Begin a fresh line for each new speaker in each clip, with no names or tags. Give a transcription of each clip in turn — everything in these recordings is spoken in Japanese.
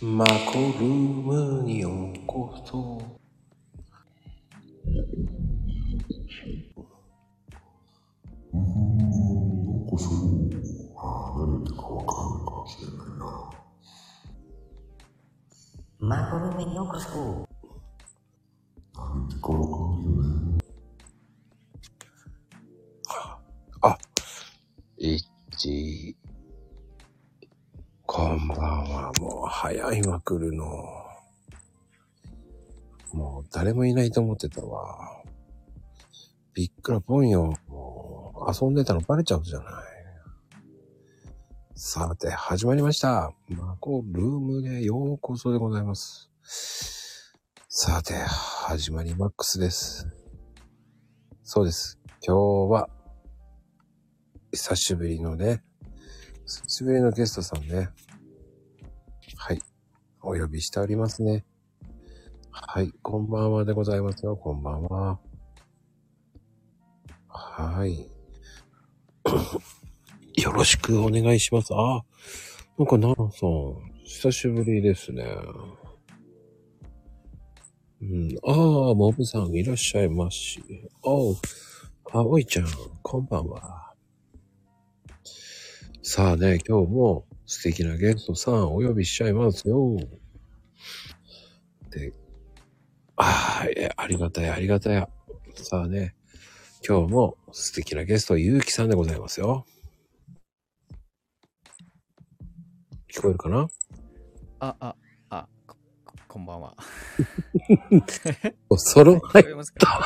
マコルームにようこそ。
うーん、なんかそう、ああ、何言ってるかわかんないかもしれないな。
マコルメにようこそ。
何言ってるかわかんないよね。
いっち。こんばんは。もう早いわ、来るの。もう誰もいないと思ってたわ。びっくらぽんよ。もう遊んでたのバレちゃうじゃない。さて、始まりました。マコルームでようこそでございます。さて、始まりマックスです。そうです。今日は、久しぶりのね、久しぶりのゲストさんね。はい。お呼びしておりますね。はい。こんばんはでございますよ。こんばんは。はい。 よろしくお願いします。あ、なんか奈良さん、久しぶりですね。うん。ああ、モブさんいらっしゃいまし。おう、葵ちゃん、こんばんは。さあね、今日も素敵なゲストさんお呼びしちゃいますよ。で、ああ、えありがたや、ありがたや。さあね、今日も素敵なゲスト、ゆうきさんでございますよ。聞こえるかな
あ、あ、あ、こ、ここんばんは。
おそろ、
はい聞こえますか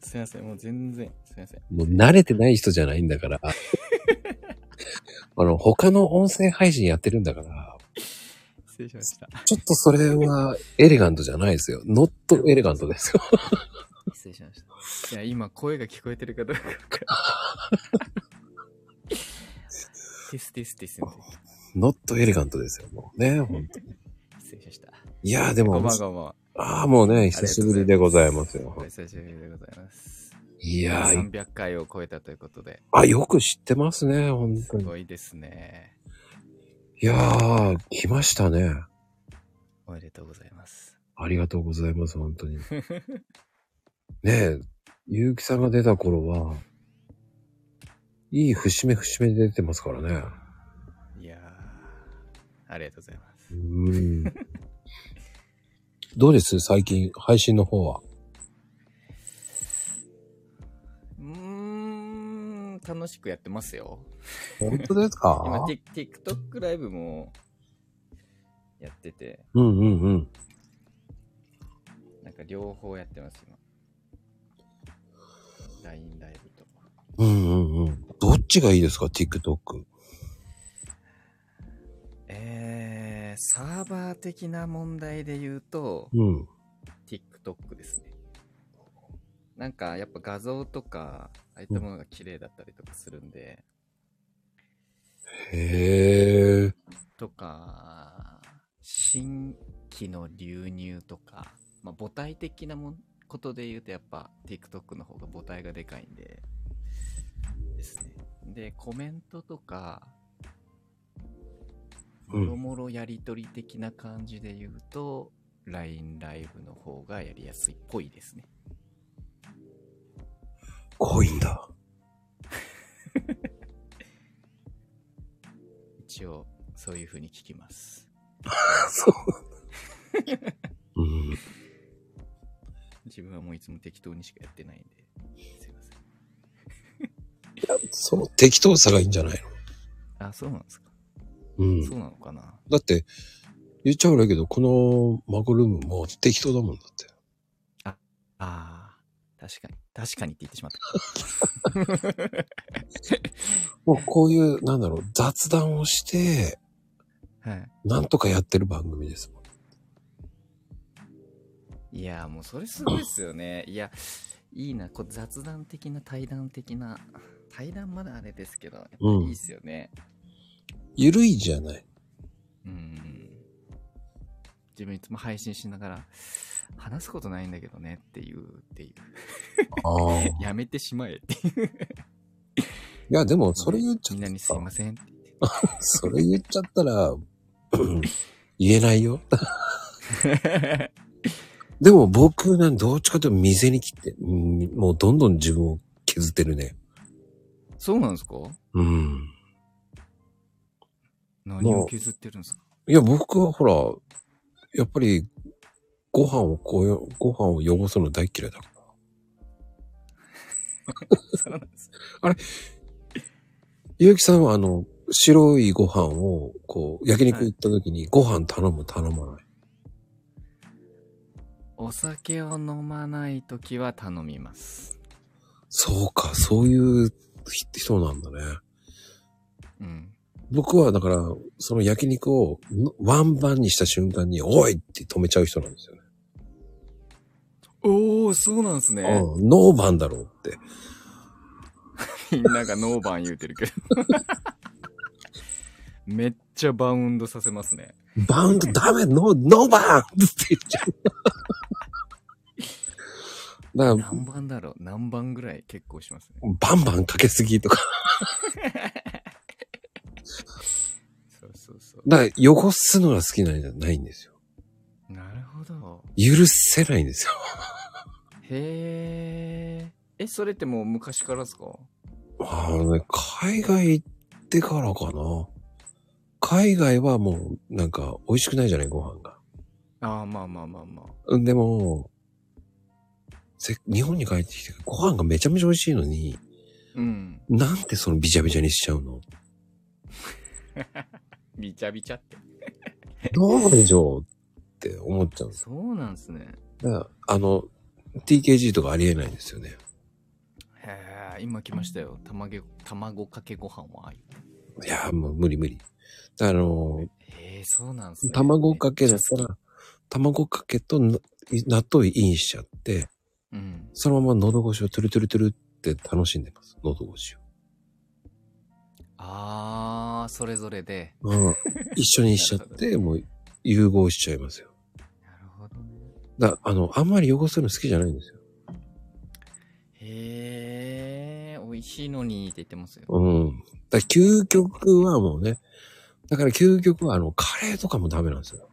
すいません、もう全然、すいません。
もう慣れてない人じゃないんだから。 あの、他の音声配信やってるんだから、
失礼しました。
ちょっとそれはエレガントじゃないですよ。ノットエレガントですよ。
失礼しました。いや、今、声が聞こえてるかどうかわかんない。ティスティスティスみたいな
ノットエレガントですよ、もうね、ほんと
失礼しました。
いやーで
こ
も
んばん、は、こんばんは。
ああ、もうね、久しぶりでございますよ
お。久しぶりでございます。
いやー、
300回を超えたということで、
あ、よく知ってますね、本
す
当に。
ごいですね。
いやー、来ましたね。
おめでとうございます。
ありがとうございます、本 当に。ねえ、ゆうきさんが出た頃は、いい節目節目で出てますからね。
いやー、ありがとうございます
う。ーん。どうです最近、配信の方 は。
うーん、楽しくやってますよ。
本当です
今、
か
Tik- TikTok ライブもやってて、
うんうんうん。
なんか両方やってます、今。LINE ライブとか。
うんうんうん。どっちがいいですか ?TikTok。
えー、サーバー的な問題で言うと、
うん。
TikTok ですね。なんかやっぱ画像とか、ああいったものが綺麗だったりとかするんで、
へえ。
とか、新規の流入とか、まあ、母体的なもんことで言うとやっぱ TikTok の方が母体がでかいんで、ですね。で、コメントとか、
うん
もろもろやりとり的な感じで言うと、LINE ライブの方がやりやすいっぽいですね。
濃いんだ。
一応、そういう風に聞きます。
そう。うん。
自分はもういつも適当にしかやってないんで、すいません。
その適当さがいいんじゃない
あ、そうなんですか。
のうん。
そうなのかな。
だって、言っちゃ悪いけど、このマグルームも適当だもんだって。
ああ、確かに。確かにって言ってしまった。
もうこういう、なんだろう、雑談をして、
はい。
なんとかやってる番組ですもん。
いやー、もうそれすごいですよね。いや、いいな、こう雑談的な対談的な、対談まだあれですけど、やっぱいいですよね。
ゆるいじゃない。
うん。自分いつも配信しながら、話すことないんだけどねっていう、っていう。
ああ。い
やめてしまえって。
や、でも、それ言っちゃ
みんなに
っ
す
た
いませんって。
それ言っちゃったら、言えないよ。 でも僕なんどっちかというと店に来て、うんもうどんどん自分を削ってるね。
そうなんですか
うん。
何を削ってるんですか
いや、僕はほら、やっぱり、ご飯をこうよ、ご飯を汚すの大嫌いだから。
そうなんです
ゆうきさんはあの、白いご飯を、こう、焼肉行った時にご飯頼む頼まない。
お酒を飲まないときは頼みます。
そうか、そういう人なんだね。
うん。
僕はだから、その焼肉をのワンバンにした瞬間に、おいって止めちゃう人なんですよね。
おー、そうなんですね。
うん、ノーバンだろうって。
みんながノーバン言うてるけど。 めっちゃバウンドさせますね。
バウンドダメ、ノー、ノーバンって言っちゃう。だから、
何番だろう何番ぐらい結構しますね。
バンバンかけすぎとか。
そうそうそう。
だから、汚すのが好きなんじゃないんですよ。
なるほど。
許せないんですよ。
へー。え、それってもう昔からですか
あのね、海外行ってからかな。海外はもう、なんか、美味しくないじゃない、ご飯が。
ああ、まあまあまあまあ。
うんでも、せ日本に帰ってきて、ご飯がめちゃめちゃ美味しいのに、
うん。
なんてそのビチャビチャにしちゃうの
びちゃびちゃって。
どうでしょうって思っちゃうんです
そうなんですね。
だからあの、TKG とかありえないんですよね。
へー、今来ましたよ。卵、卵かけご飯はああいう。
いやー、もう無理無理。あの、
へー、そうなんですね。
卵かけだっ
めっちゃ
た
好き
ら、卵かけとな納豆インしちゃって、
うん。
そのまま喉越しをトゥルトゥルトゥルって楽しんでます。喉越しを。
あー、それぞれで。
うん、 一緒にしちゃって、もう融合しちゃいますよ。
なるほどね。
だあの、あんまり汚すの好きじゃないんですよ。
へえ、美味しいのにって言ってますよ。
うん。だから究極はもうね、だから究極はあの、カレーとかもダメなんですよ。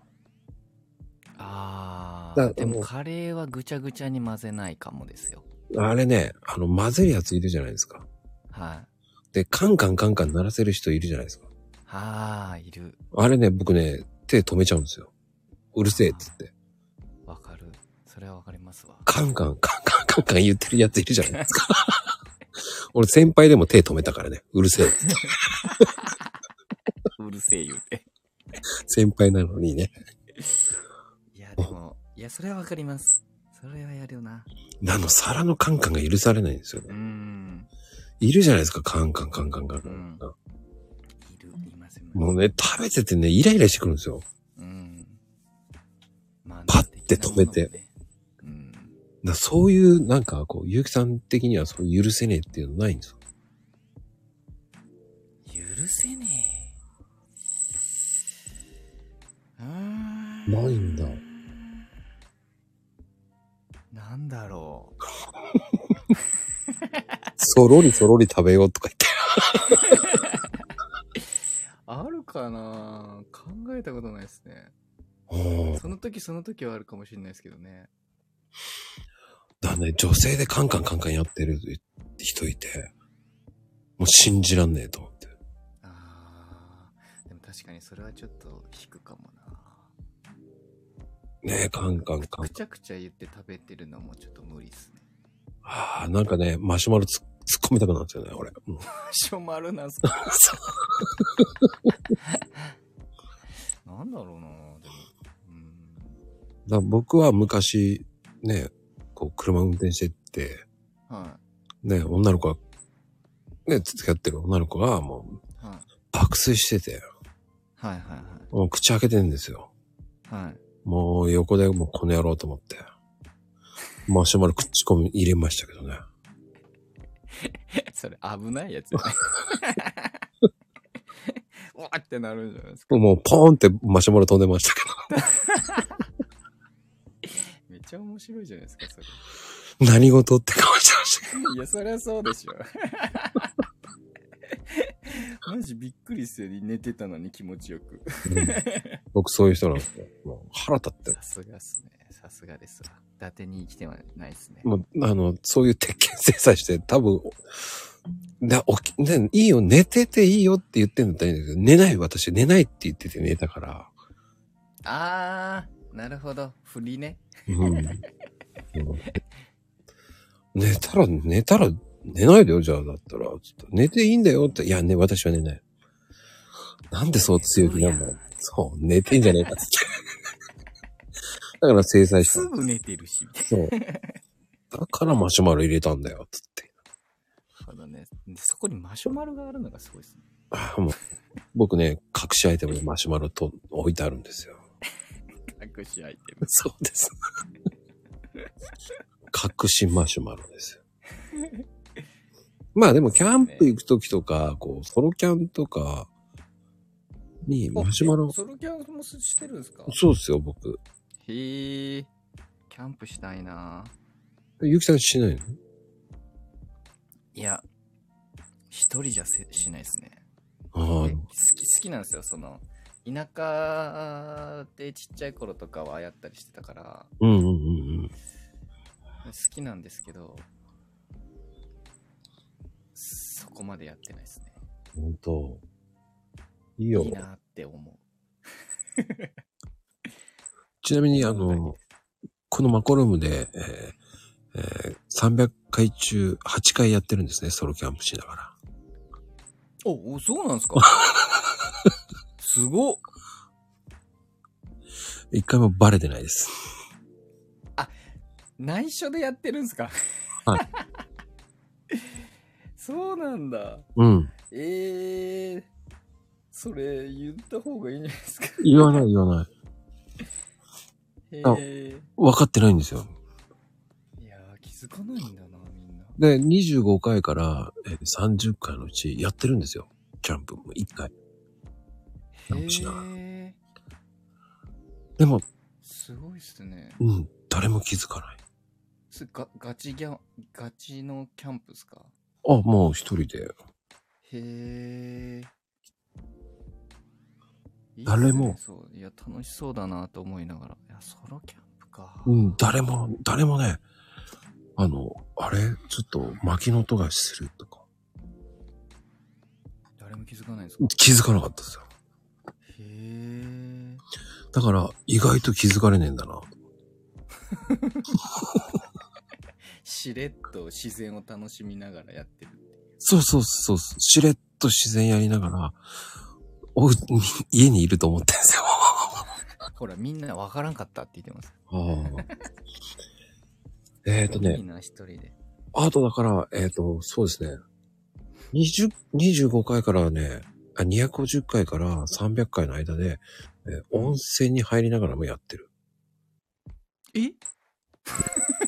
あ
だ
あ、でもカレーはぐちゃぐちゃに混ぜないかもですよ。
あれね、あの、混ぜるやついるじゃないですか。
は
で、カンカンカンカン鳴らせる人いるじゃないですか。
い。ああ、いる。
あれね、僕ね、手止めちゃうんですよ。うるせえっつって。
わかる。それはわかりますわ。
カンカン、カンカン、カンカン言ってるやついるじゃないですか。 俺先輩でも手止めたからね。うるせえ。
うるせえ言うて。
先輩なのにね。
いや、でも、いや、それはわかります。それはやるよな。
あの、皿のカンカンが許されないんですよ
うー
ね。
ん。
いるじゃないですか、カンカンカンカンカンカン。
いる、います、います。
もうね、食べててね、イライラしてくるんですよ。
うん。まあ
パッて止めて。
なんて言ってなものでうん。
だからそういう、なんか、こう、ゆうきさん的にはそう許せねえっていうのないんですよ。
許せねえ。うーん。
ないんだ。
なんだろう。
そろりそろり食べようとか言って。
あるかな考えたことないですね。
おー
その時その時はあるかもしれないですけどね。
だからね、女性でカンカンカンカンやってる人いて、もう信じらんねえと思って。
あー。でも確かにそれはちょっと引くかもな。
ねえ、カンカンカン
く。ちゃくちゃ言って食べてるのもちょっと無理ですね。
ああ、なんかね、マシュマロつ突っ込みたくなっちゃうね、俺。うん
マシュマロなんすかなんだろうなでも。うん。
だから僕は昔、ね、こう、車運転してって、
は
ね、女の子が、ね、付き合ってる女の子が、もう、
い。はい。
爆睡してて、
はいはい
もう口開けてんですよ。
はい。はい。
もう横でもうこの野郎と思って。マシュマロ口コミ入れましたけどね。
それ危ないやつよね。 うわーってなるんじゃないですか。
もうポーンってマシュマロ飛んでましたけ
めっちゃ面白いじゃないですか、それ。
ど。何事 って顔してましたけ
いや、そりゃそうでしょ。 マジびっくりして寝てたのに気持ちよく。
うん僕そういう人なんですよ。もう腹立って。
さすがっすね。さすがですわ。伊達に来てはないっすね。
もう、あの、そういう鉄拳制裁して、多分、で、起き、ね、いいよ、寝てていいよって言ってんだったらいいんだけど、寝ない、私、寝ないって言ってて寝たから。
あー、なるほど。振りね。
うん。うん寝たら、寝たら、寝ないでよ、じゃあ、だったら、ちょっと寝ていいんだよって、いや、ね、私は寝ない。なんでそう強気なんだよ。そう、寝てんじゃねえかっつって。だから制裁した
す。ぐ寝てるし。 なる
そう。だからマシュマロ入れたんだよ、つって。
ほどね。そこにマシュマロがあるのがすごいっすね。
あもう僕ね、隠しアイテムでマシュマロと置いてあるんですよ。
隠しアイテム。
そうです。隠しマシュマロですよ。まあでもキャンプ行くときとか、こう、ソロキャンとかにマシュマロ、
ソロキャンもしてるんですか
そうですよ、僕。
へー。キャンプしたいな
ゆきさんしないの
いや、一人じゃせしないっすね。
ああ
で好き好きなんですよその田舎でちっちゃい頃とかはやったりしてたから
うんうんうん
好きなんですけどそこまでやってないですね
うん。ほんと。いい
い
よ
い。なって思う
ちなみに、あの、このマコルームで、えーえー300回中8回やってるんですね、ソロキャンプしながら。
おおそうなんで すかすごっ
一回もバレてないです。
内緒でやってるんですか
は
そうなんだ
うん。
ええー、それ言った方がいいんじゃないですか
言わない言わない。
え
あ
え
分かってないんですよ。
ー、いやー気づかないんだなみんな
で、25回からえー30回のうちやってるんですよ。キャンプも1回。キャンプしながら。
へえ
でも、
すごいっすね。
うん、誰も気づかない。
すガガチギャン、ガチのキャンプっすか
あ、もう一人で。
へえ。いいっすね
誰も
そう、いや、楽しそうだなと思いながら。いや、ソロキャンプか。
うん、誰も、誰もね、あの、あれちょっと薪の音がするとか。
誰も気づかないんですか
気づかなかったですよ。
へえ。
だから、意外と気づかれねえんだな。
しれっと自然を楽しみながらやってる。
そうそうそうそう。しれっと自然やりながら、おう 家にいると思ってんですよ。
ほら、みんなわからんかったって言ってます。
えっと
いい
ね、
な、一人で。
あとだから、えっ、と、そうですね。20 25回からね、あ250回から300回の間で、えー温泉に入りながらもやってる。
え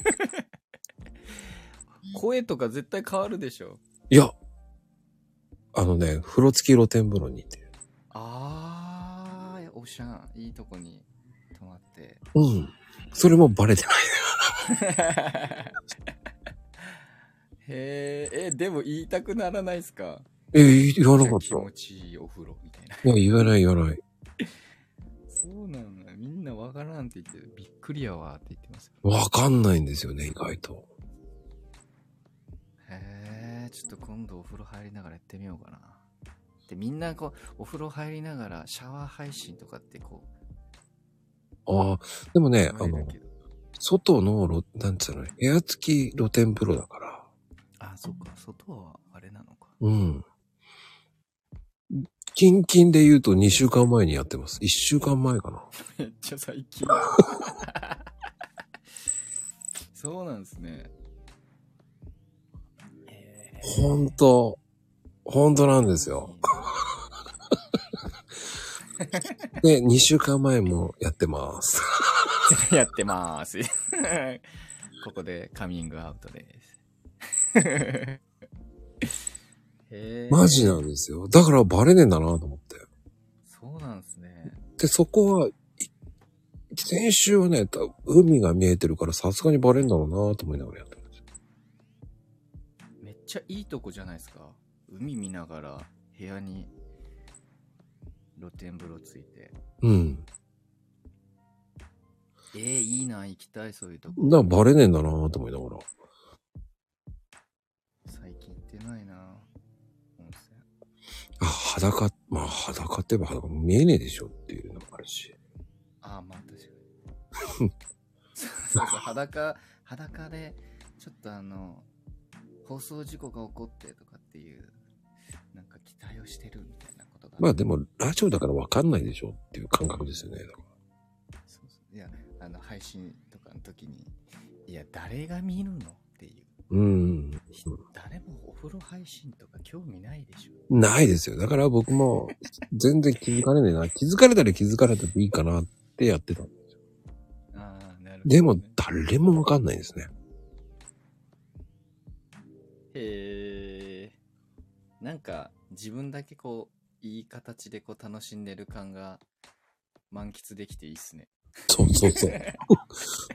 声とか絶対変わるでしょ。
いや、あのね、風呂付き露天風呂にいて。
あー、おしゃん、いいとこに泊まって。
うん。それもバレてない。
へえ、え、でも言いたくならないですか
えー、言わなかっ
気
た。
持ちいいお風呂みたいな。
いや、言わない言わない。
そうなんだ。みんなわからんって言って、びっくりやわって言ってますよ。
わかんないんですよね、意外と。
へえ、ちょっと今度お風呂入りながらやってみようかな。で、みんなこう、お風呂入りながらシャワー配信とかってこう、
ああ、でもね、あ
無理だ
の、
けど。
外の露、なんつうの、部屋付き露天風呂だから。
あ、そっか、外はあれなのか。
うん。キンキンで言うと2週間前にやってます。1週間前かな。
めっちゃ最近。そうなんですね。え
ほんと、ほんとなんですよ。で、2週間前もやってます。
ー やってまーす。 ここでカミングアウトです。へー
マジなんですよ。だからバレねえんだなと思って。
そうなんですね。
で、そこは、い先週はね、た海が見えてるからさすがにバレんだろうなと思いながらやってます。
めっちゃいいとこじゃないですか。海見ながら部屋に露天風呂ついて。
うん。
えー、いいな、行きたい、そういうとこ。
だからバレねえんだなぁと思いながら。
最近行ってないな、温泉。
あ、裸、まあ裸って言えば裸見えねえでしょっていうのもあるし。
ああ、まあ確かに。そうそうそう、裸、裸で、ちょっとあの、放送事故が起こってとかっていう、なんか期待をしてるみたいなことが。
まあでも、ラジオだからわかんないでしょっていう感覚ですよね。
そうそういや、あの、配信とかの時に、いや、誰が見るのっていう。
うん。
誰もお風呂配信とか興味ないでしょ。
ないですよ。だから僕も全然気づかれねえな。気づかれたら気づかれたっていいかなってやってた。
ああ、なるほど、ね。
でも、誰もわかんないですね。
へえ。なんか、自分だけこう、いい形でこう、楽しんでる感が、満喫できていいっすね。
そうそうそう。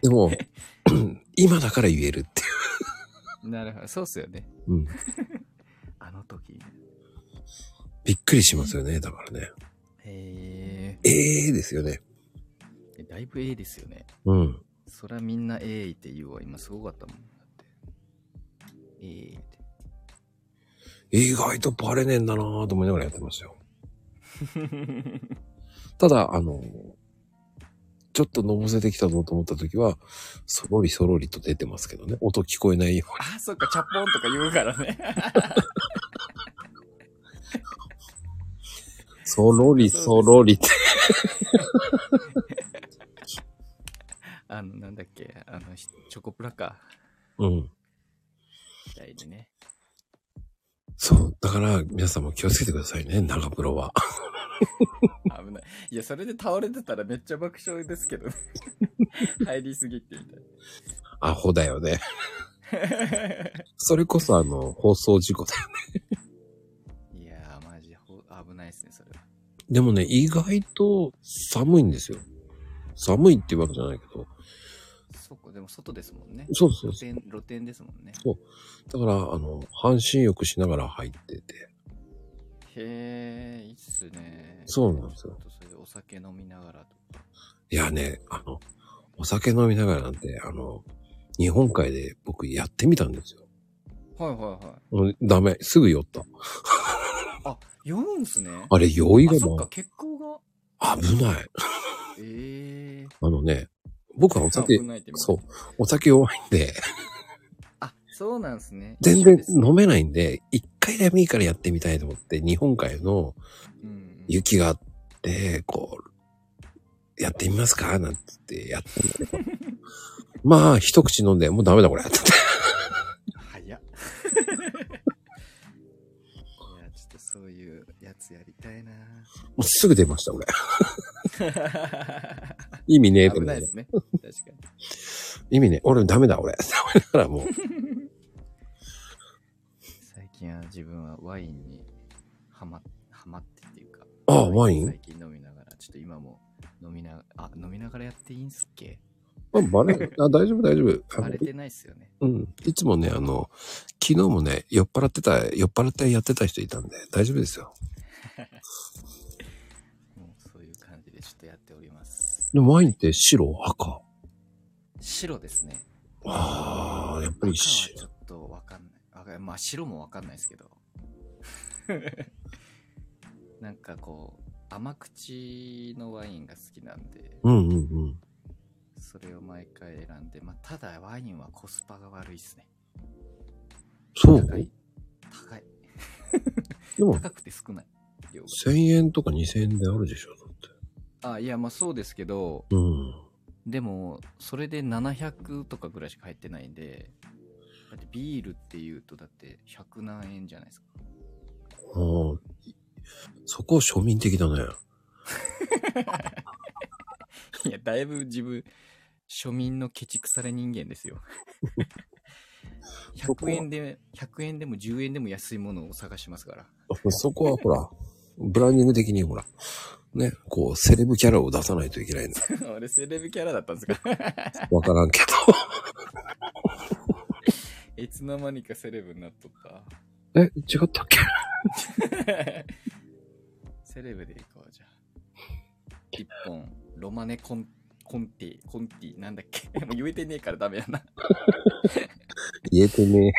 でも、今だから言えるってい
なるほど。そうっすよね。
う。うん。
あの時。
びっくりしますよね。だからね。
へ
ええですよね。
え。だいぶええですよね。
うん。
そりゃみんなええいって言うわ。今すごかったもん。だって。ええって。
意外とバレねえんだなぁと思いながらやってましたよ。 ただ、あの、ちょっとのぼせてきたぞと思った時は、そろりそろりと出てますけどね。音聞こえないように。
あ、そっか、チャポンとか言うからね。
そろりそろりって。
あの、なんだっけ、あの、ひチョコプラか。
うん。
みたいにね。
そう。だから、皆さんも気をつけてくださいね。長風呂は。
危ない。いや、それで倒れてたらめっちゃ爆笑ですけど ね。入りすぎてみたい
アホだよね。
な。
それこそ、あの、放送事故だよね。
いやー、マジほ危ないですね、それは。
でもね、意外と寒いんですよ。寒いっていうわけじゃないけど。
そっか、でも外ですもんね。
そうそうそう。
露天、露天ですもんね。
だから、あの、半身浴しながら入ってて。
へえ、いいっすね。
そうなんですよ
ちょっとそれでお酒飲みながらとか。
いやね、あの、お酒飲みながらなんて、あの、日本海で僕やってみたんですよ。
はいはいはい。
もうダメ。すぐ酔った。
あ、酔うんすね。
あれ、酔い
あ
が
そっ
も
か、
う
血行が。
危ない。
ええ
あのね、僕はお
ー。
酒
危、ないって。
そうう、お酒弱いんで、
あ、そうなんすね。
全
一緒
然
ですね
飲めないんで、一回でもいいからやってみたいと思って、日本海の
うんうん。
雪があって、こう、やってみますかなんて言ってやったんだけど。 まあ、一口飲んで、もうダメだこれ。 って
早っ。いや、ちょっとそういうやつやりたいな。
もうすぐ出ました、俺。意味 ねえと
危
思っ
な
て
いですね。確か
意味ねえ。俺ダメだ、俺。 だからもう、
に。最近は自分はワインにハマハマってっていうか。
ああワイン
最近飲みながら、ちょっと今も飲みながら、あ、飲みながらやっていいんすっけ
まあ、バレあ大丈夫、大丈夫。あ
バ
の
レてないっすよね。
うん。いつもね、あの、昨日もね、酔っ払ってた、酔っ払ってやってた人いたんで、大丈夫ですよ。
もうそういう感じでちょっとやっております。
でもワインって白、赤。
白ですね。
ああ、やっぱ
赤は
り
ち
白。
ょっとわかんない赤。まあ白もわかんないですけど。 なんかこう、甘口のワインが好きなんで、
うんうんうん。
それを毎回選んで、まあただワインはコスパが悪いですね。
そ
高
う
い。高い。
でも、
高くて少ない。量
1000円とか2000円であるでしょ、だって。
が。あ、いやまあそうですけど、
うん。
でも、それで700とかぐらいしか入ってないんで、だってビールっていうとだって100何円じゃないですか。
ああ、そこ庶民的だね。
いや、だいぶ自分、庶民のケチ腐れ人間ですよ。
そこ
100
は
円で、100円でも10円でも安いものを探しますから。
そこはほら、ブランディング的にほら、ね、こう、セレブキャラを出さないといけないんだ。
俺、セレブキャラだったんですか
わからんけ
いつの間にかセレブになっとった。
ど。え、違ったっけ
セレブで行こうじゃあ。一本、ロマネコン、コンティ、コンティ、なんだっけ。 もう言えてねえからダメだな。
言えてね。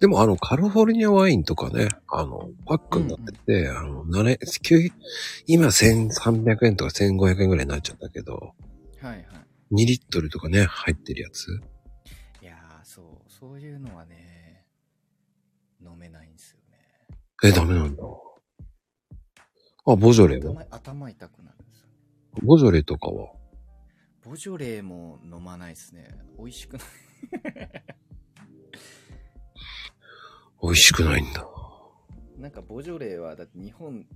でもあの、カリフォルニアワインとかね、あの、パックになってて、あの、7、9、今1300円とか1500円ぐらいになっちゃったけど、
はいはい。
2リットルとかね、入ってるやつ。
いやー、そう、そういうのはね、飲めないんですよね。
え、ダメなんだ。あ、ボジョレは
頭頭痛くなるんですよ。
ボジョレとかは
ボジョレーも飲まないですね。美味しくない。
美味しくないんだ。
なんかボジョレーはだって日本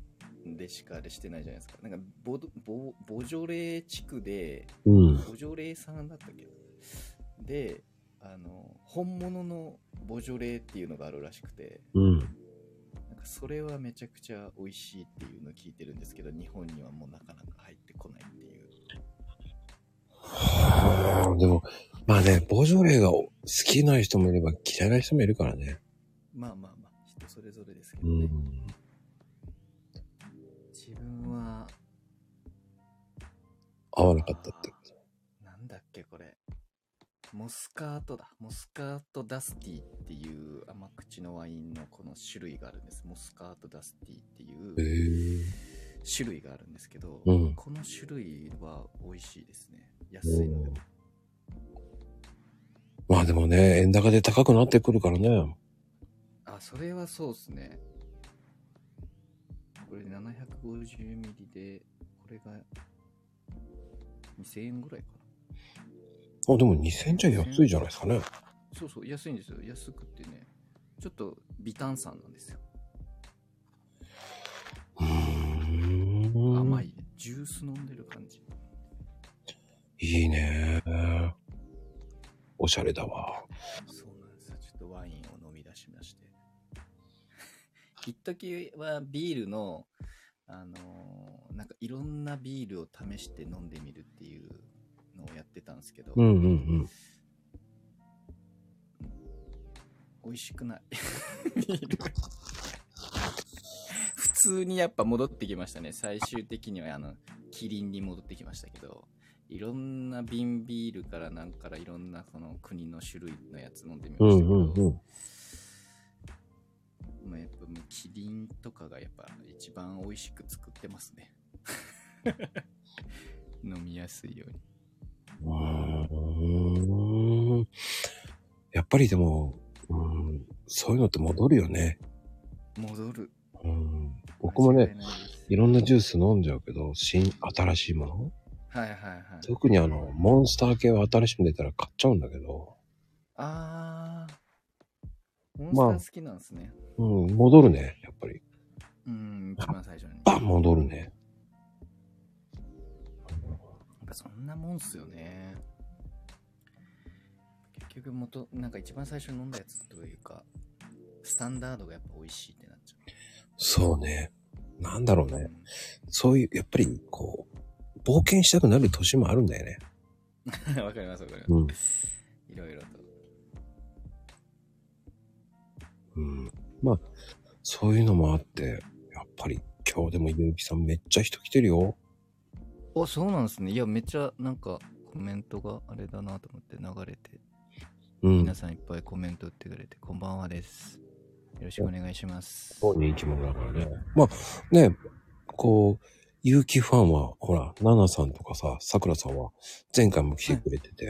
でしかあれしてないじゃないですか。なんかボドボボジョレー地区で、
うん。
ボジョレーさんだったっけで、あの、本物のボジョレーっていうのがあるらしくて、
うん。
なんかそれはめちゃくちゃ美味しいっていうのを聞いてるんですけど、日本にはもうなかなか入ってこないっていう。
ああ、でも、まあね、ボジョレが好きな人もいれば嫌いな人もいるからね。
まあまあまあ、人それぞれですけど
う
ね。
ん。
自分は、
合わなかったって。
なんだっけこれ。モスカートだ。モスカートダスティっていう甘口のワインのこの種類があるんです。モスカートダスティって
へ
いう
え。
種類があるんですけど、
うん
この種類は美味しいですね。安いのでも。
まあでもね、円高で高くなってくるからね。
あ、それはそうですね。これ 750ml で、これが2000円ぐらいかな。
あ、でも2000円じゃ安いじゃないですかね。
そうそう、安いんですよ。安くてね。ちょっと微炭酸なんですよ。
うーん。
甘。い。ジュース飲んでる感じ。
いいね。おしゃれだわ。
そうなんですよ。ちょっとワインを飲み出しまして。 一時はビールの、あのーなんかいろんなビールを試して飲んでみるっていうのをやってたんですけど、
うんうんうん。
美味しくない。 ビール。普通にやっぱ戻ってきましたね。最終的にはあの、キリンに戻ってきましたけど、いろんな瓶ビールからなんからいろんなその国の種類のやつ飲んでみ
う
ま
ん
したけど、
うんうん。
まあ、やっぱもうキリンとかがやっぱ一番美味しく作ってます ね。飲みやすいように。
うーんやっぱりでも、うん、そういうのって戻るよね。
戻る。
うん、僕もね、
間違いないです
いろんなジュース飲んじゃうけど、新、新しいもの
はいはいはい。
特にあの、モンスター系は新しいの出たら買っちゃうんだけど、
あー。モン
まあ
スター好きなんですね。
うん、戻るね、やっぱり。
うん、一番最初に。
バン戻るね。
なんかそんなもんっすよね。結局元、なんか一番最初に飲んだやつというか、スタンダードがやっぱ美味しいってなっちゃ
そうね。なんだろう
う。
ね。
うん
そういう、やっぱり、こう、冒険したくなる年もあるんだよね。
わかりますわかり
うん
ま。す。いろいろと。
うん。まあ、そういうのもあって、やっぱり今日でもゆうきさんめっちゃ人来てるよ。
お、そうなんですね。いや、めっちゃなんかコメントがあれだなと思って流れて、
うん。
皆さんいっぱいコメント打ってくれて、こんばんはです。よろしくお願いします。
そう人気者だからね。まあ、ね、こう、ゆうきファンは、ほら、ナナさんとかさ、さくらさんは、前回も来てくれてて、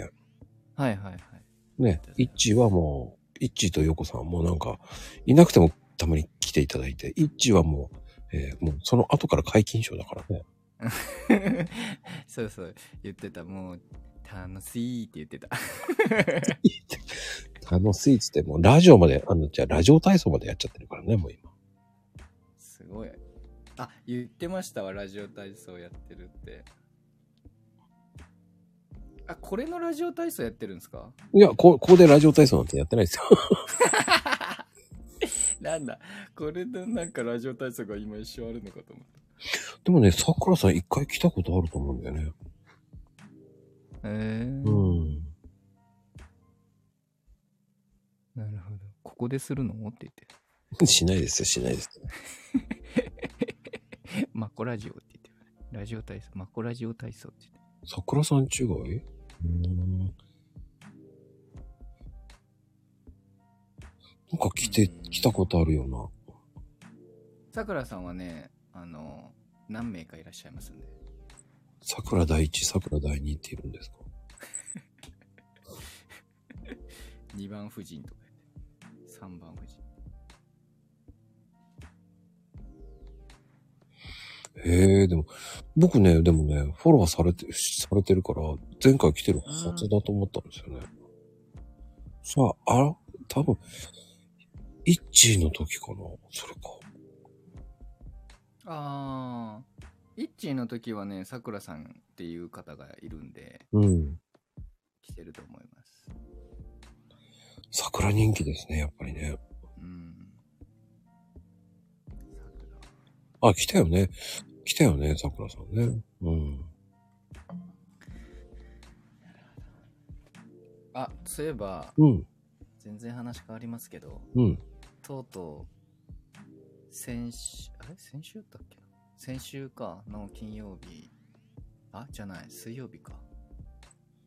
はいはいはい。
ね
ありがとうございます、
イッチーはもう、イッチーとヨコさんはもうなんか、いなくてもたまに来ていただいて、イッチーはもう、えーもうその後から解禁賞だからね。
そうそう、言ってた。もう、楽しいって言ってた。
あのスイーツってもうラジオまで、あの、じゃあラジオ体操までやっちゃってるからね、もう今。
すごい。あ、言ってましたわ、ラジオ体操やってるって。あ、これのラジオ体操やってるんですか
いや、こ、ここでラジオ体操なんてやってないですよ。
なんだ、これのなんかラジオ体操が今一生あるのかと思った。
でもね、さくらさん一回来たことあると思うんだよね。
えー
うん。
なるほど。ここでするのって言っ
しないですよ、しないです。
て。 マコラジオって言って。ラジオ体操、マコラジオ体操って言って。
桜さん違いうーん。なんか来て、来たことあるよな。
さくらさんはね、あの、何名かいらっしゃいますんで。
桜第一、桜第二っているんですか
2番夫人とか言って。3番夫人。
へえ、でも、僕ね、でもね、フォローされて、されてるから、前回来てるはずだと思ったんですよね。さあ、あら、多分、イッチーの時かなそれか。
ああ。イッチーの時はね、さくらさんっていう方がいるんで、
うん。
来てると思います。
桜人気ですね、やっぱりね。
うん。桜。
あ、来たよね。来たよね、桜さんね。うん。
あ、そういえば、
うん、
全然話変わりますけど、
うん。
とうとう、先週、あれ先週だったっけな先週かの金曜日、あ、じゃない、水曜日か。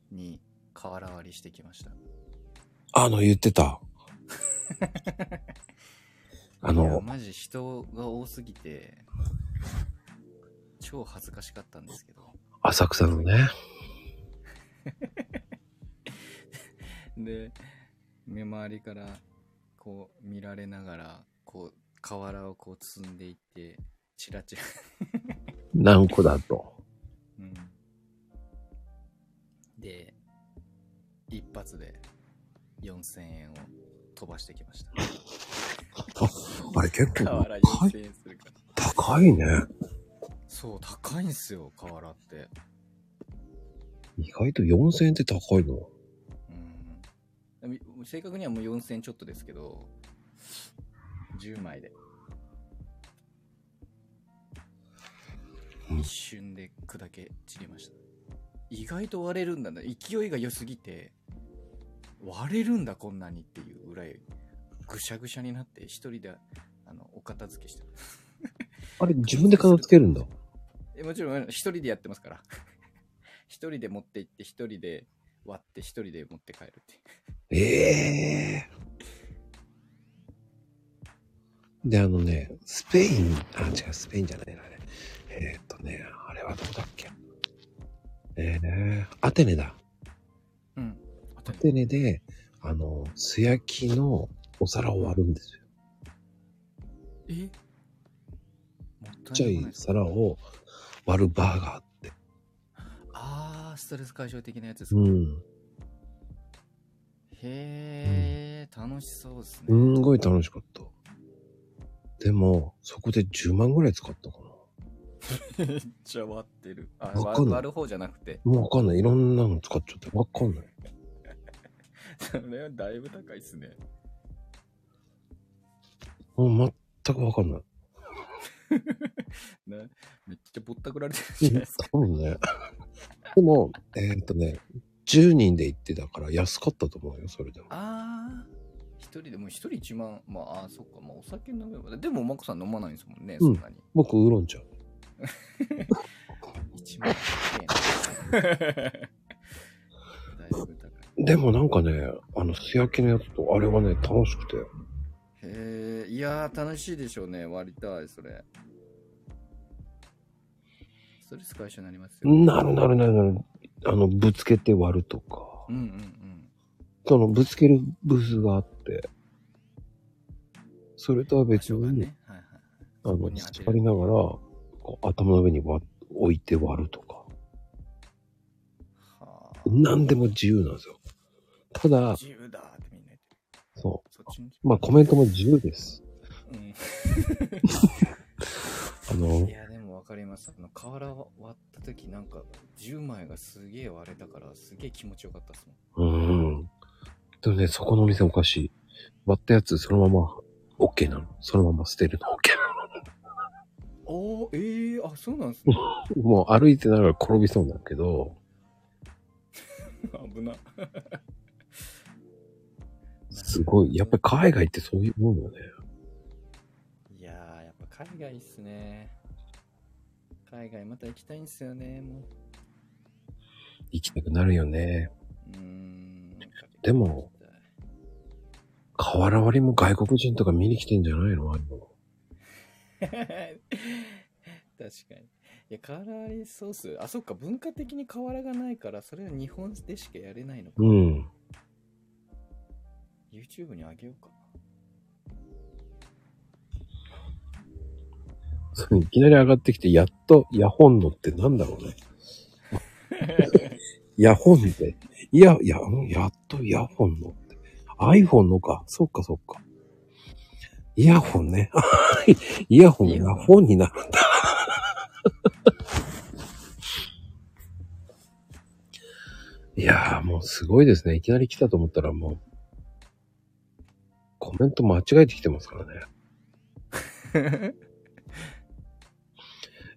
に、瓦割りしてきました。
あの、言ってた。あ
いや
の、
マジ人が多すぎて、超恥ずかしかったんですけど。
浅草のね。
で、目周りから、こう、見られながら、こう、瓦をこう積んでいって、チラ チラ
何個だと。
うん。で、一発で4000円を飛ばしてきました。
あれ結 構
瓦
高い
4000円するから。
高いね。
そう、高いんすよ、瓦って。
意外と4000円って高いの。
うんでも。正確にはもう4000円ちょっとですけど、10枚で。
うん
一瞬で砕け散りました。意外と割れるんだな。勢いが良すぎて、割れるんだこんなにっていうぐらい、ぐしゃぐしゃになって一人で、あの、お片付けしてます。
あれ自分で片付けるんだ。
えもちろん、一人でやってますから。 一人で持って行って、一人で割って、一人で持って帰るっていう。
ええで、あのね、スペイン、あ、違う、スペインじゃないな、あれ。えーっとね、あれはどこだっけ。ええアテネだ。
うん。あ
ア
と
テネで、あの、素焼きのお皿を割るんですよ。
え
ち
もっ
っち
た
ゃ
いないい
皿を割るバーガーって。
ああストレス解消的なやつですか、
う
へ
ん。
え楽しそうですね、
すんごい楽しかった。でも、そこで10万ぐらい使ったかな。
めっちゃ割ってるあ
わかん
割
ない
割る方じゃなくて
もうわかんない。いろんなの使っちゃってわかんない。
それはだいぶ高いっすね
もう全くわかんない。
なめっちゃぼったくられてるじゃないですか
多分ね。 でも、えーっとね、10人で行ってたから安かったと思うよ、それでも。
ああ一人でもう一人1万まああーそっかまあお酒飲めばでもマコさん飲まないんですもんね、
うん
そんなに
僕、ウーロン茶。
1万 円だいぶ高い
でもなんかね、あの、素焼きのやつと、あれはね、楽しくて。
へえいやー楽しいでしょうね割りたいそれストレス解消になりますよ、
なるなるなるなる。あの、ぶつけて割るとか。
うんうんうん
その、ぶつけるブースがあって。それとは
場
別
所が
に、
ね、はいはい、
あ
そこ
の、
に当てる
座りながら、こう頭の上に割置いて割るとか。
はあ
何でも自由なんですよ。ただ、
自由だーってみんな言ってる
そ
そっちに
う。まあコメントも自由です。
う
あ
ん、
の
い、やでも分かりますあの瓦割った時なんか10枚がすげえ割れたからすげえ気持ちよかったっすもん
うん。でもね、そこのお店おかしい。割ったやつそのまま OK なの。そのまま捨てるの OK な
おーえー、あそうなんで すね
の。もう歩いてながら転びそうなんだけど、
危な
すごい。やっぱり海外ってそういうもんよね。
いやー、やっぱ海外っすね。海外また行きたいんですよね、もう。
行きたくなるよね。
うーん。
でも、瓦割りも外国人とか見に来てんじゃないのああいうの
確かに。いや、変わらりそうっす。あ、そっか、文化的に変わらがないから、それは日本でしかやれないのか。
うん。
YouTube にあげようか。
そういきなり上がってきて、やっと、ヤホンのってなんだろ うね。ヤホンって。いや、いや、うんやっとヤホンのって。iPhone のか。そっかそっか。イヤホンね。 イヤホンがヤホンにな るんだ。いやーもうすごいですね。いきなり来たと思ったらもう、コメント間違えてきてますからね。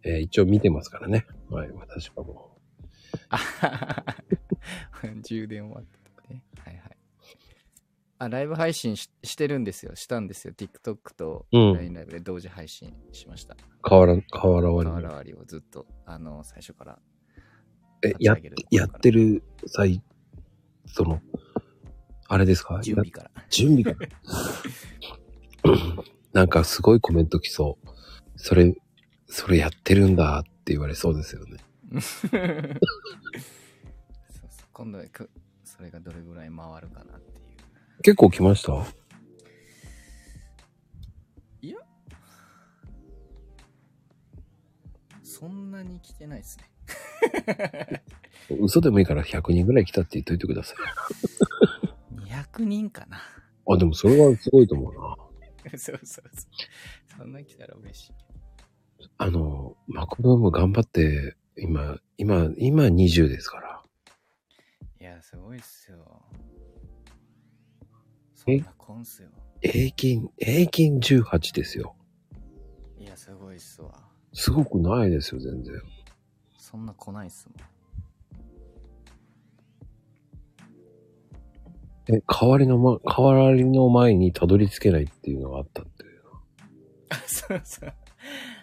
えー一応見てますからね。はい、私はもう。
あははは 充電終わってね。はいはい。あ、ライブ配信ししてるんですよ。したんですよ。TikTok と
うん
LINE ライブで同時配信しました。
瓦、瓦割り
瓦割りをずっと、あの、最初から。
え、や、やって
る。
る際、その、あれですか
準備から。
や準備が。 なんかすごいコメント来そう。それ、それやってるんだって言われそうですよね。
そうそう今度くそれがどれぐらい回るかなっていう
結構来ました
そんなに来てないですね
嘘でもいいから100人ぐらい来たって言っといてください。
200人かな
あ、でもそれはすごいと思うな。
そうそうそうそんな来たら嬉しい
あの、マクブーム頑張って、今、今、今20ですから。
いやすごいっすよそんなこんっすよ
平均、平均18ですよ。
いやすごいっすわ
すごくないですよ、全然。
そんな来ないっすもん
え、代わりのま、代わりの前にたどり着けないっていうのがあったっていう。
あ そうそう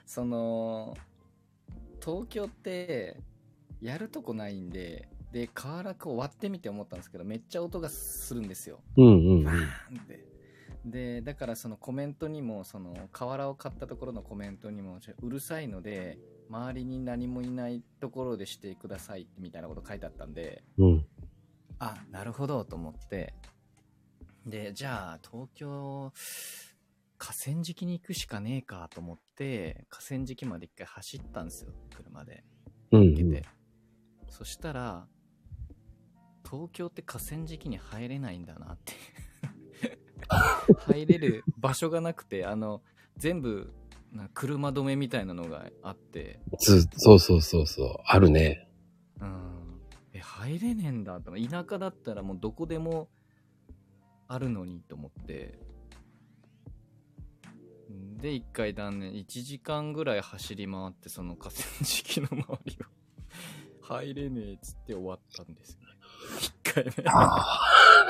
その東京ってやるとこないんでで河原こう割ってみて思ったんですけどめっちゃ音がするんですよ
うんうんう
バ
ん。
ーンって。で、だからそのコメントにも、その瓦を買ったところのコメントにも、ちょうるさいので、周りに何もいないところでしてくださいみたいなこと書いてあったんで、
うん。
あ、なるほどと思って。で、じゃあ東京、河川敷に行くしかねえかと思って、河川敷まで一回走ったんですよ、車で。
うん、う
行けて。
ん。
そしたら、東京って河川敷に入れないんだな っていう。入れる場所がなくて、あの、全部、な車止めみたいなのがあって、
つそうそうそうそう。あるね。
うん。え、入れねえんだと。田舎だったらもうどこでもあるのにと思って。で、一回断念。1時間ぐらい走り回って、その河川敷の周りを。入れねえっつって終わったんですよね。一回目。
ああ。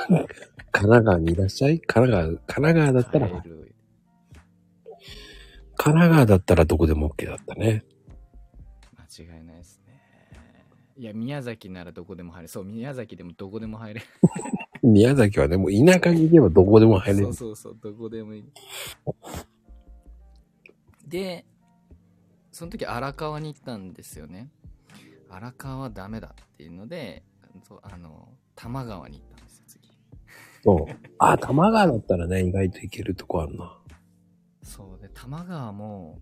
神奈川にいらっしゃい神奈川、神奈川だったら、
入
神
る
奈川だったらどこでも OK だったね。
間違いないですね。いや、宮崎ならどこでも入る。そう、宮崎でもどこでも入れる。
宮崎はね、もう田舎に行けばどこでも入れ
そ
る
う。そうそう、どこでもいい。で、その時荒川に行ったんですよね。荒川はダメだっていうので、そうあの、多摩川に行ったんですよ、次。
そう。あ、多摩川だったらね、意外と行けるとこあるな。
そうで、多摩川も、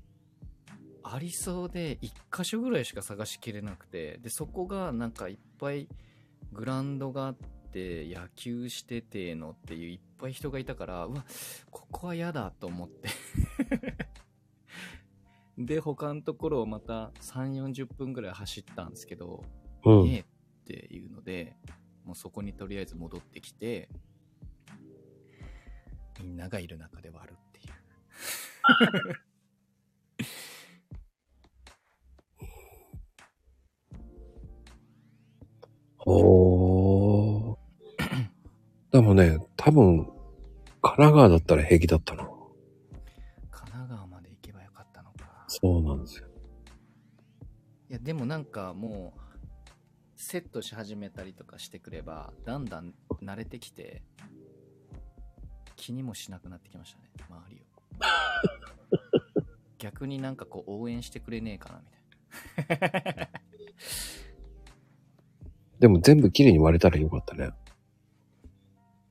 ありそうで、一箇所ぐらいしか探しきれなくて、で、そこがなんかいっぱいグラウンドがあって、野球しててのっていういっぱい人がいたから、うわ、ここは嫌だと思って。 で、他のところをまた3、40分ぐらい走ったんですけど、
うん。
ねえっていうので、もうそこにとりあえず戻ってきて、みんながいる中で割るっていう。
おー。でもね、多分、神奈川だったら平気だったな。
神奈川まで行けばよかったのか。
そうなんですよ。
いや、でもなんかもう、セットし始めたりとかしてくれば、だんだん慣れてきて、気にもしなくなってきましたね、周りを。逆になんかこう、応援してくれねえかな、みたいな。
でも全部綺麗に割れたらよかったね。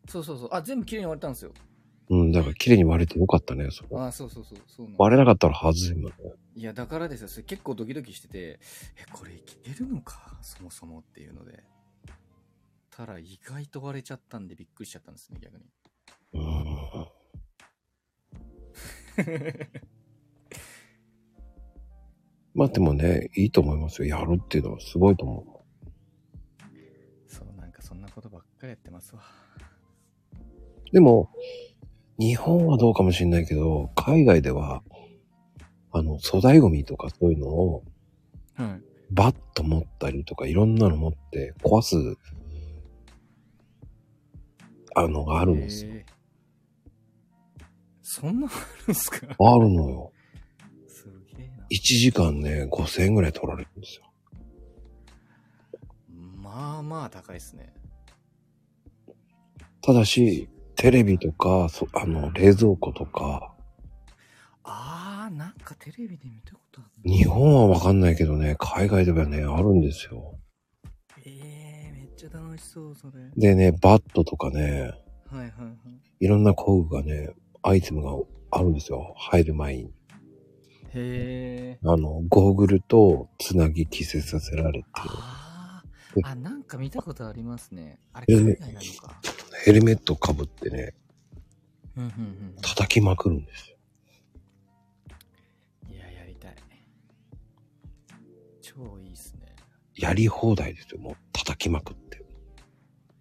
そうそうそう。あ、全部綺麗に割れたんですよ。
うん、だから綺麗に割れてよかったね、そこ。
あ、そうそうそう。そうなんです
割れなかったらはずいもんね。
いや、だからですよ。それ結構ドキドキしてて、え、これいけるのかそもそもっていうので。たら意外と割れちゃったんでびっくりしちゃったんですね、逆に。
うん。まあでもね、いいと思いますよ。やるっていうのはすごいと思
そう、なんかそんなことばっかりやってますわ。
う。でも、日本はどうかもしれないけど、海外では、あの、粗大ゴミとかそういうのを、
はい。
バッと持ったりとか、いろんなの持って壊す、あのがあるんですよ。
へえそんなのあるんすか
あるのよ。
すげえな。
1時間ね、5000円ぐらい取られるんですよ。
まあまあ高いですね。
ただし、テレビとか、そあの、冷蔵庫とか、
あー、なんかテレビで見たことあるな。
日本はわかんないけどね、海外ではね、あるんですよ。
えー、めっちゃ楽しそう、それ。はい
でね、バットとかね、
はいはい。
いろんな工具がね、アイテムがあるんですよ。入る前に。
へえ。
あの、ゴーグルとつなぎ着せさせられて、
あ
で
あ、あ、なんか見たことありますね。あれ、
え
海外なのか。
ヘルメットかぶってね、
うんうん
叩きまくるんですよ。
うん。いや、やりたい。超いいっすね。
やり放題ですよ。もう叩きまくって。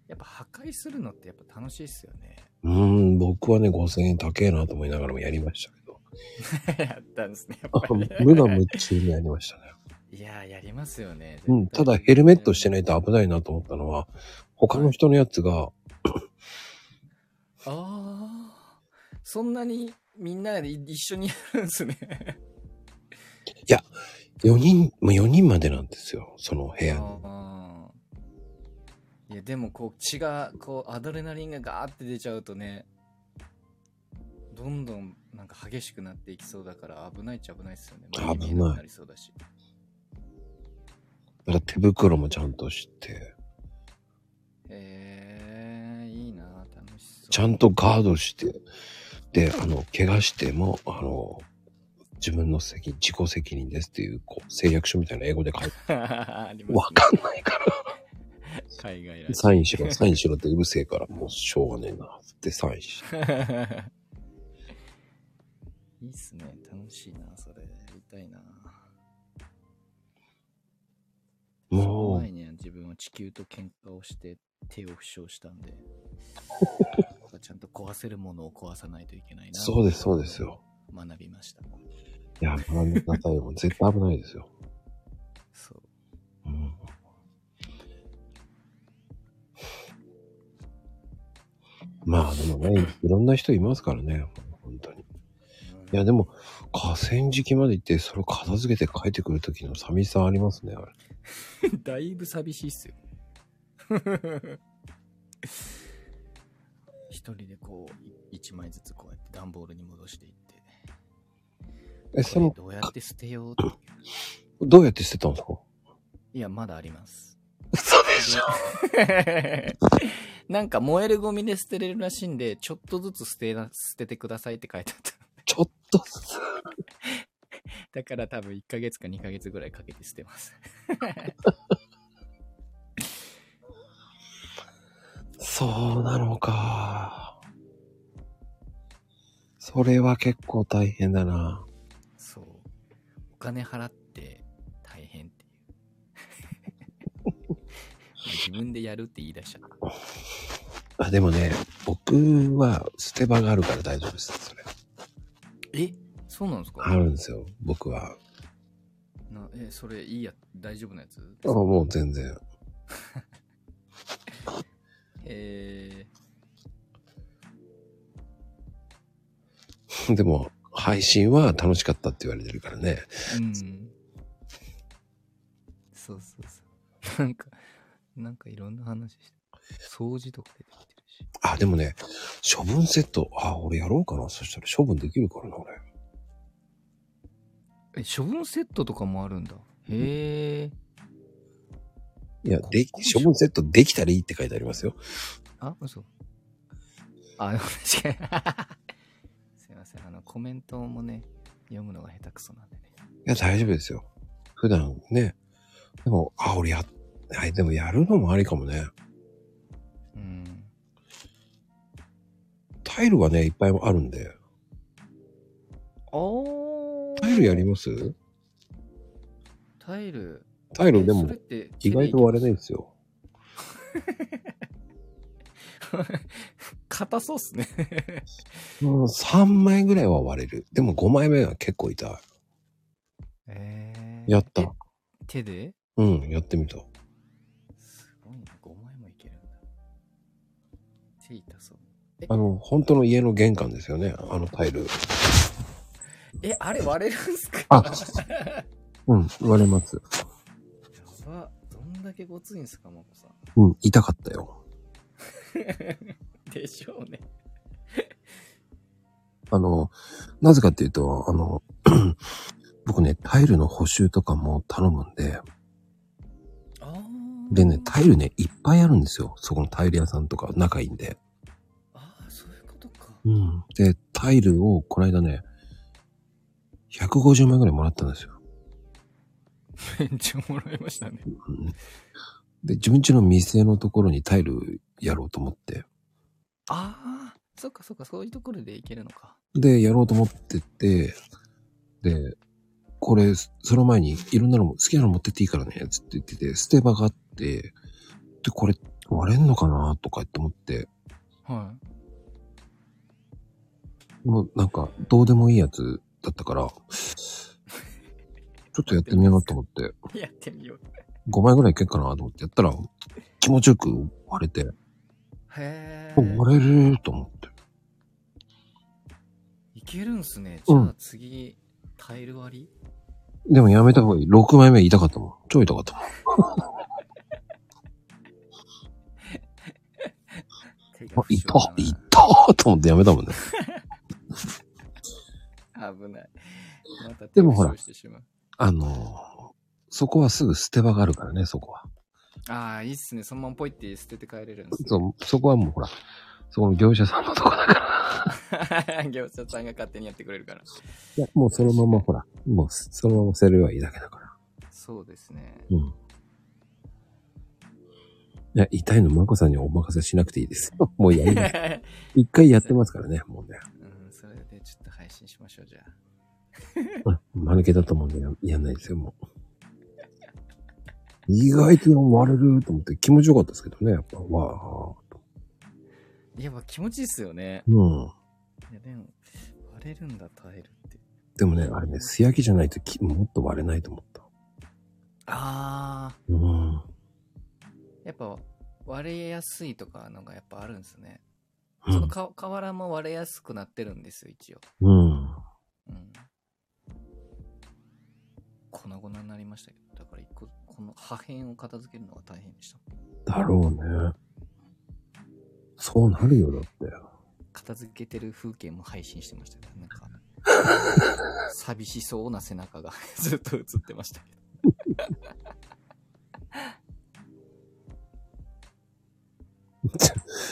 やっぱ破壊するのってやっぱ楽しいっすよね。
うーん、僕はね、5000円高えなと思いながらもやりましたけど。
やったんですね、やっぱり。
無我夢中にやりましたね。
いや、やりますよね。。
うん、ただヘルメットしてないいと危ないなと思ったのは、他の人のやつが、
ああ、そんなにみんなで一緒にやるんですね。
4人、まあ4人までなんですよ、その部屋に。
あーいやでもこう血がこうアドレナリンがガーって出ちゃうとねどんどんなんか激しくなっていきそうだから危ないっちゃ危ないですよね
危ない
見えくなりそうだし
だから手袋もちゃんとして、
へえいいな楽しそう
ちゃんとガードして、で、あの、怪我しても、あの、自分の責任、自己責任ですっていう、こう、誓約書みたいな英語で書いて、
ありますね
わかんないから。
海外らしい
サインしろ、サインしろってうるせえから、もうしょうがねえな、ってサインして。
いいっすね楽しいなそれやりたいなその
もう
前、には自分は地球と喧嘩をして手を負傷したん でちゃんと壊せるものを壊さないといけないな
そうです、そうですよ。
学びました
いや、ご覧なさいよ。もう絶対危ないですよ。
そう
うんまあでもね、いろんな人いますからね、本当に。い
うん
やでも、河川敷まで行って、それを片付けて帰ってくる時の寂しさありますね、あれ。
だいぶ寂しいっ すよ一人でこうい一枚ずつこうやって段ボールに戻していって
え、その、
どうやって捨てようって
どうやって捨てたんですか
いやまだあり ます
嘘で
でなんか燃えるゴミで捨てれるらしいんで、ちょっとずつ捨てな、捨ててくださいって書いてあった。
ちょっとずつ。
だから多分1ヶ月か2ヶ月ぐらいかけて捨てます。
そうなのか。それは結構大変だな。
そう。お金払って大変っていう。自分でやるって言い出しちゃった。
あ、でもね、僕は捨て場があるから大丈夫です、それ。
えそうなんですか
あるんですよ、僕は。
なえ、それいいや、大丈夫なやつ
あもう全然。
え
でも、配信は楽しかったって言われてるからね。
うん。そうそうそう。なんか、なんかいろんな話して、掃除とか出てきてるし。
あ、でもね、処分セット。あ、俺やろうかな。そしたら処分できるからな、俺。
え、処分セットとかもあるんだ。へえ。
いや、
こ
で
こ
き、処分セットできたらいいって書いてありますよ。
あ、嘘。あ、で も確かに。すいません。あの、コメントもね、読むのが下手くそなんでね。
いや、大丈夫ですよ。普段ね。でも、あ、俺や、はい、でもやるのもありかもね。
うん。
タイルがね、いっぱいあるんで。
お
タイルやります
タイル。
タイルで
えそ
も
れって
意外と割れないんですよ。
硬そうっすね。
うん、3枚ぐらいは割れる。でも5枚目は結構痛い。
え
やった
え手で
うん、やってみた。
すごいな、5枚もいけるんだ。手痛そう。
あの、本当の家の玄関ですよね。あのタイル。
え、あれ割れるんすか
あうん、割れます。
やば。どんだけごついんすか、マコさん。
うん、痛かったよ。
でしょうね。
あの、なぜかっていうと、あの、 僕ね、タイルの補修とかも頼むんで、
あー
でね、タイルね、いっぱいあるんですよ。そこのタイル屋さんとか仲いいんで。
ああ、そういうことか。
うん。で、タイルをこの間ね、150万円ぐらいもらったんですよ。
めっちゃもらいましたね。
うんで、自分家の店のところにタイルやろうと思って。
ああ、そっかそっか、そういうところでいけるのか。
で、やろうと思ってて、で、これ、その前にいろんなのも、好きなの持ってっていいからね、つって言ってて、捨て場があって、で、これ割れんのかなとかって思って、
は
もうなんか、どうでもいいやつだったから、ちょっとやってみようと思って、
い。やってみよう。
5枚ぐらいいけっかなと思ってやったら、気持ちよく割れて、
へえ。
割れると思って。
いけるんすね。じゃ
う
あ
ん
次、タイル割り
でもやめた方がいい。6枚目痛かったもん。超痛かったもん。あ、痛っ痛っ
手が不詳だ
と思ってやめたもんね。
な危ない。また
でもほら
手を負傷してしまう。
あの、そこはすぐ捨て場があるからね、そこは。
ああ、いいっすね。そのままポイって捨てて帰れるんですね。
そう、そこはもうほら、そこの業者さんのとこだから。
業者さんが勝手にやってくれるから。
いや、もうそのままほら、もうそのまま捨てればいいだけだから。
そうですね。
うん。いや、痛いのマコさんにお任せしなくていいです よ。もうやります。一回やってますからね、もうね。
うん、それでちょっと配信しましょう、じゃあ。
うん、間抜けだと思うんでややんないですよ、もう。意外と割れると思って気持ちよかったですけどね、やっぱ。わあ。
いや、まあ気持ちいいっすよね。
うん。
いや、でも、割れるんだ、タイルって。
でもね、あれね、素焼きじゃないときもっと割れないと思った。
ああ、
うん。
やっぱ割れやすいとかのがやっぱあるんですね。
う
その
ん
か瓦も割れやすくなってるんですよ、一応。
うん。
うん。粉々になりましたけど、だから一個、この破片を片付けるのが大変でした。
だろうね。そうなるよ、だって。
片付けてる風景も配信してましたけど、なんか、 寂しそうな背中が ずっと映ってましたけど。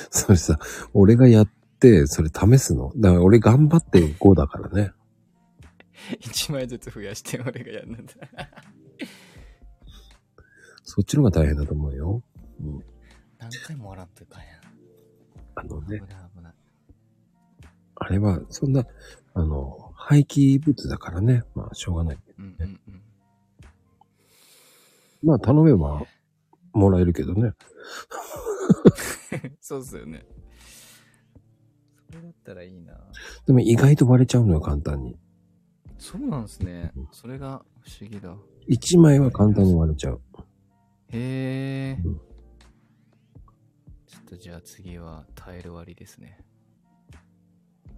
それさ、俺がやって、それ試すの。だから俺頑張って5だからね。
一枚ずつ増やして俺がやるんだ。
そっちの方が大変だと思うよ。うん。
何回も笑っといかんやん。
あの
危
ね、
ない危ない。
あれは、そんな、あの、廃棄物だからね。まあ、しょうがない。
うんうんうん。
まあ、頼めば、もらえるけどね。
そうっすよね。それだったらいいな。
でも意外と割れちゃうのよ、簡単に。
そうなんですね。それが不思議だ。
1枚は簡単に割れちゃう。
へえ
うん。
ちょっとじゃあ次はタイル割りですね。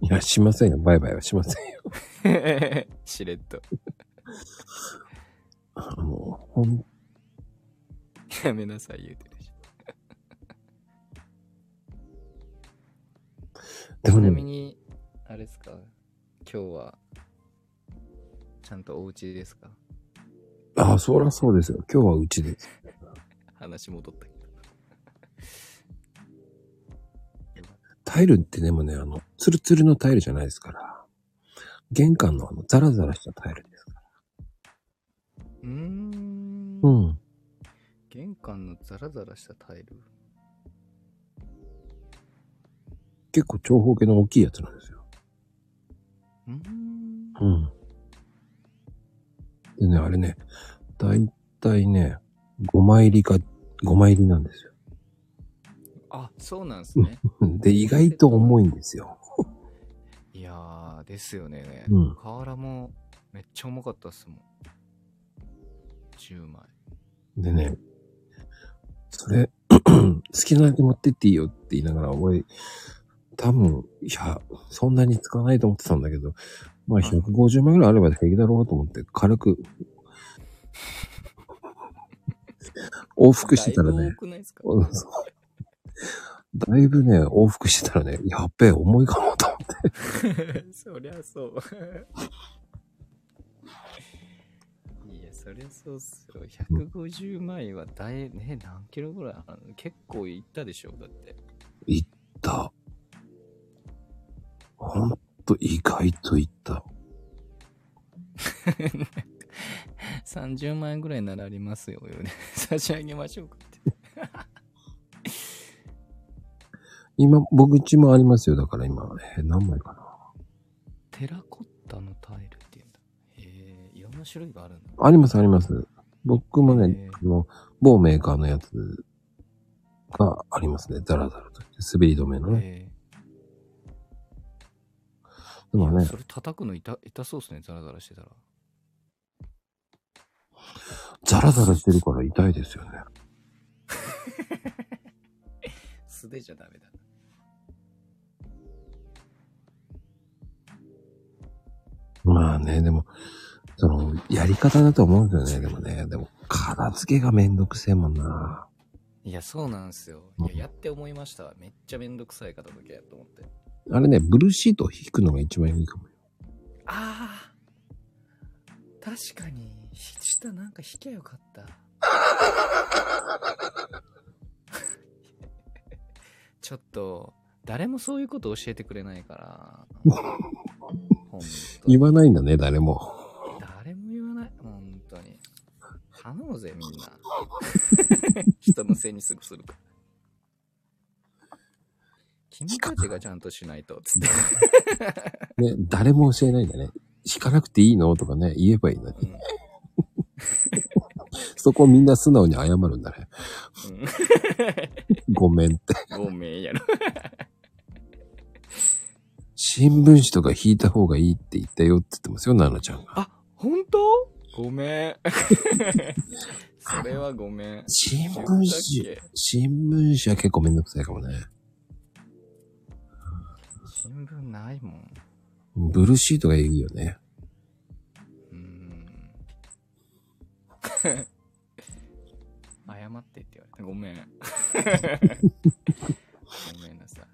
いや、しませんよ。バイバイはしませんよ。
しれっと。
あの、ほん、
やめなさい、言うてるし。
で
ち
も
な
ね、
みに、あれですか今日は、ちゃんとお家ですか
あ、そらそうですよ。今日はうちです。
話戻ったけど。
タイルってでもね、あの、ツルツルのタイルじゃないですから。玄関のあの、ザラザラしたタイルです。
うーん
う。ん。
玄関のザラザラしたタイル。
結構長方形の大きいやつなんですよ。
うーん。
うん。でね、あれね、だいたいね、5枚入りか、5枚入りなんですよ。
あ、そうなんですね。
うんで、意外と重いんですよ。
いやー、ですよね。
うん
瓦もめっちゃ重かったっすもん。10枚。
でね、それ、 好きなだけ持ってっていいよって言いながら、俺、多分、いや、そんなに使わないと思ってたんだけど、まあ
はい
150枚ぐらいあれば平気だろうと思って、軽く、往復してたら
だいぶ
ね
多、くないですか
うんそうだいぶね、往復してたらね、やっべえ、重いかもと思って。
そりゃそう。いや、そりゃそうっすよ。150枚はだい、ね、何キロぐらいある結構いったでしょ、だって。
行った。ほんと、意外と行った。
30万円ぐらいならありますよ、よね。 差し上げましょうかって。
今、僕家もありますよ。だから今、えー何枚かな。
テラコッタのタイルって言うんだ。へえ、いろんな種類があるんだ。
あります、あります。僕もね
へ、ー
あの、某メーカーのやつがありますね。ザラザラと。滑り止めのね。
へ
でも
え。
ね
そ、れ叩くの痛痛そうっすね、ザラザラしてたら。
ザラザラしてるから痛いですよね。
素手じゃダメだ。
まあね、でも、その、やり方だと思うんですよね。でもね、でも、片付けがめんどくせえもんな。
いや、そうなんですよ。いや、やって思いました。めっちゃめんどくさい方だけやと思って。
あれね、ブルーシートを引くのが一番いいかもよ。
ああ確かに下なんか引きゃよかった ちょっと誰もそういうこと教えてくれない から本当に
言わないんだね、誰も。
誰も言わない本当に頼むぜみん な人のせいにすぐするから君たちがちゃんとしないとつって
ね、誰も教えないんだね。引かなくていいのとかね、言えばいいのに。
うん
そこみんな素直に謝るんだね。ごめんって。
うん、ごめんやろ
新聞紙とか引いた方がいいって言ったよって言ってますよ、ナナちゃんが。
あ、本当ごめ ん。それはごめん。
新聞
だっ
紙、
け
新聞紙は結構めんどくさいかもね。
新聞ないもん。
ブルーシートがいいよね。
うーん。謝ってって言われた。ごめん。ごめんなさい。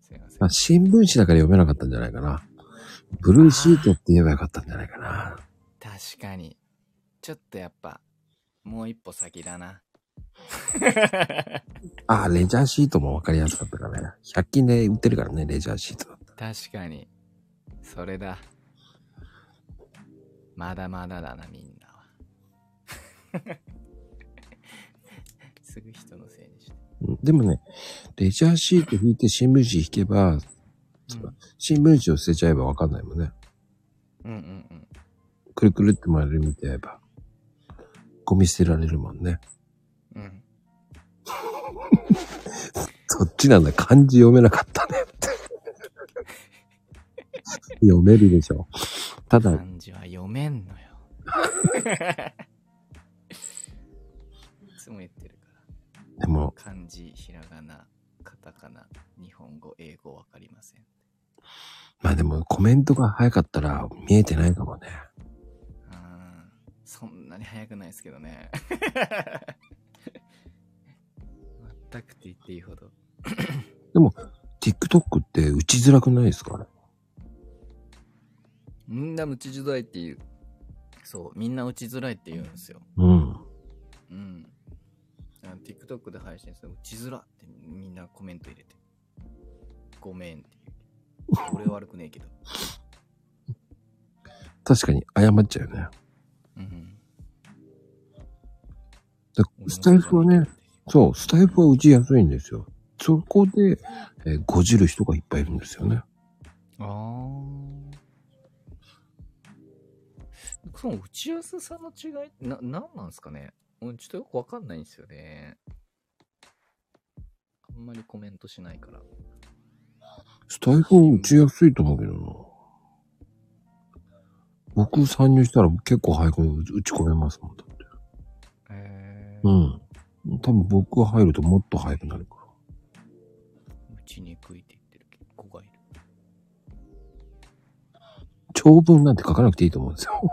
すいませ
あ
ん。
新聞紙だから読めなかったんじゃないかな。ブルーシートって言えばよかったんじゃないかな。
確かに。ちょっとやっぱ、もう一歩先だな。
あ、レジャーシートもわかりやすかったからね。100均で売ってるからね、レジャーシートだった。
確かに。それだ。まだまだだな、みんなは。 すぐ人のせいにして。
うんでもね、レジャーシート引いて新聞紙引けば、
うん
新聞紙を捨てちゃえばわかんないもんね。
うんうんうん。
くるくるって回るみてやえば、ゴミ捨てられるもんね。
うん、
そっちなんだ。漢字読めなかったねって。 読めるでしょ。ただ、
漢字は読めんの よ。いつも言ってるか
でも、
ら。漢字、ひらがな、カタカナ、日本語、英語わかりません。
まあでもコメントが早かったら見えてないかもね。
うんそんなに早くないですけどね。 全くって言っていいほど。
TikTok って打ちづらくないですかね
みんな打ちづらいっていう。そう、みんな打ちづらいって言うんですよ。
うん。
うん。あ TikTok で配信する打ちづらってみんなコメント入れて。ごめんって言う。俺は悪くねえけど。
確かに謝っちゃうよね。
うん。
でスタイフはね、そう、スタイフは打ちやすいんですよ。そこで、えーごじる人がいっぱいいるんですよね。
ああ。その打ちやすさの違いってな、なんなんですかねうんちょっとよくわかんないんですよね。あんまりコメントしないから。
スタイフは打ちやすいと思うけどな。僕参入したら結構早く打ち込めますもん。だって
え
う
ー、
ん。多分僕が入るともっと早くなるから。
打ちにくいって言ってる子がいる。
長文なんて書かなくていいと思うんですよ。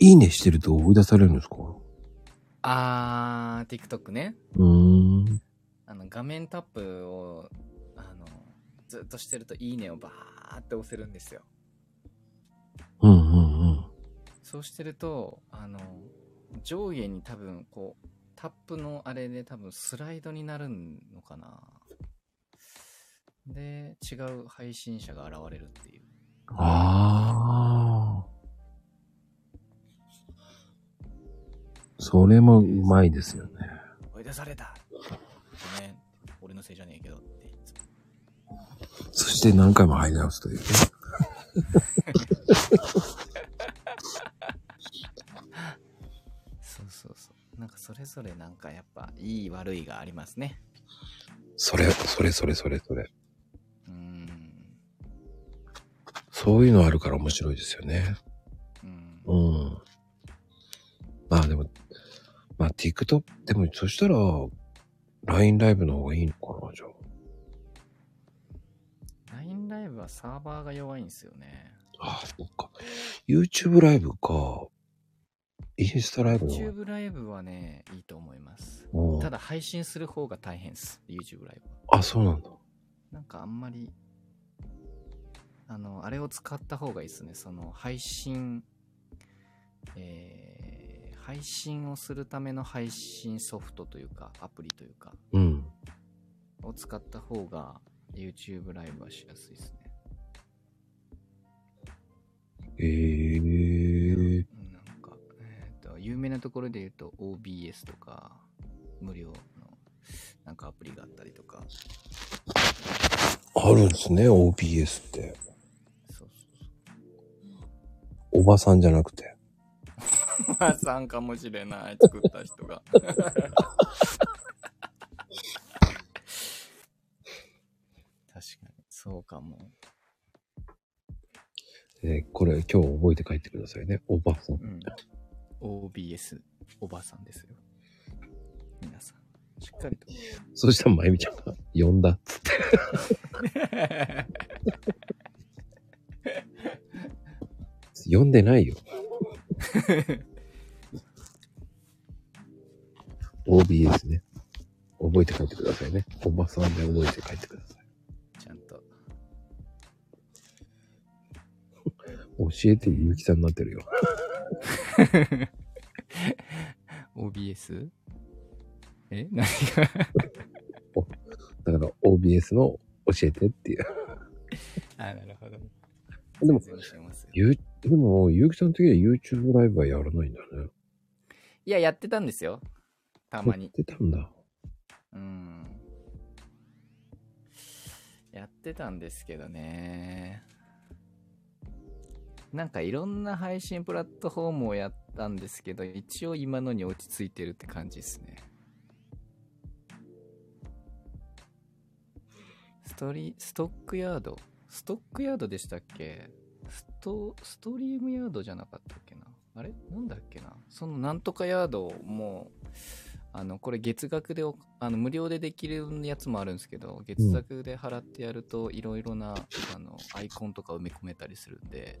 いいねしてると追い出されるんですか
あー、TikTok ね。
うーん。
あの、画面タップを、あの、ずっとしてるといいねをバーって押せるんですよ。
うんうんうん。
そうしてると、あの、上下に多分、こう、タップのあれで多分スライドになるのかな。で、違う配信者が現れるっていう。
ああ。それもうまいですよね。
追い出されたごめん。俺のせいじゃねえけどっていつも。
そして何回も入り直すというね。
そうそうそう。なんかそれぞれなんかやっぱ、いい悪いがありますね。
それ、それそれそれそれ。
うーん。
そういうのあるから面白いですよね。
うん。
うん。まあでも、まあ TikTok、でもそしたら LINE ライブの方がいいのかな、じゃあ。
LINE ライブはサーバーが弱いんですよね。
ああ、そっか。YouTube ライブか。インスタライブの方が。
YouTube ライブはね、いいと思います。
うん
ただ配信する方が大変です。YouTube ライブは。
あ、そうなんだ。
なんかあんまり、あの、あれを使った方がいいですね。その配信、えー配信をするための配信ソフトというか、アプリというか、
うん。
を使った方が YouTube ライブはしやすいですね。
ええ
うんなんか、えっ、と、有名なところで言うと OBS とか、無料のなんかアプリがあったりとか、
あるんですね、OBS って。
そうそう
おばさんじゃなくて。
そう。まあ、さんかもしれない、作った人 が。確かに、そうかも。
えーこれ今日覚えて帰ってくださいね。おばさん。
うん。OBS、おばさんですよ。皆さん、しっ かりと。
そしたらまゆみちゃんが呼んだっつって。呼んでない よ。OBS ね。覚えて帰ってくださいね。おばさんで覚えて帰ってください。
ちゃんと。
教えてゆうきさんになってるよ。
OBS? え何が
だから OBS の教えてっていう。
あ、なるほど。
でも
全然違いますよ
ゆう、でも、ゆうきさんの時は YouTube ライブはやらないんだね。
いや、やってたんですよ。た まに
やっ。てたんだ。
うん。やってたんですけどね。なんかいろんな配信プラットフォームをやったんですけど、一応今のに落ち着いてるって感じですね。ストリ、ストックヤードストックヤードでしたっけスト、ストリームヤードじゃなかったっけなあれなんだっけなそのなんとかヤードをもう、あの、これ月額でお、あの、無料でできるやつもあるんですけど、月額で払ってやると、いろいろな、あの、アイコンとか埋め込めたりするんで、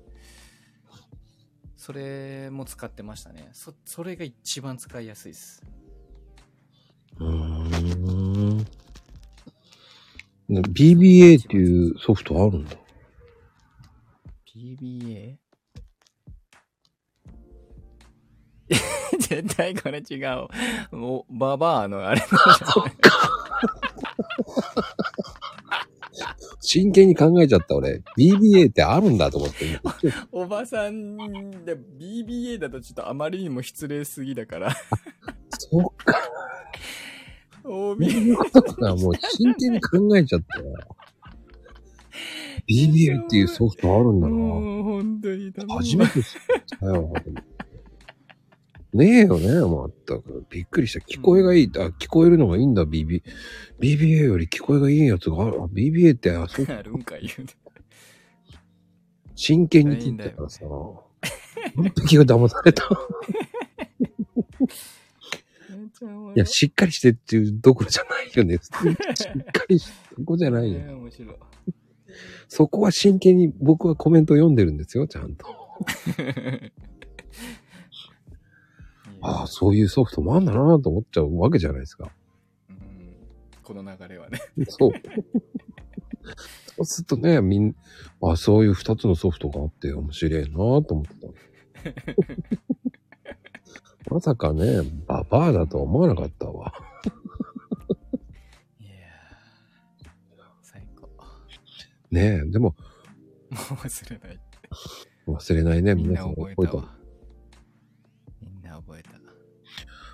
それも使ってましたね。そ、それが一番使いやすいです。
うーん。ね BBA っていうソフトあるんだ。
PBA? 絶対これ違う。もう、ババアのあれのじゃない
真剣に考えちゃった俺。BBA ってあるんだと思 って。
おばさんで BBA だとちょっとあまりにも失礼すぎだ から。
そっか。
お
見
み
ることがもう真剣に考えちゃったよ。BBA っていうソフトあるんだな。
もう本当にダメ
初めて知ったよ。ねえよね、全く。びっくりした。聞こえがいい。あ、聞こえるのがいいんだ、BB。BBA より聞こえがいいやつがある。あ BBA って、あ、そう、
あるんか言うて。
真剣に聞いてたからさ。本当気が騙された。いや、しっかりしてっていうどころじゃないよね。しっかりして、そこじゃないよ。
ね面 白い。
そこは真剣に僕はコメントを読んでるんですよ、ちゃんと。ああ、そういうソフトもあんだなと思っちゃうわけじゃないです か。
うんこの流れはね。
そう。そうするとね、みん、あそういう二つのソフトがあって面白いなと思って た。まさかね、ババアだとは思わなかったわ。
いやー最高。 も
ねえ、でも
う忘れない。
忘れないね、
みん
皆
な
さん
覚えたわ。みんな覚えた。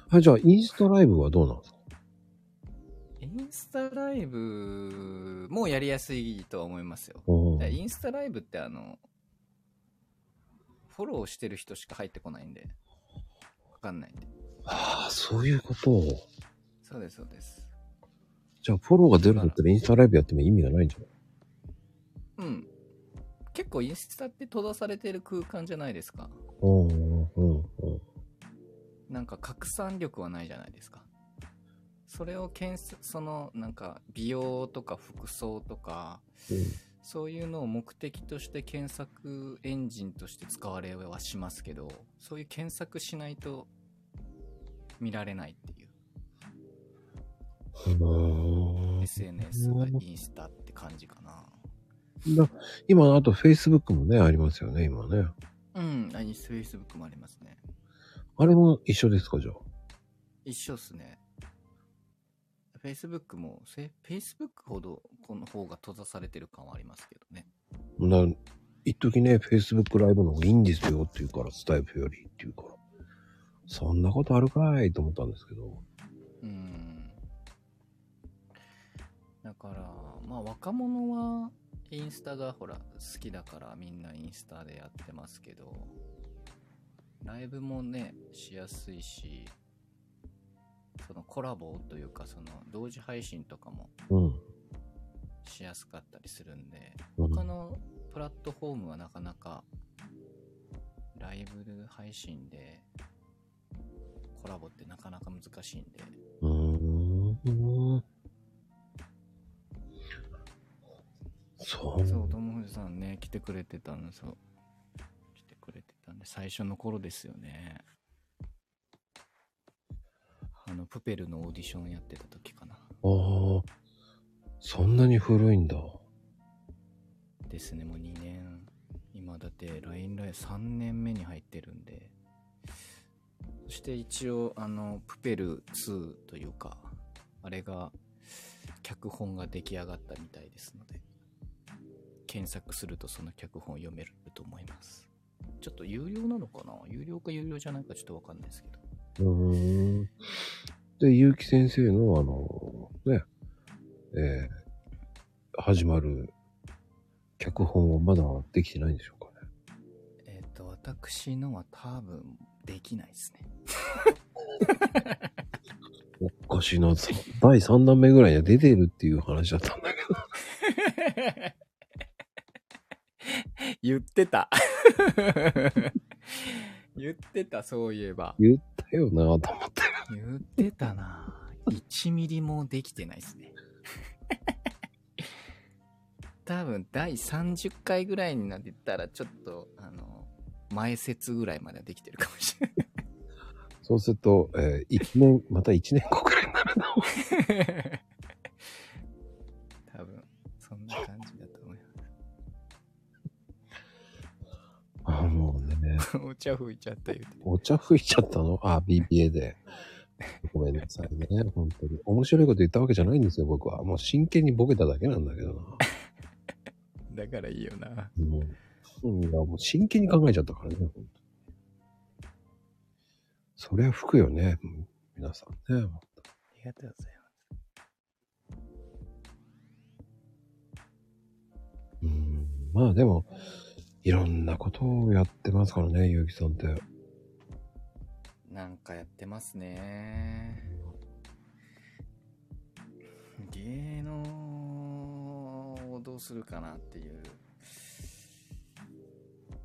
はい、じゃあインスタライブはどうなんですか
インスタライブもやりやすいとは思いますよ。
うん
でインスタライブってあの、フォローしてる人しか入ってこないんで、わかんないんで。
ああ、そういうことを。
そうです、そうです。
じゃあフォローが出るんだったらインスタライブやっても意味がないんじゃない
うん。結構インスタって閉ざされてる空間じゃないですか。
うんうんうんうん。
なんか拡散力はないじゃないですか。それを検出、そのなんか美容とか服装とか、
うん
そういうのを目的として検索エンジンとして使われはしますけど、そういう検索しないと見られないっていう
うーん
SNS はインスタって感じかな。
だ今、あと Facebook もね、ありますよね、今ね。
うん、あ、インス Facebook もありますね。
あれも一緒ですか、じゃあ。
一緒っすね。Facebook も、せ Facebook ほどこの方が閉ざされてる感はありますけどね。
な一時ね、Facebook ライブの方がいいんですよって言うから、スタイプよりって言うから。そんなことあるかいと思ったんですけど。
うん。だから、まあ若者はインスタがほら好きだからみんなインスタでやってますけど、ライブもね、しやすいし、そのコラボというかその同時配信とかも
うん。
しやすかったりするんで、
うん
他のプラットフォームはなかなかライブ配信でコラボってなかなか難しいんで、
うーん。そう。
そう、友藤さんね、来てくれてたの、そう。来てくれてたんで、最初の頃ですよね。あの、プペルのオーディションやってた時かな。
ああ。そんなに古いんだ。
ですね、もう2年。今だって LINE ライブ3年目に入ってるんで。そして一応、あの、プペル2というか、あれが、脚本が出来上がったみたいですので、検索するとその脚本を読めると思います。ちょっと有料なのかな有料か有料じゃないかちょっとわかんないですけど。
うーん。で、結城先生の、あの、ね、えー始まる脚本はまだできてないんでしょうかね。
えっ、と、私のは多分、できないですね。
おかしいな、さ第3弾目ぐらいには出てるっていう話だったんだけど。
言ってた。言ってた、そういえば。
言ったよなと思って。
言ってたな。1ミリもできてないですね。多分第30回ぐらいになってたら、ちょっと、あの、前説ぐらいまではできてるかもし
そうすると、えー、一年、また一年後くらいになるな。
れない。多分、そんな感じだと思いま
あ、もうね、
す。お茶吹いちゃった言うて。
お茶吹いちゃったのあ、BBA で。ごめんなさいね、本当に。面白いこと言ったわけじゃないんですよ、僕は。もう真剣にボケただけなんだけどな。
だからいいよな。
もう、うん、いや、もう真剣に考えちゃったからね、本当にそりゃ吹くよね、うん皆さんね。
ありがとうございます。
うん、まあでも、いろんなことをやってますからね、ゆうきさんって。
なんかやってますね。芸能をどうするかなっていう。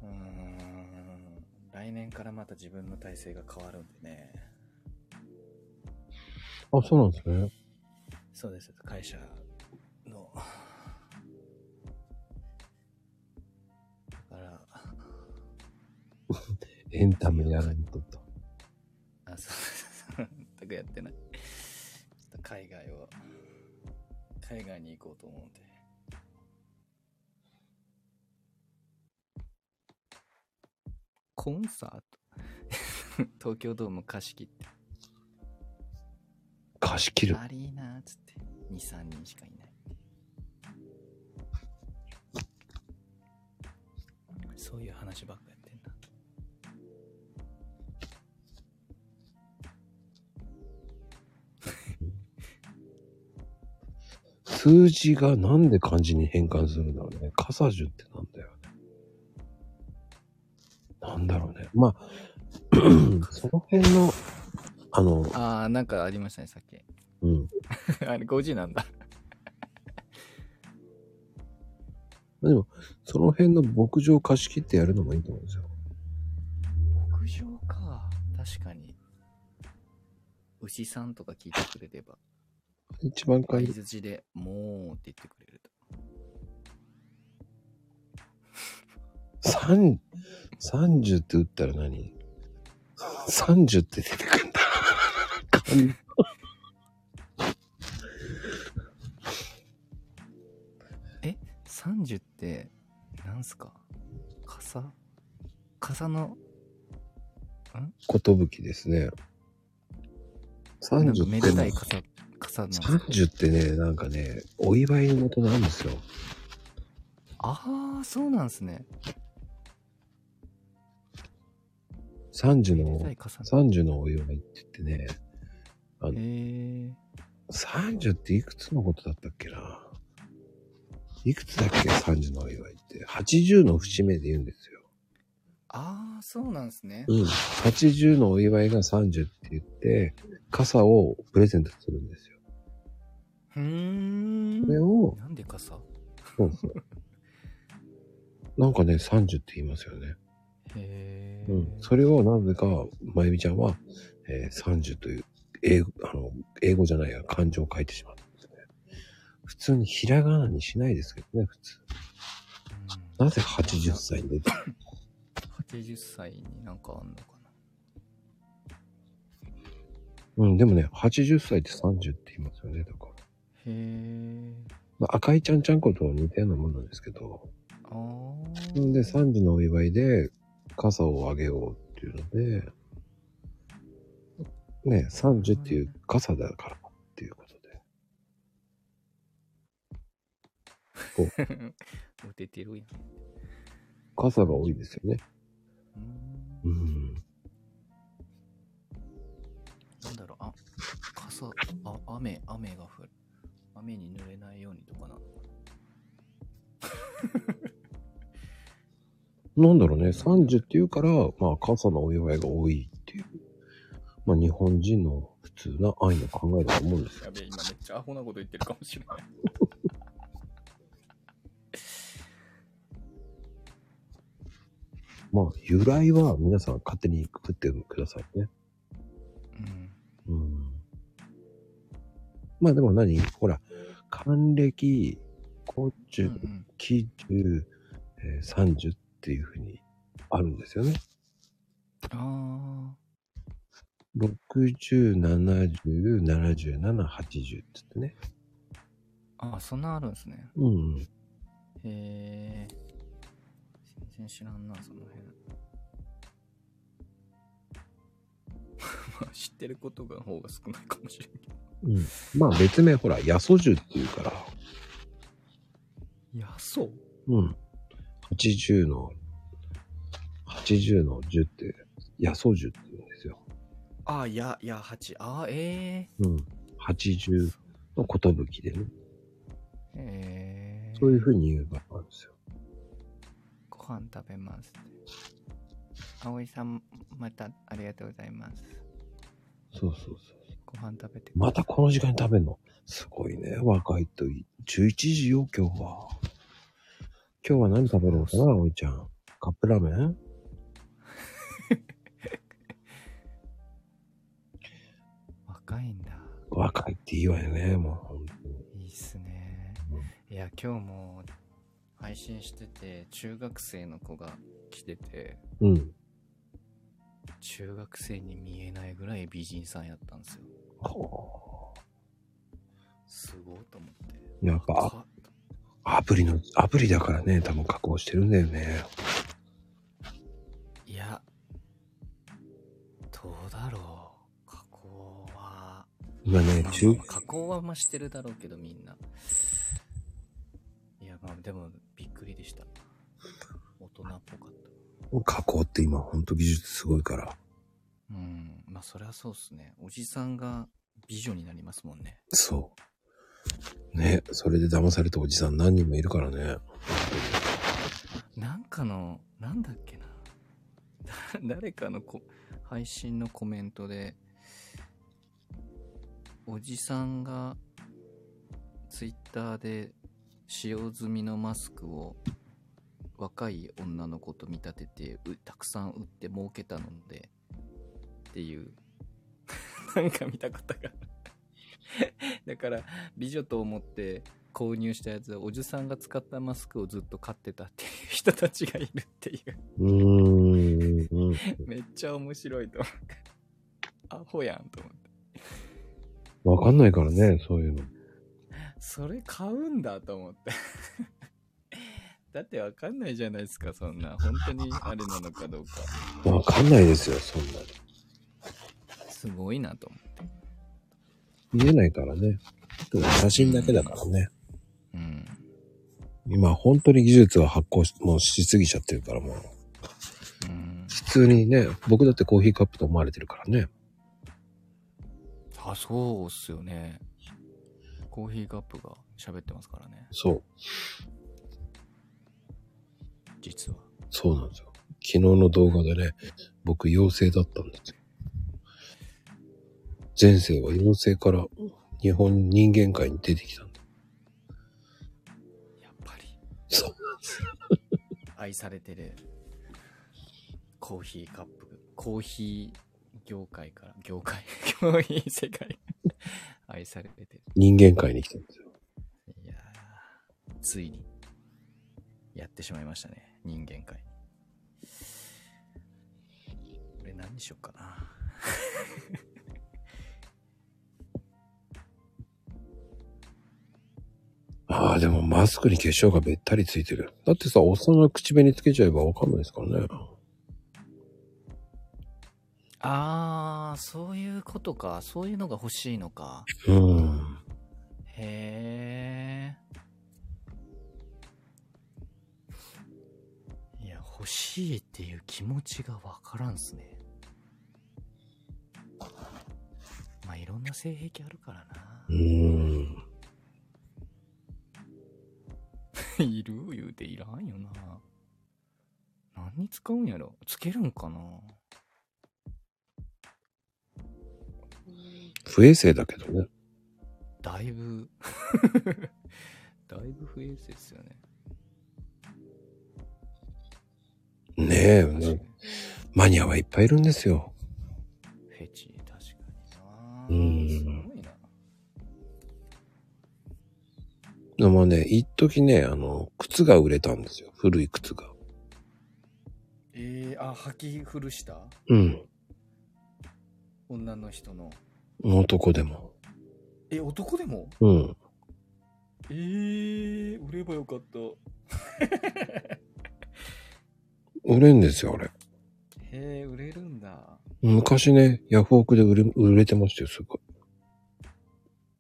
うーん。来年からまた自分の体制が変わるんでね。
あ、そうなんですね。
そうです。会社の。だから、
エンタメやらんとと。
あ、そう、 全くやってない。ちょっと海外を、海外に行こうと思うんで。コンサート 東京ドーム貸し切って。
貸し切る。
アリーナーっつって、2、3人しかいない。そういう話ばっかやってんな。
数字がなんで漢字に変換するんだろうね。カサジュってなんだよね。なんだろうね。まあ、 その辺の、あの、
あー、なんかありましたね、さっき。
うん。
あれ、5時なんだ。
でも、その辺の牧場を貸し切ってやるのもいいと思うんですよ。
牧場か確かに牛さんとか聞いてくれれば
一番か
相
い
づちで「もう」って言ってくれると
三、三十って打ったら何三十って出てくんだ。
30ってなんすか傘傘の
ことぶきですね。
な
三
ん
十
か
って
めでたい傘傘なんですか
三十ってね、なんかね、お祝いの元なんですよ。
ああそうなんすね
三十
めで
の
た、い傘
三十のお祝いって言ってね、
へえ
三十っていくつのことだったっけないくつだっけ三十のお祝いって。八十の節目で言うんですよ。
ああそうなんすね
うん。80のお祝いが30って言って、傘をプレゼントするんですよ。
うーん
これを、
なんで傘へ
そうそう。なんかね、30って言いますよね。
え、
うん。それをなぜか、まゆみちゃんは、えー30という、英語、あの、英語じゃないや、漢字を書いてしまったんですね。普通にひらがなにしないですけどね、普通。
うん
なぜ80歳で出て
80歳になんかあんのかな
うん、でもね、80歳って30って言いますよね、だから。
へえ
まあ赤いちゃんちゃんこと似たようなもんなんですけど、
ああ
で、3時のお祝いで、傘をあげようっていうので、ね、3時っていう傘だからっていうことで。
モテてるやん。
傘が多いですよね。
う
う
ーん
ん。
なんだろう、あ、傘、あ、雨、雨が降る。雨に濡れないようにとかなのか
なんだろうね、3時っていうから、まあ、傘のお祝いが多いっていう。まあ、日本人の普通な愛の考えだと思うんです
な。
よ。
やべえ、今めっちゃアホなこと言ってるかもしれない。
まあ、由来は皆さん勝手に食ってくださいね。
う
う
ん。
ん。まあでも何ほら、還暦
うんう
50、
ん。
90、えー30っていうふうにあるんですよね。
あ
60、70、77、80って言ってね。
あ。ああ、そんなあるんですね。
うん。
へえ。全然知らんな、その辺。 まあ、知ってることが方が少ないかもしれんけど。
うん、まあ別名ほら、ヤソジュっていうから。
いや、そう
うん。80の、80の10って、ヤソジュって言うんですよ。
ああ、いや、いや、8。ああ、え
うん。80の寿でね。
え。ええ。
そういうふうに言う場合なんですよ。
ご飯食べます。葵さん、またありがとうございます。
そうそうそう。
ご飯食べて。
またこの時間に食べるのすごいね。若いといい。11時よ、今日は。今日は何食べるのかな、おいちゃん。カップラーメン
若いんだ。
若いっていいわよね、もう本当に。
いいっすね。いや、今日も配信してて、中学生の子が来てて、
うん。
中学生に見えないぐらい美人さんやったんですよ。
こ
すごいと思って。
うやっぱ
か
アプリの、アプリだからね、多分加工してるんだよね。
いや、どうだろう。加工は、
今ね、
まあ
中
まあ、加工はまあしてるだろうけど、みんな。いや、まあでも、びっくりでした。大人っぽかった。
加工って今ほんと技術すごいから。
うん、まあそりゃそうっすね。おじさんが美女になりますもんね。
そう。ね、それで騙されたおじさん何人もいるからね。
なんかの、なんだっけな。 だ誰かのこ配信のコメントで、おじさんがツイッターで使用済みのマスクを若い女の子と見立ててうたくさん売って儲けたのでっていう なんか見たことが あるだから美女と思って購入したやつおじさんが使ったマスクをずっと買ってたっていう人たちがいるっていう
うーん。うん
めっちゃ面白いと思って。アホやんと思って。
わかんないからね、そういうの。
それ買うんだと思って。 だってわかんないじゃないですか、そんな。本当にあれなのかどうか。
わかんないですよ、そんなの。
すごいなと思
見えないからね。ただ写真だけだからね。
う。うん。
今本当に技術は発行し、もうしすぎちゃってるからもう。
うん。
普通にね、僕だってコーヒーカップと思われてるからね。
あ、そうっすよね。コーヒーカップが喋ってますからね。
そう。
実は。
そうなんですよ。昨日の動画でね、僕陽性だったんですよ。前世は陽性から日本人間界に出てきたんだ。
やっぱり。
そう
愛されてるコーヒーカップコーヒー業界から業界 コーヒー世界 愛されてる
人間界に来たんですよ。
いやーついにやってしまいましたね人間界俺何にしよっかな
ああ、でもマスクに化粧がべったりついてる。だってさ、おっさんが口紅つけちゃえばわかんないですからね。
あーそういうことかそういうのが欲しいのか
うん。
へえ。いや、欲しいっていう気持ちがわからんっすね。まあ、いろんな性癖あるから
うーん。
な。 いる言うていらんよな。何に使うんやろつけるんかな
不衛生だけどね。
だいぶ だいぶ不衛生っすよね。
ねえ、
確かに
マニアはいっぱいいるんですよ。
フェチ、確か
う
に
ん
な。すごいな。
でもね、一時ね、あの、靴が売れたんですよ。古い靴が。
えー、あ、履き古した
うん。
女の人の。
男でも。
え、男でも
うん。
えー、売ればよかった。
売れんですよ、あれ。
へえ、売れるんだ。
昔ね、ヤフオクで売れ、売れてましたよ、すごい。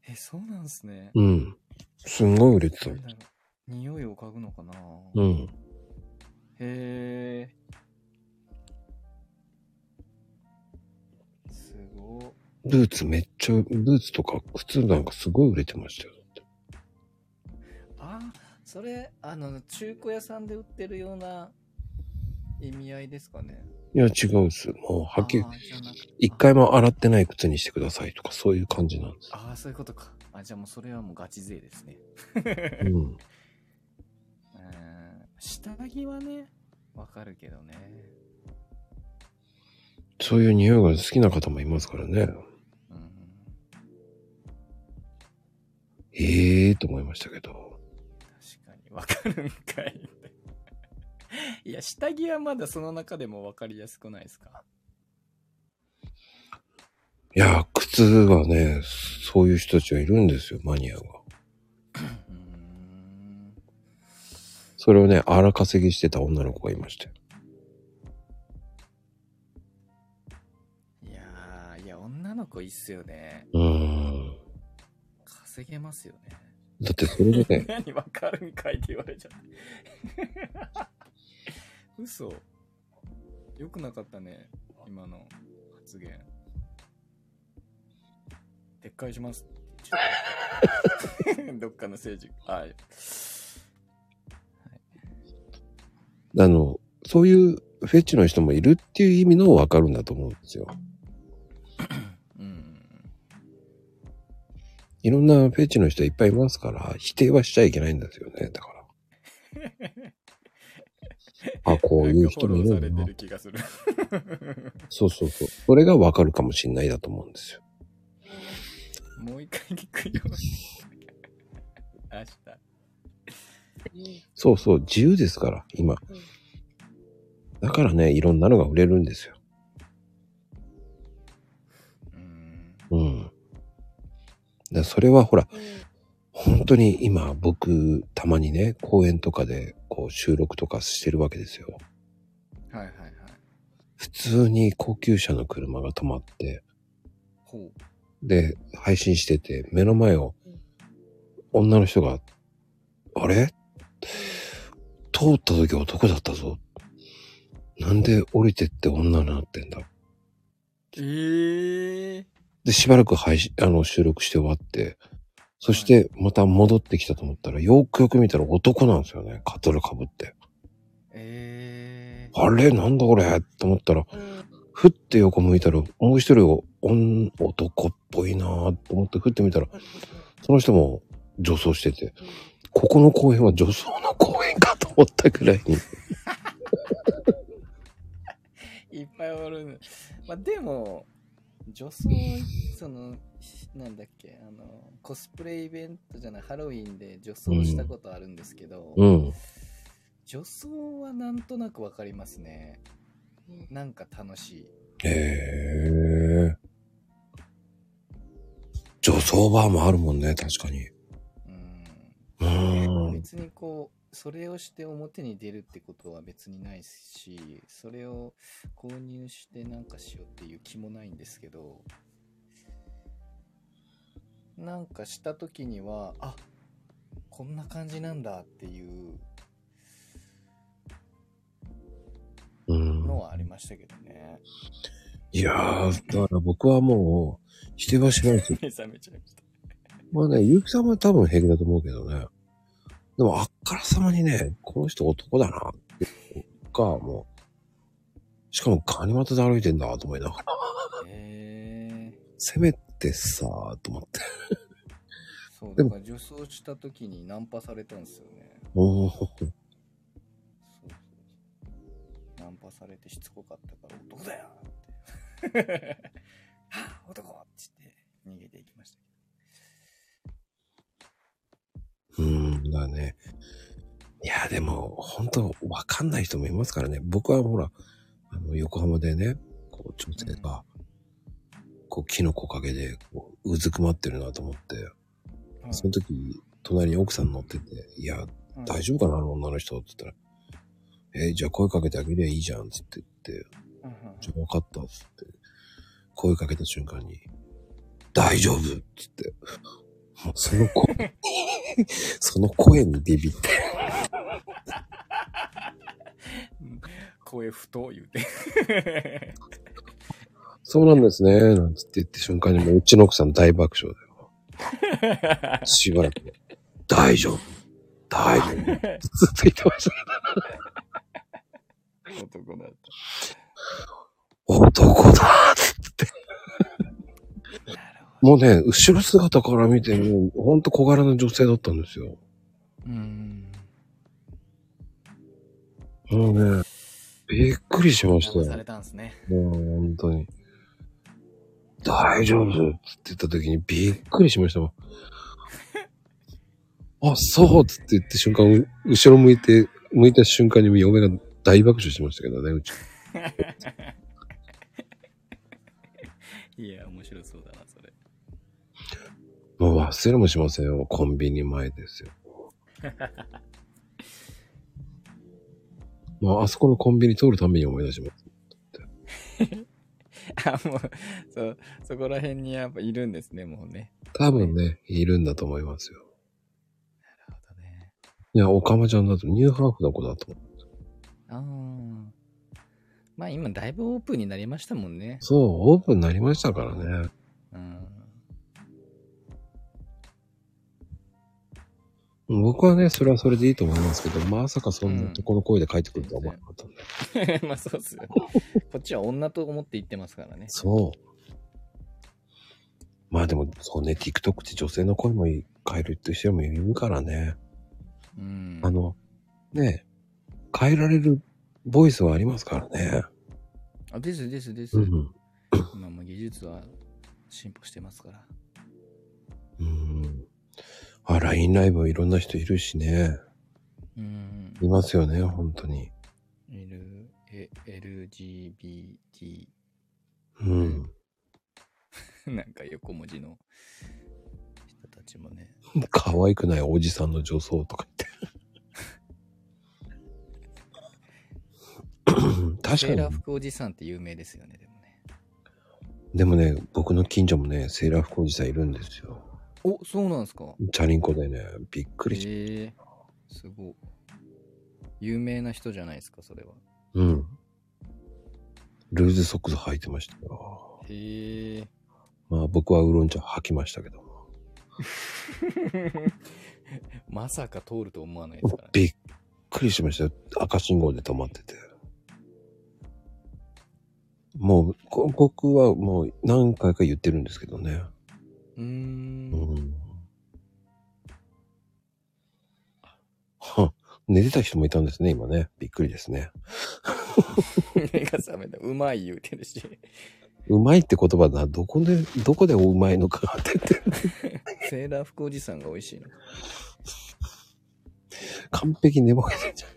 え、そうなんすね。
うん。すんごい売れてた
なん。だろう匂いを嗅ぐのかな、
うん。
へえ。すごっ。
ブーツめっちゃ、ブーツとか靴なんかすごい売れてましたよ。
あー、それ、あの、中古屋さんで売ってるような意味合いですかね。
いや、違うっす。もう、はっきり
あ、ーじゃなく
一回も洗ってない靴にしてくださいとか、そういう感じなんです。
ああ、そういうことか。あ、じゃあもうそれはもうガチ勢ですね。
うん。
うーん。下着はね、わかるけどね。
そういう匂いが好きな方もいますからね。
うん。
ええー、と思いましたけど。
確かに、わかるんかい。 いや、下着はまだその中でもわかりやすくないですか
いや、靴はね、そういう人たちがいるんですよ、マニアが。
うーん。
それをね、荒稼ぎしてた女の子がいまして。
いやー、いや、女の子いいっすよね。
うーん。
稼げますよね。、
だってそれでね
何わかるんかいって言われちゃった。 嘘。よくなかったね、今の発言。撤回します。 どっかの政治。はい。
あの、そういうフェチの人もいるっていう意味のわかるんだと思うんですよ。
うん。
いろんなフェチの人いっぱいいますから、否定はしちゃいけないんですよね、だ から。あ、こういう人もい
な
る
んか
んだな。
フォローされてる気がする。
そうそうそう。それがわかるかもしれないだと思うんですよ。
もう一回聞くよ。明日。
そうそう、自由ですから、今。だからね、いろんなのが売れるんですよ。
うん。
うん。だからそれはほら、本当に今僕、たまにね、公演とかでこう収録とかしてるわけですよ。
はいはいはい。
普通に高級車の車が止まって、
ほう。
で、配信してて、目の前を、女の人が、あれ通った時男だったぞ。なんで降りてって女になってんだ。
えー。
で、しばらく配信、あの、収録して終わって、そして、また戻ってきたと思ったら、よくよく見たら男なんですよね。カトル被って。
えー。
あれなんだこれと思ったら、ふって横向いたら、もう一人が、おん男っぽいなぁと思って、ふってみたら、その人も女装してて、ここの公園は女装の公園かと思ったくらいに。
いっぱいおるね。まあ、でも、女装、その、なんだっけ、あの、コスプレイベントじゃない、ハロウィンで女装したことあるんですけど、
うん。
女装はなんとなくわかりますね。なんか楽しい。
へえ。女装バーもあるもんね、確かに。う
うん。
ーん。
別にこうそれをして表に出るってことは別にないしそれを購入してなんかしようっていう気もないんですけどなんかした時にはあこんな感じなんだっていう
うん
の。はありましたけどね、
いやー、だから僕はもう、否定はしないですよ。
目覚めちゃいました
まあね、ゆうきさんは多分平気だと思うけどね。でも、あっからさまにね、この人男だな、っていうか、もう、しかもガニ股で歩いてんだ、と思いながら、
へえ
せめてさ、と思って。
そう
で
だ
も
から女装した時にナンパされたんですよね
おー
そうそうナンパされてしつこかったから男だよっては あ男っつって逃げていきましたけ
うーん、だね。いや、でも、本当わかんない人もいますからね。僕はほら、あの、横浜でね、こう、女性が、こう、木の木陰で、こう、うずくまってるなと思って、
ど、はい
その時、隣に奥さん乗ってて、いや、
はい
大丈夫かな、あの女の人って言ったら、えーじゃあ声かけてあげりゃいいじゃん、つって言って、
うんうん
じゃあ分かった、つって、声かけた瞬間に、大丈夫っつって、もうその声、その声にビビって、
声太言うて
そうなんですね、なんつって言って瞬間にもううちの奥さん大爆笑だよ。しばらくね、大丈夫、大丈夫、ずっと言ってました。
男だった
男だーって言って。
なるほ
もうね、後ろ姿から見て、もうほんと小柄な女性だったんですよ。
どうん
もうね、びっくりしました
騙さ
よ。
れたんですね
もう本当に。大丈夫って言った時にびっくりしましたも ん。あ、そうっつって言って瞬間、う後ろ向いて、向いた瞬間に嫁が大爆笑してましたけどね、うち。
いや面白そうだなそれ
もう忘れもしませんよ。コンビニ前ですよ。もうあそこのコンビニ通るために思い出します。
あもうそそこら辺にやっぱいるんですねもうね
多分ね、いるんだと思いますよ。
なるほどね
いや、オカマちゃんだとニューハーフの子だと思う。
ああ。まあ今だいぶオープンになりましたもんね。
そう、オープンになりましたからね。
うん。
僕はね、それはそれでいいと思いますけど、まさかそんなとこの声で帰ってくるとは思わなかったんで。
まあそうっすよね。こっちは女と思って言ってますからね。
そう。まあでも、そうね、TikTok って女性の声も変えるって人もいるからね。
うん。
あの、ね、変えられるボイスはありますからね。
あですですです。
うん。
今も技術は進歩してますから。
うん。あ、LINE ライブはいろんな人いるしね。
うん。
いますよね、本当に。
L、え LGBT、
うん。
なんか横文字の人たちもね。
可愛くないおじさんの女装とか 言って。確
セー
か
ラー
に。
服おじさんって有名ですよね、でもね。
でもね、僕の近所もね、セーラー服おじさんいるんですよ。
お、そうなんですか
チャリンコでね、びっくりし、
えー、すごい。有名な人じゃないですか、それは。
うん。ルーズソックス履いてましたよ。
へえ。
まあ僕はウーロン茶履きましたけど。
まさか通ると思わないですからね。
びっくりしましたよ。赤信号で止まってて。もう、こ僕はもう何回か言ってるんですけどね。
う
う
ー。
んん。は、寝てた人もいたんですね、今ね。びっくりですね。
目が覚めた。うまい言うてるし。
うまいって言葉だな。どこで、どこでうまいのかって言って。
セーラー服おじさんが美味しいの。
完璧に寝ぼけてんじ ゃ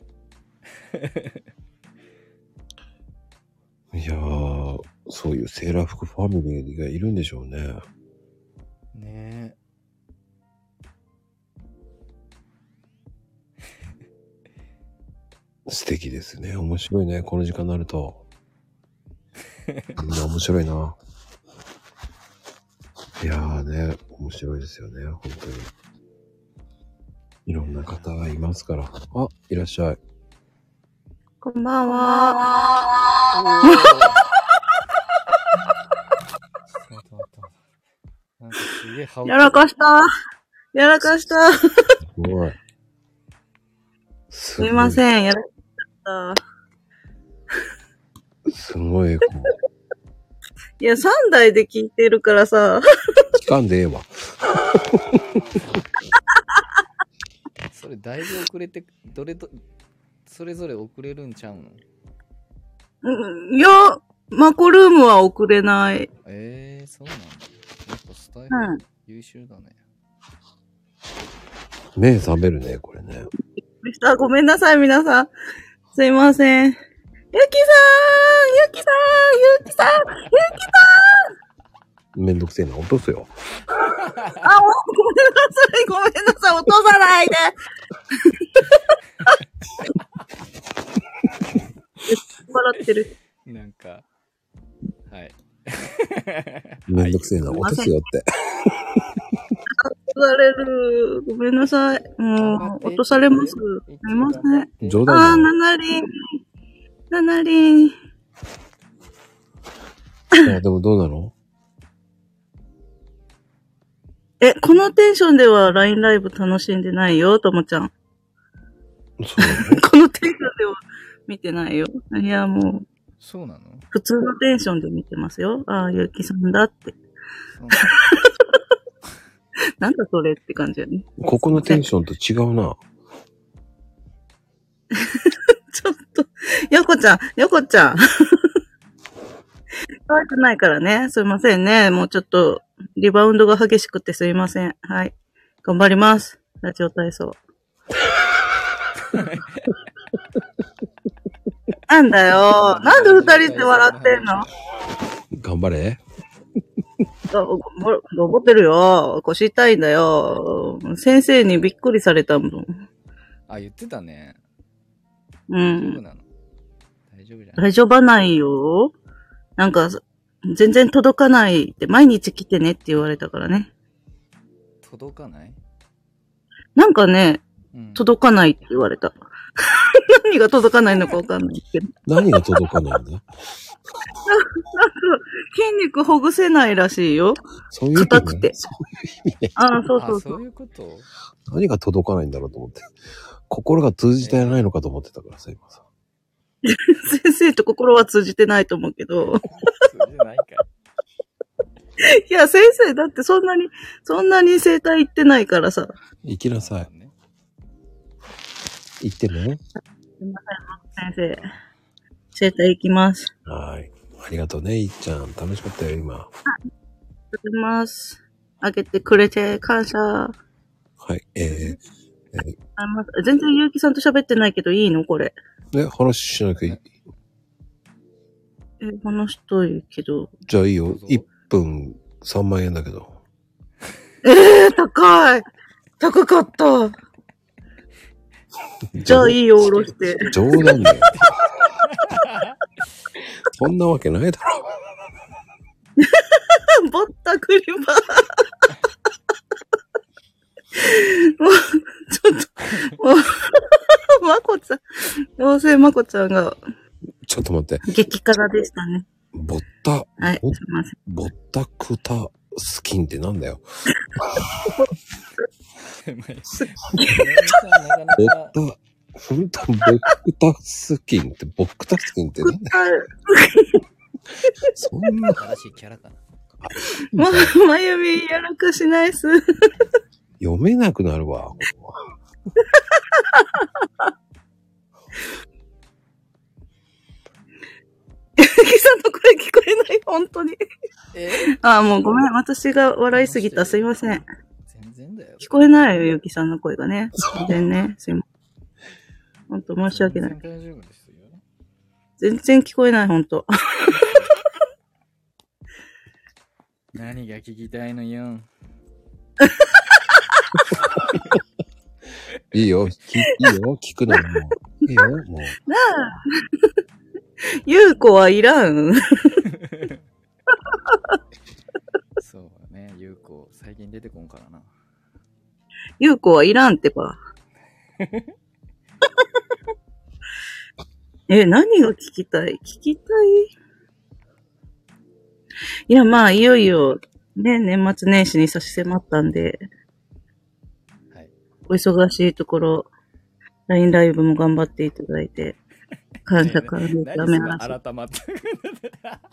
ん。いやー、そういうセーラー服ファミリーがいるんでしょうね。
ね
素敵ですね。面白いね。この時間になると。みんな面白いな。いやーね、面白いですよね。本当に。いろんな方がいますから。あ、いらっしゃい。
こんばんは。
え。待って待って待ってなんかすげえ羽織
やらかした。やらかした。
すごい。す
すいま
ん。
せん。やらかした。
すごい、こう。
いや、3台で聞いてるからさ。
聞かんでええわ。
それだいぶ遅れて、どれと、それぞれ遅れるんちゃうの
うんいや、マコルームは送れない。
ええー、そうなんだ。やっぱスタイ
うん
ル優秀だね。
目覚めるね、これね。
でした。ごめんなさい、皆さん。すいません。ゆきさんゆきさんゆきさん
めんどくせえな、落とすよ。
あ、もうごめんなさい、ごめんなさい、落とさない で。笑ってる。
なんか、はい。
めんどくせえな、
はい
落とすよって。
落とされる。ごめんなさい。もう、落とされます。すいません。
冗
あ
談
ー、
だよ。
ななりん。ななりん。
あでもどうなの
え、このテンションでは LINE ライブ楽しんでないよ、ともちゃ ん。
そうなの
このテンションでは見てないよ。いや、もう、
そうなの
普通のテンションで見てますよ。ああ、ゆうきさんだって。
そうな
なんだそれって感じやね。
ここのテンションと違うな。
ちょっと、よこちゃん、よこちゃん。 可愛くないからね。すいませんね。もうちょっと、リバウンドが激しくてすいません。はい。頑張ります。ラジオ体操。なんだよ。なんで二人って笑ってんの
頑張れ。
おごぼってるよ。腰痛いんだよ。先生にびっくりされたもん。
あ、言ってたね。
う
大
ん
丈夫。なの大丈夫じゃない
大丈夫ないよ。なんか、全然届かないって、毎日来てねって言われたからね。
届かない、
なんかね、
うん、
届かないって言われた。 何が届かないのかわかんないけど。
何が届かないんだ
なんか、筋肉ほぐせないらしいよ。
そういう意味ね
硬くて。ああ、そうそう
あ、
そ。
そうういうこと
何が届かないんだろうと思って。心が通じてないのかと思ってたからさ、今さ。
先生と心は通じてないと思うけど。
そ うじゃないか。
いや、先生、だってそんなに、そんなに整体行ってないからさ。
行きなさ
い。
い。行ってね。
先生、整体行きます。
はい。ありがとうね、いっちゃん。楽しかったよ、今。
ありがとうございます。あげてくれて感謝。
はい。え
あま全然結城さんと喋ってないけどいいのこれ。
ー、ね、話しなきゃいい。
え、話しといけど。
じゃあいいよ。1分3万円だけど。
えー、高い高かったじゃあ
い。
いいよ、おろして。
冗談だよ。そんなわけないだろ。
ぼったくりば。 もう、ちょっと、もう、 まこちゃん、妖精まこちゃんが
ちょっと待って。
激辛でしたね。
ぼった、
はい、す
ぼ
いません。
ぼったくたスキンってなんだよ。
狭い。なかな
ぼっ
か
た、ほんと、ぼったスキンって、ぼったスキンってなんだよ。そんな、
新しいキャラかな。
ま、まゆみ、やらかしないっす。
読めなくなるわ。ここは
ゆきさんの声聞こえない、本当に。
え
あー、もうごめん、私が笑いすぎた、すいません。
全然だよ。
聞こえないよ、ゆきさんの声がね。全然ね、すいません。ほんと申し訳ない。
全然大丈夫ですよ。
全然聞こえない、ほん と。
何が聞きたいのよ。
いいよ、きいいよ、聞くのもう。いいよ、もう。
なあ。ゆうこはいらん。
そうね、ゆうこ、最近出てこんからな。
ゆうこはいらんってば。 え、何が聞きたい聞きたいいや、まあ、いよいよ、ね、年末年始に差し迫ったんで、
はい。
お忙しいところ、LINE ライブも頑張っていただいて、感謝感 謝、ダメ
何
話
その改まった。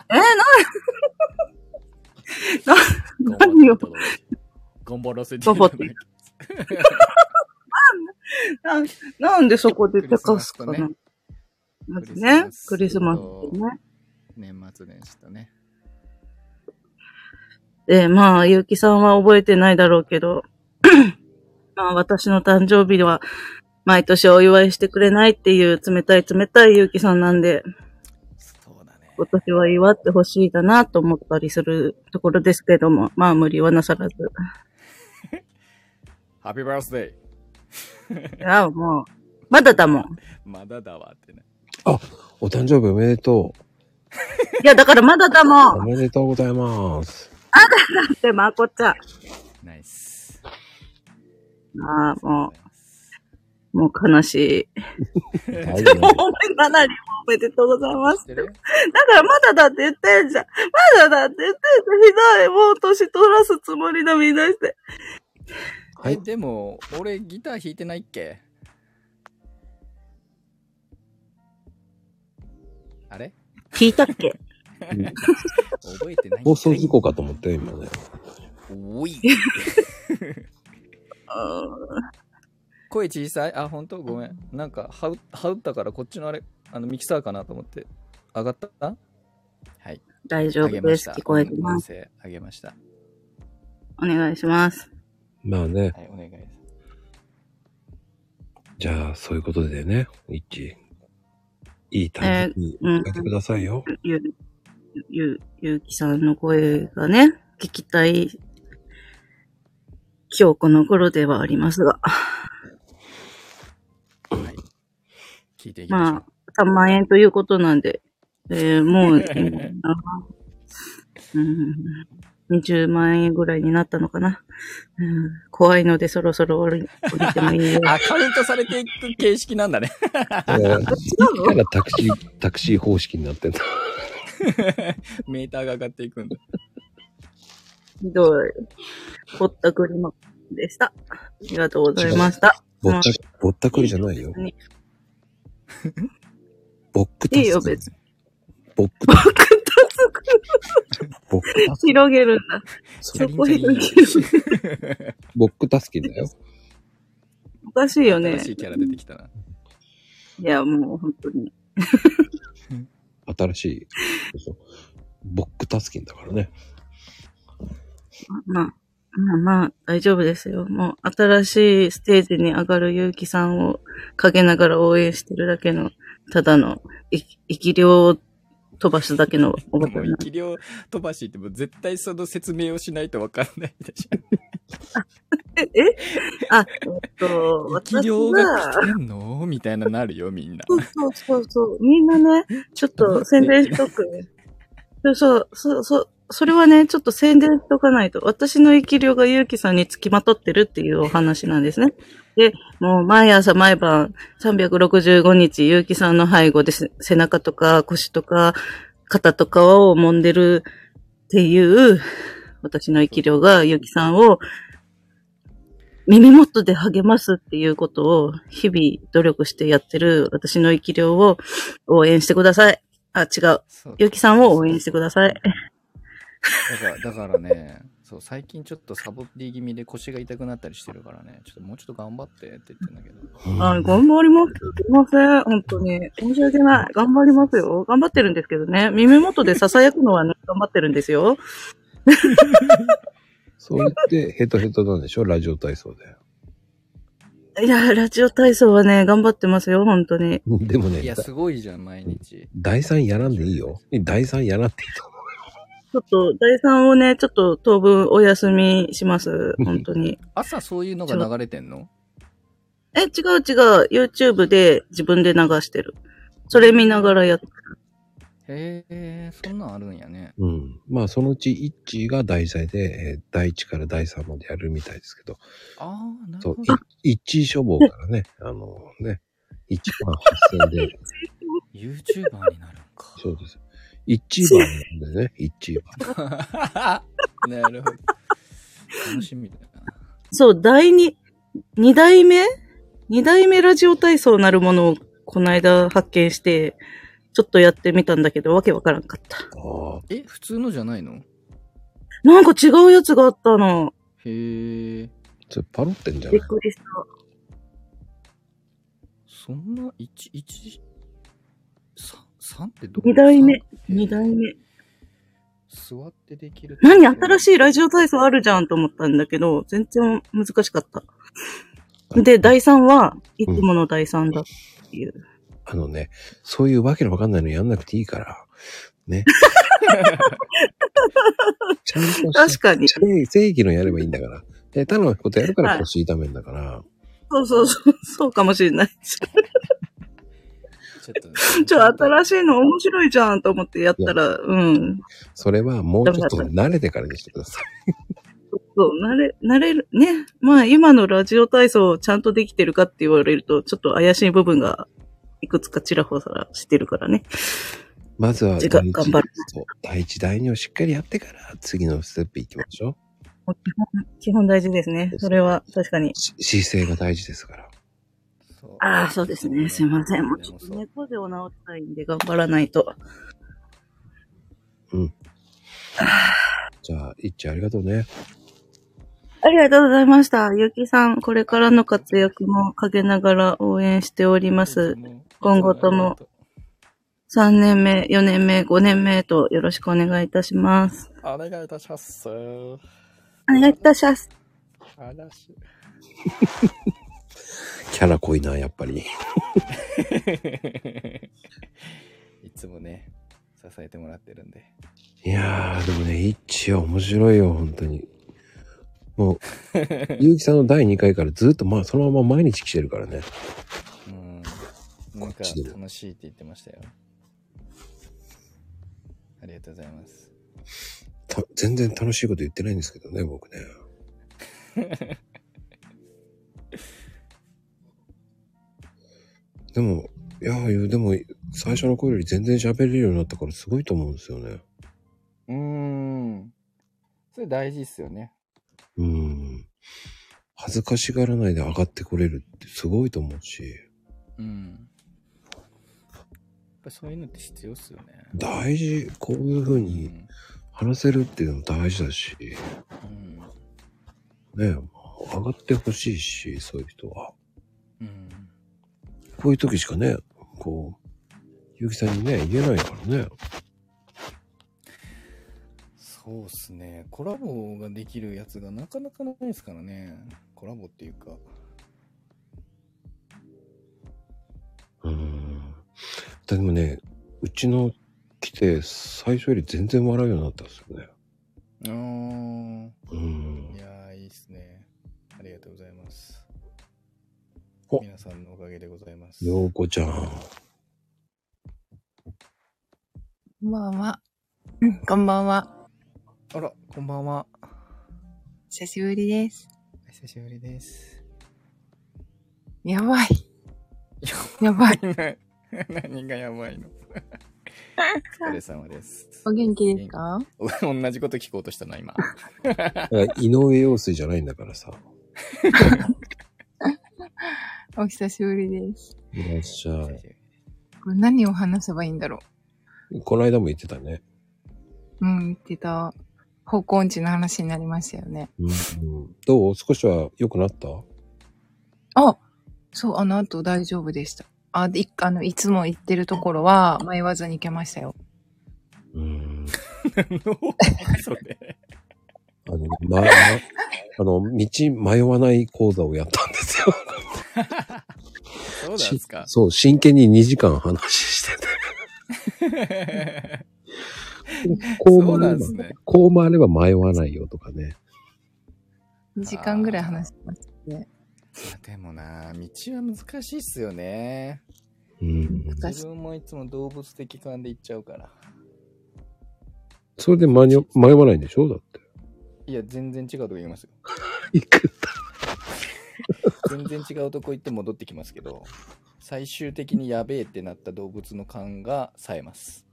何を
頑張らせてい
頑
た
張
だ
っ
き
てなんなんでそこで高すかな、
クリスマス
まずね。クリスマス
と
ってね。
年末年始とね。
で、まあ、ゆうきさんは覚えてないだろうけど、 まあ、私の誕生日は、毎年お祝いしてくれないっていう冷たい冷たいゆうきさんなんで、
そうだね。
今年は祝ってほしいだなと思ったりするところですけども、まあ、無理はなさらず。
ハッピーバースデー
いや、もう、まだだもん。
まだだわってね。
お誕生日おめでと
いや、だからまだだ
う。お
もん。
めでとうございます。
で、まこちゃん。
ナイス。
ああ、もう、もう悲しい。
ありがと
大丈
うございます。
もう、
夫。
かなりおめでとうございます
知っ。てる
だからまだだって言ってんじゃん。まだだって言ってんじゃん。ひどい。もう年取らすつもりだ、みんなして。
は
はいい、でも、俺ギター弾いてないっけあれ
聞いたっけ
覚えてないんかい
放送事故かと思ったよ、今ね。
おい声小さいあ、本当ごめん。なんか、はう、はうったから、こっちのあれ、あの、ミキサーかなと思って。上がったはい。
大丈
上
夫
げ
で
まし
す。
た。
聞こえてま
音
す。
声上げました。
お願いします。
まあね、
はい、お願いです。
じゃあ、そういうことでね、一気、いい誕生日
うん
あげてくださいよ。
ゆ、ゆ、ゆうきさんの声がね、聞きたい、今日この頃ではありますが、
はい。聞いていきましょう。
まあ、3万円ということなんで、えーもう、えーうん、20万円ぐらいになったのかな。うん、怖いのでそろそろ降り降りてもい いよ。
あ、カウントされていく形式なんだね。
だからだからタクシー、タクシー方式になってんだ。
メーターが上がっていくんだ。
ひどい。ぼったくりまでした。ありがとうございました。
ぼったく、ぼったくりじゃないよ。
に
ボックタス。
いいよ、別に。
ボッ クタス。
くたつく
ボックタス。
広げるんだ。そこ広げる。
ボックタスキンだよ。
おかしいよね
新。しいキャラ出てきたな。
いや、もう本当に。
新しい。そうボックタスキンだからね。
まあ、まあまあ、大丈夫ですよ。もう、新しいステージに上がる結城さんを陰ながら応援してるだけの、ただの、い生き量を飛ばすだけ のおば
も
た
う
にな
生き量飛ばしってもう絶対その説明をしないとわかんないでしょ。
え、えあ、えっと、
生き
私
量
が
が、来てんのみたいななるよ、みんな。
そうそうそうそう。みんなね、ちょっと宣伝しとく。そうそう、そう、そう、それはね、ちょっと宣伝しとかないと。私の生き量がゆうきさんにつきまとってるっていうお話なんですね。で、もう毎朝毎晩365日ゆうきさんの背後でせ背中とか腰とか肩とかを揉んでるっていう私の生き量がゆうきさんを耳元で励ますっていうことを日々努力してやってる私の生き量を応援してください。あ、違う。
そう
ゆうきさんを応援してください。
だからだからね、そう、最近ちょっとサボり気味で腰が痛くなったりしてるからね、ちょっともうちょっと頑張ってって言ってんだけど。
あ頑張ります。すいません。本当に。申し訳ない。頑張りますよ。頑張ってるんですけどね。耳元で囁くのはね、頑張ってるんですよ。
そう言ってヘトヘトなんでしょラジオ体操で。
いや、ラジオ体操はね、頑張ってますよ。本当に。
でもね
いや、、すごいじゃん、毎日。
第3やらんでいいよ。第3やらんでいいと思
ちょっと、第3をね、ちょっと当分お休みします。本当に。
朝そういうのが流れてんの
え、違う違う。YouTube で自分で流してる。それ見ながらやって
へえ、そんなんあるんやね。
う。うん。まあ、そのうちイッチが第3で、えー第1から第3までやるみたいですけど、
ああ、なる
そ
ほ
う
ど。、
イッチ処方からね、あのね、1万8000で、
YouTuber になるんか。
そうです。1番なん でね、1番。
なるほど。楽しみだな。
そう、第二、二代目二代目ラジオ体操なるものをこの間発見して、ちょっとやってみたんだけど、わけわからんかった。
ああ、
え、普通のじゃないの
なんか違うやつがあったの。
へえ、
それパロってんじゃな
び
い
っくりした。
そんな、一、一、 3ってどう
二代
三っ
目
て
二代目。
座ってできる。
何新しいラジ
オ
オ体操あるじゃんと思ったんだけど、全然難しかった。で、第3はいつもの第3だっていう。
あのね、そういうわけのわかんないのやんなくていいから。 ね。ちゃんとして
確かに。
正義正義のやればいいんだから。で、他のことやるか
は
ら
い
腰痛めんだから。
そうそうそう、そうかもしれない。
ちょっとね、
ちょ、新しいの面白いじゃんと思ってやったら、うん。
それはもうちょっと慣れてからにしてくだ さい。
そう、慣れ、慣れる、ね。まあ、今のラジオ体操ちゃんとできてるかって言われると、ちょっと怪しい部分が、いくつかちらほらしてるからね。
まずは
違
第一
う頑張る
そう第一、第二をしっかりやってから、次のステップ行きましょ
もう基本基本大事ですね。それは確かに
う。。し姿勢が大事ですから。
そう
ああ、そうですね。すいません。もうち
で
ょ
も
っと
そう
猫でを治したいんで頑張らないと。
じゃあ、いっちゃんありがとうね。
ありがとうございました。ゆきさん、これからの活躍も陰ながら応援しております。。今後とも。3年目、4年目、5年目とよろしくお願いいたします。
お願いいたします。
お願いいたします。
話。
キャラ濃いな、やっぱり。
いつもね、支えてもらってるんで。
いやー、でもね、いっちは面白いよ、本当に。もう、 ゆうきさんの第2回からずっと、まあ、そのまま毎日来てるからね。
うん。なん
こ
か
っちでも
楽しいって言ってましたよ。ありがとうございます。
た全然楽しいこと言ってないんですけどね、僕ね。 でも、いやー、でも、最初の頃より全然喋れるようになったからすごいと思うんですよね。
うーん。それ大事っすよね。
うん。恥ずかしがらないで上がってこれるってすごいと思うし、
うん。やっぱそういうのって必要っすよね。
大事、こういう風に話せるっていうのも大事だし、ね
うん。
え、まあ上がってほしいし、そういう人は。
うん。うん
こういう時しかね、こう、ゆうきさんにね、言えないからね。
そうっすね。コラボができるやつがなかなかないですからね。コラボっていうか。
うん。でもね、うちの来て、最初より全然笑うようになったんですよね。
あー。
うん
い。やー、いいっすね。ありがとうございます。
お
皆さんのおかげでございます。
ようこちゃん。
こんばんは。うんこんばんは。
あら、こんばんは。
久しぶりです。
お久しぶりです。
やばい。やばい。
何がやばいのお疲れ様です。
お元気ですか
お同じこと聞こうとしたな、今。
だから井上陽水じゃないんだからさ。
お久しぶりです。
いらっしゃい。
これ何を話せばいいんだろ
この間も言ってたね。
う。うん、言ってた。方向音痴の話になりましたよね。
うん、どう少しは良くなった
あそう、あの後大丈夫でした。あ、でいあの、いつも行ってるところは迷わずに行けましたよ。
うん。
それ。
あの、ま、ま あの、道迷わない講座をやったんですよ。
そうなんですか
しそう、真剣に2時間話してて。こう
そ
回
うな
れ
んで
ば
す、ね。
こう回れば迷わないよとかね。
2時間ぐらい話してました。
いやでもな、道は難しいっすよね。
うん。
難しい
自。分もいつも動物的感で行っちゃうから。
それで迷迷わないんでしょだって。
いや、全然違うとこ行きますよ。
行くんだ。
全然違うとこ行って戻ってきますけど、最終的にやべえってなった動物の勘が冴えます。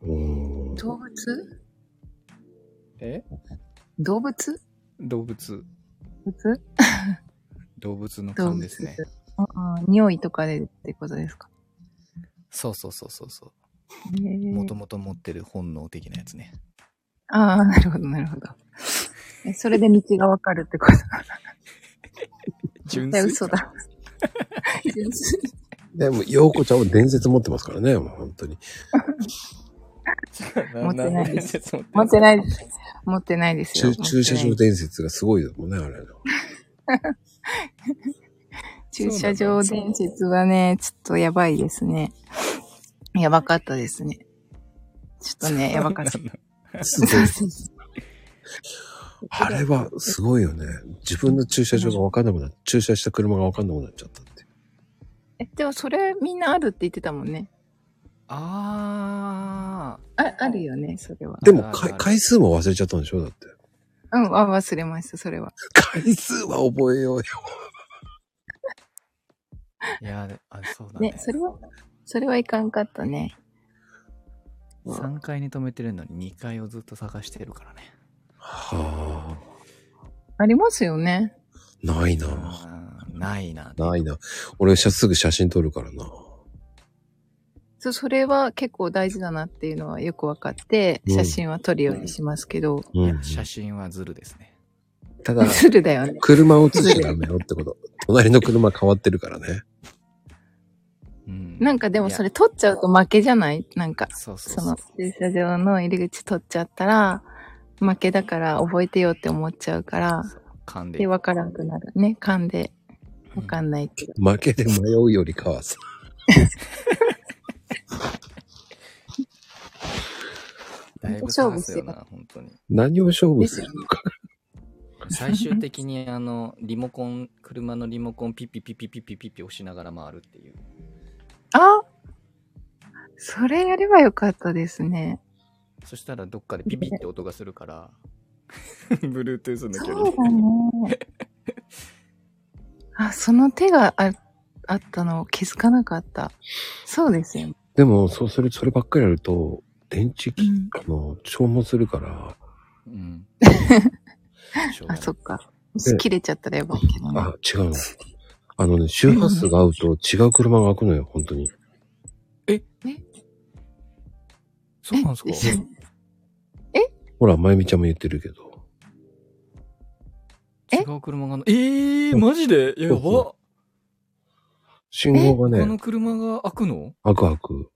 うん。
動物
え
動物
動物。
動物
動物の
動
勘
物
ですね。
うんうん匂いとかでってことですか。
そうそうそうそうそ
へ
う。
ー
もともと持ってる本能的なやつね。
ああ、なるほど、なるほど。えそれで道がわかるってこと。
純
絶対
粋。
嘘だ。純粋
でも、ようこちゃんは伝説持ってますからね、もう本当に。
持ってないです
持って。
持ってないいです。持ってないですよ。
駐駐車場伝説がすごいですもんね、あれ。
駐車場伝説はね、ちょっとやばいですね。やばかったですね。ちょっとね、やばかった。
すごい。あれはすごいよね。自分の駐車場がわかんなくなっ駐車した車がわかんなくなっちゃったっていう。
え、でもそれみんなあるって言ってたもんね。
あ
あ、あるよね、それは。
でも
あるあ
回、
る
回数も忘れちゃったんでしょだって。
うん、あ、忘れました、それは。
回数は覚えようよ。
あ。いや、であそうだね
ね、それは、それはいかんかったね。
3階に止めてるのに2階をずっと探してるからね。
はあ、
ありますよね。
ないな。
あーないな。
ないな。俺しゃすぐ写真撮るからな。
そう、それは結構大事だなっていうのはよく分かって、
うん
写真は撮るようにしますけど、
う
い
ん
や、。写真はズルですね。
ただ、
するだよね。
車を映しちゃダメよってこと。 隣の車変わってるからね。
うん。
なんかでもそ
れ、
れ撮っちゃうと負けじゃないなんか、
そうそう
そ
そ
の
う。
駐車場の入り口撮っちゃったら、負けだから覚えてよって思っちゃうから、
噛んで
で、分からなくなる。ね、勘で。わかんないけど。
負けで迷うよりかはさ。
だいぶ探すよな、本当に。
何を勝負するのか。
最終的に、あの、リモコン、車のリモコンピッピピピピピピピ押しながら回るっていう。
あそれやればよかったですね。
そしたらどっかでピピって音がするから、Bluetooth の距
そ
離
うだね。あ、その手がああったのを気づかなかった。そうですよね。
でも、そうする、そればっかりやると、電池き、
うん
あの、消耗するから、
うん。しょうが
あ、
ない
そっか。もし切れちゃったらやばいけどね。
あ、違うの。あのね、周波数が合うと違う車が開くのよ、本当に。
そうなんですか
え
ほら、まゆみちゃんも言ってるけど。
え
違う車がの、えー、マジでやば
そ
こ
信号が
の
ね、
車が開くの
開く開く。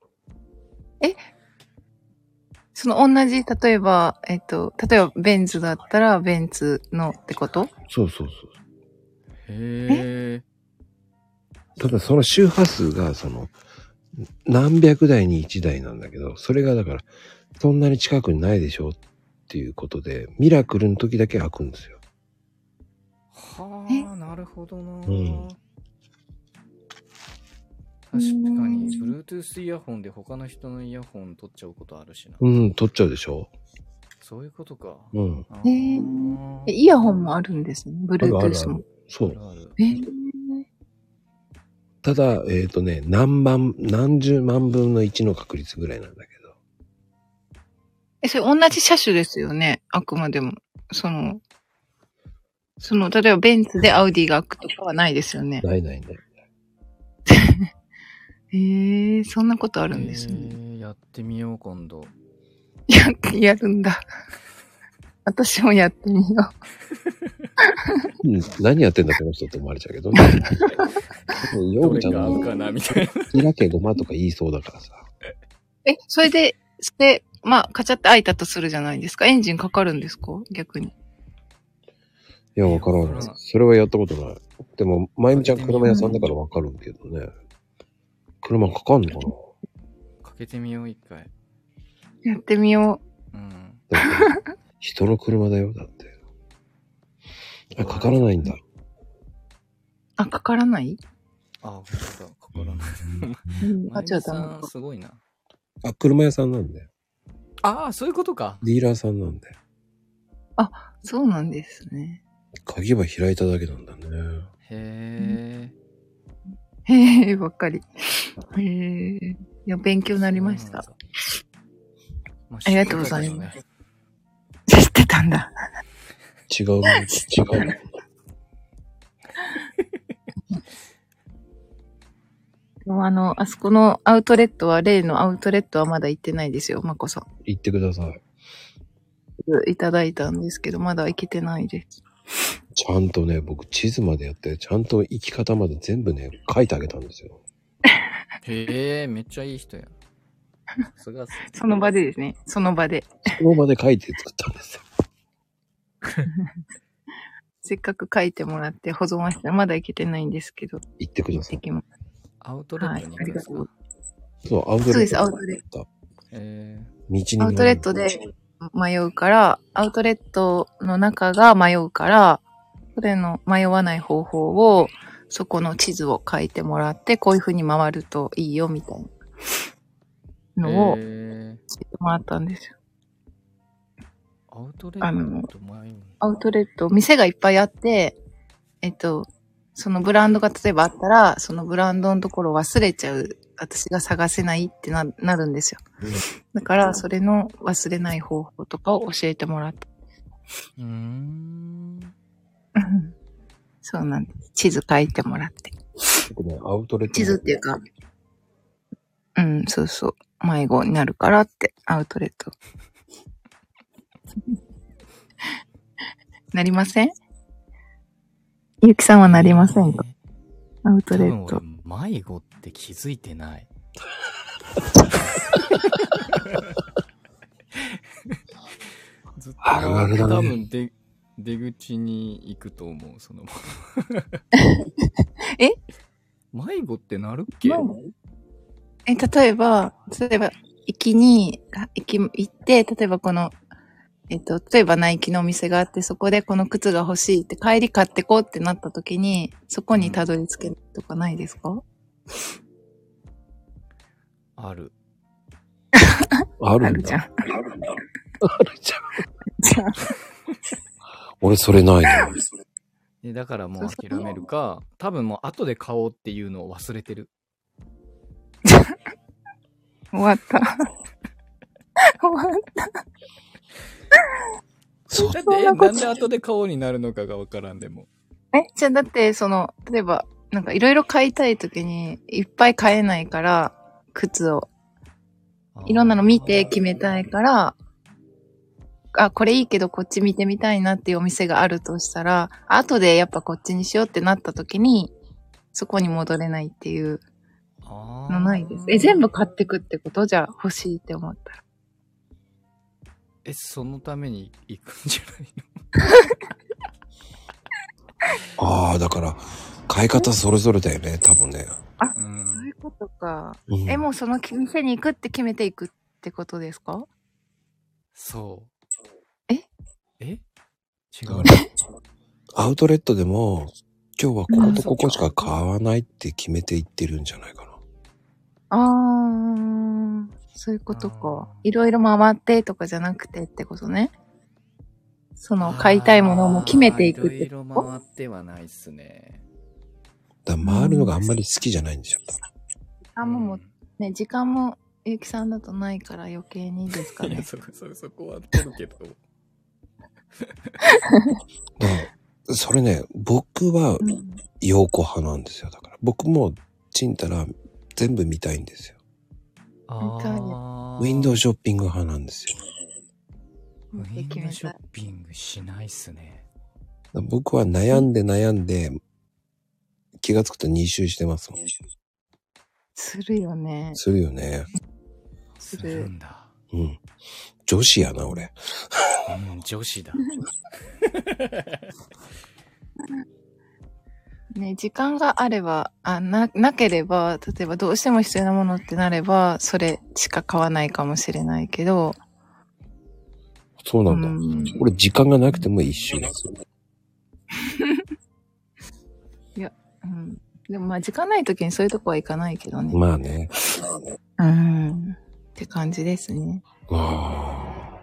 その同じ、例えば、えっと、例えばベンツだったらベンツのってこと
そうそうそ
へえ。
う。ただ、その周波数が、その、何百台に一台なんだけど、それがだから、そんなに近くにないでしょっていうことで、ミラクルの時だけ開くんですよ。
は
え
あ、なるほどな、
ん
確かに、
う
Bluetooth イヤホンで他の人のイヤホン取っちゃうことあるしな。
うん、取っちゃうでしょ
そういうことか。
うん。
あ
ね
ー
えイヤホンもあるんですね。
あるある
Bluetooth
あ
も
る。。そ
あ
う
る。ある
えー
ただ、えっ、とね、何万、何十万分の1の確率ぐらいなんだけど。
え、それ同じ車種ですよね。あくまでも。その、その、例えばベンツでアウディが開くとかはないですよね。
ないないない。
へえー、そんなことあるんですね。
えーやってみよう、今度。
や、やるんだ。私もやってみよ
うん何やってんだこの人って思われちゃうけ どね。でもヨー
ど
グ
れ
ちゃん
が合う
の
かな、みたいな。
開けごまとか言いそうだからさ。
う。え、それで、して、まあ、カチャって開いたとするじゃないですか。エンジンかかるんですか逆に。
いや、わから
わ
な
か
い
らない。
それはやったことない。でも、まゆみちゃん車屋さんだからわかるけどね。車かかんのか
かけてみよう、一回。
やってみよ
うん。
なでも人の車だよ、だって。あ、かからないんだ。
う。あ、かからない、
あ、本当だ、かからない。
あ、じゃあダメ
まゆみさんすごいな。
あ、車屋さんなんで。
ああ、そういうことか。
ディーラーさんなんで。
そうなんですね。
鍵は開いただけなんだね。
へえ。
へえ、ばっかり。へえ。いや、勉強になりました。
そうなんだ。ま
ありがとうございます
知ってたけどね
知ってたんだ。
違うもん、違うもん。
でもあの、あそこのアウトレットは、例のアウトレットはまだ行ってないですよ、まこさん。
言ってください。
いただいたんですけど、まだ行けてないです。
ちゃんとね、僕地図までやって、ちゃんと行き方まで全部ね、書いてあげたんですよ。
へえ、めっちゃいい人や。さすがっすね
その場でですね。その場で。
その場で書いて作ったんですよ。
せっかく書いてもらって保存はして、まだいけてないんですけど、
行ってくださ
で
い。
きます。
アウトレットに行くんですか、
はい
そう、アウトレット。
そうですアウトレッ
ト。
へ
道に
アウトレットで迷うから、アウトレットの中が迷うから、それの迷わない方法を、そこの地図を書いてもらって、こういう風に回るといいよ、みたい
え
なのを教
へえ
えてもらったんですよ。
アウトレットもいいの
アウトレット、店がいっぱいあって、えっと、そのブランドが例えばあったら、そのブランドのところ忘れちゃう、私が探せないってななるんですよ。だから、それの忘れない方法とかを教えてもらった。
うーん。
うんそうなんです。地図書いてもらって。
僕ね、アウトレット。
地図っていうか、うん、そうそう。迷子になるからって、アウトレット。 なりませんゆきさんはなりませんかアウト
多
レ
分
ット。
俺、迷子って気づいて ない。ずっと
あるあるだね
多分で出口に行くと思う、そのま
え
ま。迷子ってなるっけ
え、例えば、例えば、駅に、あ駅、行って、例えばこの、えっと、例えばナイキのお店があって、そこでこの靴が欲しいって、帰り買ってこうってなった時に、そこにたどり着けるとかないです か、
ある。
あ
あ
るん
るじゃん
だ。。俺それないな。
でだからもう
そうそう
諦めるか、多分もう後で買おうっていうのを忘れてる。
終わった。終わっ
そう。
だって、
そん
え
なこ
な
と
んで後で買おうになるのかがわからんでも。
た。え、じゃあだって、その、例えば、なんかいろいろ買いたい時に、いっぱい買えないから、靴を。いろんなの見て決めたいから、あ、これいいけどこっち見てみたいなっていうお店があるとしたら、後でやっぱこっちにしようってなった時に、そこに戻れないっていう
あー
のないです。え、全部買ってくってことじゃあ欲しいって思ったら。
え、そのために行くんじゃないの
ああ、だから、買い方それぞれだよね、多分ね。
うん
そういうことか。
うん
え、もうその店に行くって決めていくってことですか
そう。
え
え違
だ
う
か。らアウトレットでも、今日はこことここしか買わないって決めていってるんじゃないかな。
あー、そういうことか
あー。
いろいろ回ってとかじゃなくてってことね。その、買いたいものをもう決めていくって
いろい
こ
ろ
と
回ってはないっすね。
だから回るのがあんまり好きじゃないんですよ。
時間もも
うん
ね、時間も、ゆうきさんだとないから余計にですか
いや、
ね。
そこ、そこ、そこは合ってるけど。
だからそれね、僕は
うん
陽子派なんですよ。だから僕もちんたら全部見たいんですよ。
わかる
あ
ウィンドウショッピング派なんですよ。
ウ
っ
ィ
て決
ンド
め
ウショ
た
ッ。ピングしないっすね。
だから僕は悩んで悩んで、気がつくと2周してますもん。
するよね。
するよね。
するんだ。
うん。女子やな、俺。
うん、女子だ。
ね、時間があれば、あ、な、なければ、例えばどうしても必要なものってなれば、それしか買わないかもしれないけど、
そうなんだ。
うん
俺、時間がなくても一周ですよ。
うんでもまあ時間ない時にそういうとこは行かないけどね。
まあね。
うん。って感じですね。
あ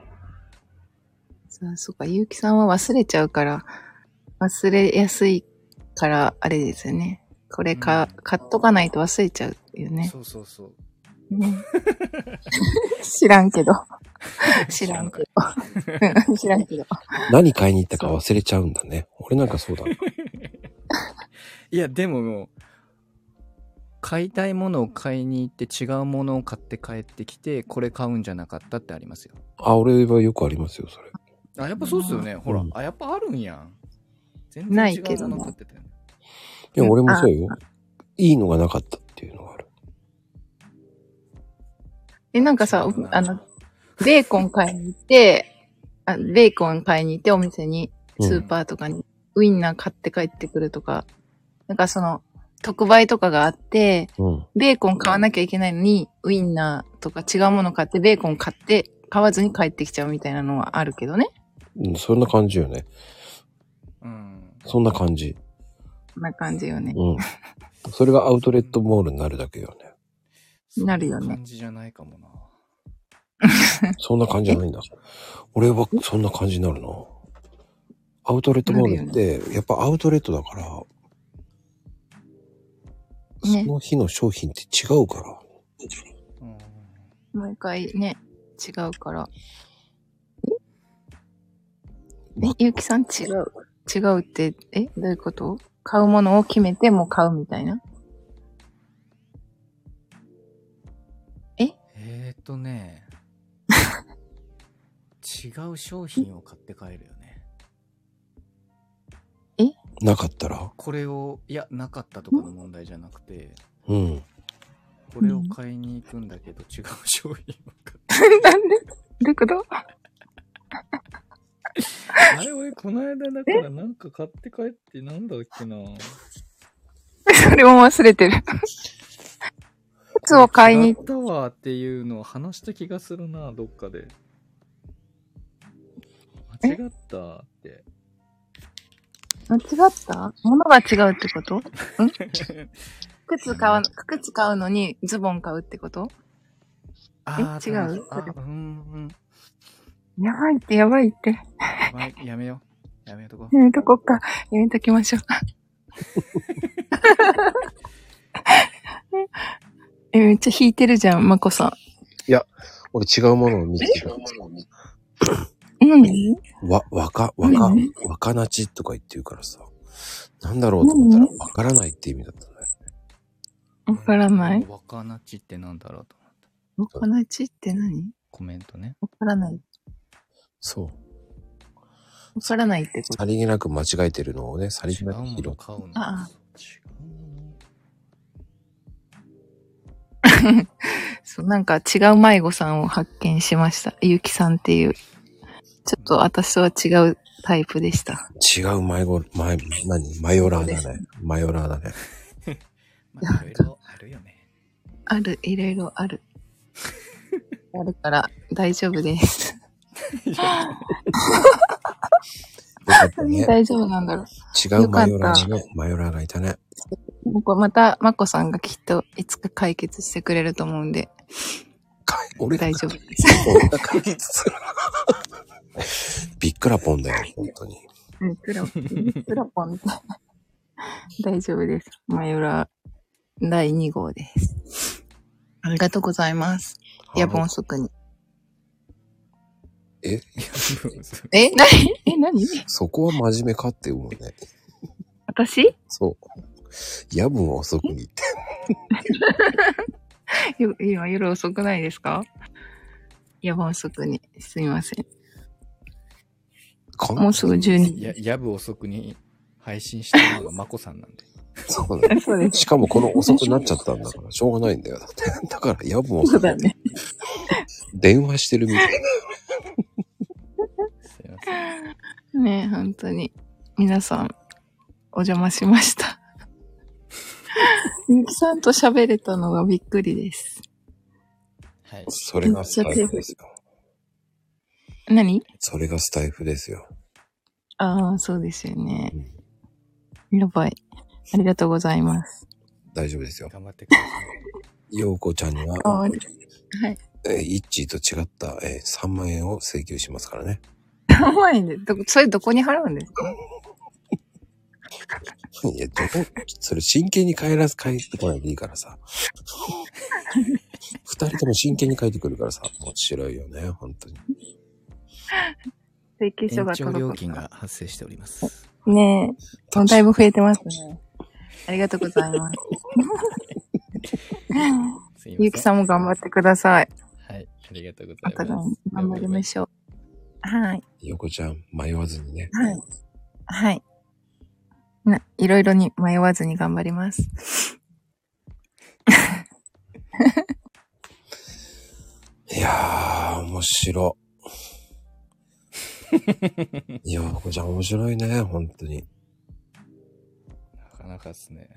そうそうか、ゆうきさんは忘れちゃうから、忘れやすいから、あれですよね。これか、
うん
買っとかないと忘れちゃうっていうね。
そうそうそう。
ね知らんけど。知らんけど。知らんけど。
あ。何買いに行ったか忘れちゃうんだね。俺なんかそうだ。
いや、でももう、買いたいものを買いに行って違うものを買って帰ってきて、これ買うんじゃなかったってありますよ。
あ、俺はよくありますよ、それ。
あ、やっぱそうっすよね。ほら、あ、やっぱあるんやん。全然
な
違
いけ
う
ど
も
ね
の買ってたよね。
いや、俺もそうよ。いいのがなかったっていうのがある。
で、なんかさ
そうだ、な
あの、ベーコン買いに行って、あベーコン買いに行ってお店に、
うん
スーパーとかに、ウインナー買って帰ってくるとか、なんかその、特売とかがあって、
うん。
ベーコン買わなきゃいけないのに、ウインナーとか違うもの買って、ベーコン買って、買わずに帰ってきちゃうみたいなのはあるけどね。
うんそんな感じよね。
うん。
そんな感じ。
そんな感じよね。
うん。それがアウトレットモールになるだけよ
なるよね
そん感じじゃないかもな。
ね。そんな感じじゃないんだ。俺はそんな感じになるな。アウトレットモールって、やっぱアウトレットだから、
ね
その日の商品って違うから。
うん。
毎回ね、違うから。え
ま
ゆうきさん違う。違うって、えどういうこと買うものを決めてもう買うみたいな。
えー、っとね。違う商品を買って帰るよね。
なかったら。
これを、いや、なかったとかの問題じゃなくて、
うん。
これを買いに行くんだけど、違う商品を買って。
なんでどういうこと
あれ、俺、この間だからなんか買って帰って、なんだっけな。
それも忘れ てる。靴を買いに
これ違ったわっていうのを話した気がするな、どっかで。間違ったって。
間違った物が違うってこと靴買わ、靴買うのにズボン買うってこと
あー
違う
多分あ、うんうん。
やばいってやばいって。
まあやめよう。やめようとこ。
やめとこっか。やめときましょう。 え、めっちゃ引いてるじゃん、まこさ
俺違うものを見つけた。
ん。何
わ、わか、わか
うん、
わかなちとか言ってるからさ。なんだろうと思ったら
う、
わからないって意味だったね。
わからない
わかなちってなんだろうと思った。
わかなちって何
コメントね。
わからない。
そう。
わからないってこと
さりげなく間違えてるのをね、さり
違
げ
う
なく
も
拾っ
の
て。
買うの。
ああ
違うも
そう、なんか違う迷子さんを発見しました。ゆきさんっていう。ちょっと私とは違うタイプでした。
違う迷子、迷、何マヨラー
そ
だ
うで
ね。マヨラーだね。
の。まあ、いろいろあるよね。
ある、いろいろある。 あるから大丈夫です。
よかったね。
大丈夫なんだろう。
違うマヨラーがね、マヨラーがいたね。
もうこれまた、まこさんがきっといつか解決してくれると思うんで、
かい俺が
大丈夫 です。
俺が解決する。びっくらぽんだよ、本当に。
うん、プロ、プロポン。 大丈夫です。マヨラ第2号です。ありがとうございます。夜分遅 くに。
え、
え、なにえ、なに
そこは真面目かって思うね。
私
そう。夜分遅くにって。
よ今夜遅くないですか夜分遅くに。すみません。
こん
もうすぐ12
や、やぶ遅くに配信してるのがまこさん なんで。
そうだね。
そうで
し かもこの遅くなっちゃったんだから、しょうがないんだよ。だ って。だから夜分遅くに
ね。
電話してるみたい。
すいません。
ね本当に。皆さん、お邪魔しま した。ゆきさんと喋れたのがびっくりです。
はい。
それがスタイフですよ。
何
それがスタイフですよ。
ああ、そうですよね。やばい。ありがとうございます。
大丈夫ですよ。
頑張ってく ださ
ようこちゃんには、
あ
えー、イッチーと違った、えー、3万円を請求しますからね。
3万円で、どそれどこに払うんですか
いや、どこ、それ真剣に帰らず帰ってこないでいいから さ。二人とも真剣に帰ってくるからさ、面白いよね、本当に。
請求
い。
書
延
が
長
届く
料
の
金が発生しております。
ねえ、もうだいぶ増えてますね。ありがとうござい ます。
すいません。
ゆきさんも頑張ってください。
はい。ありがとうご
お
ざい
互
ま
い
す
に。頑張りましょう。はい。
横ちゃん、迷わずにね。
はい。はい。な、いろいろに迷わずに頑張ります。
面 白。ようこちゃん面白いね、本当に。
なかなかですね。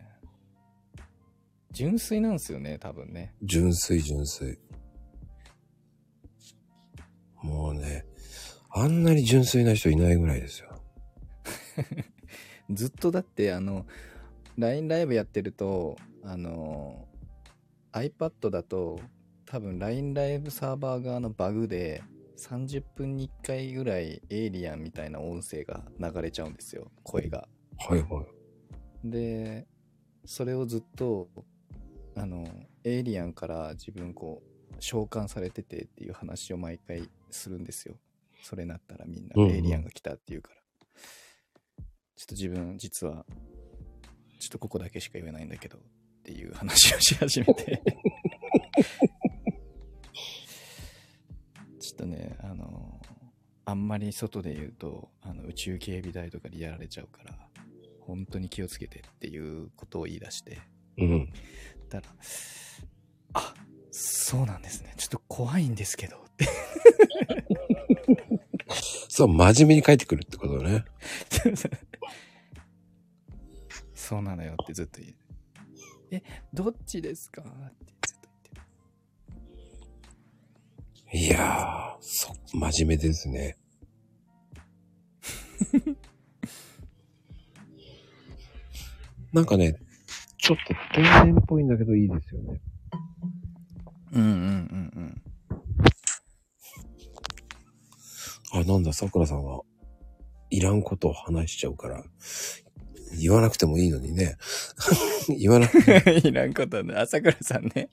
純粋なんですよね、多分ね。
純粋純粋。もうね、あんなに純粋な人いないぐらいですよ。
ずっとだって、あの、LINE ライブやってると、あの、iPad だと、多分 LINE ライブサーバー側のバグで、30分に1回ぐらいエイリアンみたいな音声が流れちゃうんですよ、声が。
はいはい。
で、それをずっと、あの、エイリアンから自分こう、召喚されててっていう話を毎回するんですよ。それなったらみんな、
うんうん
エイリアンが来たっていうから。ちょっと自分、実は、ちょっとここだけしか言えないんだけど、っていう話をし始め て。ちょっとね、あの、あんまり外で言うと、あの宇宙警備隊とかでやられちゃうから、本当に気をつけてっていうことを言い出して、
うん。
たら、あ、そうなんですね。ちょっと怖いんですけど、って。
そう、真面目に帰ってくるってことね。
そうなのよってずっと言う。え、どっちですかってずっと言っ
いやー、そ、真面目です ね。なんかね、ちょっと天然っぽいんだけどいいですよね。
て。うんうんうんうん。
あ、なんだ、桜さんは、いらんことを話しちゃうから、言わなくてもいいのにね。 言わなくて、
いらん ことね。朝倉さんね。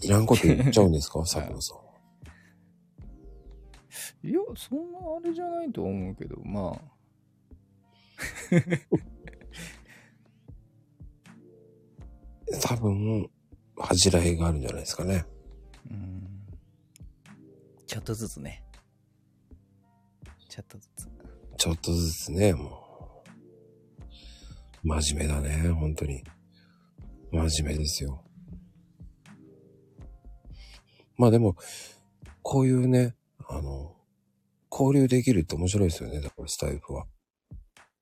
いらんこと言っちゃうんですか桜さん。
いや、そんなあれじゃないと思うけど、まあ。
多分、恥じらいがあるんじゃないですかね。
うん。ちょっとずつね。ちょっとずつ。
ちょっとずつね、もう。真面目だね、本当に。真面目ですよ。まあでも、こういうね、あの、交流できるって面白いですよね、だからスタイフは。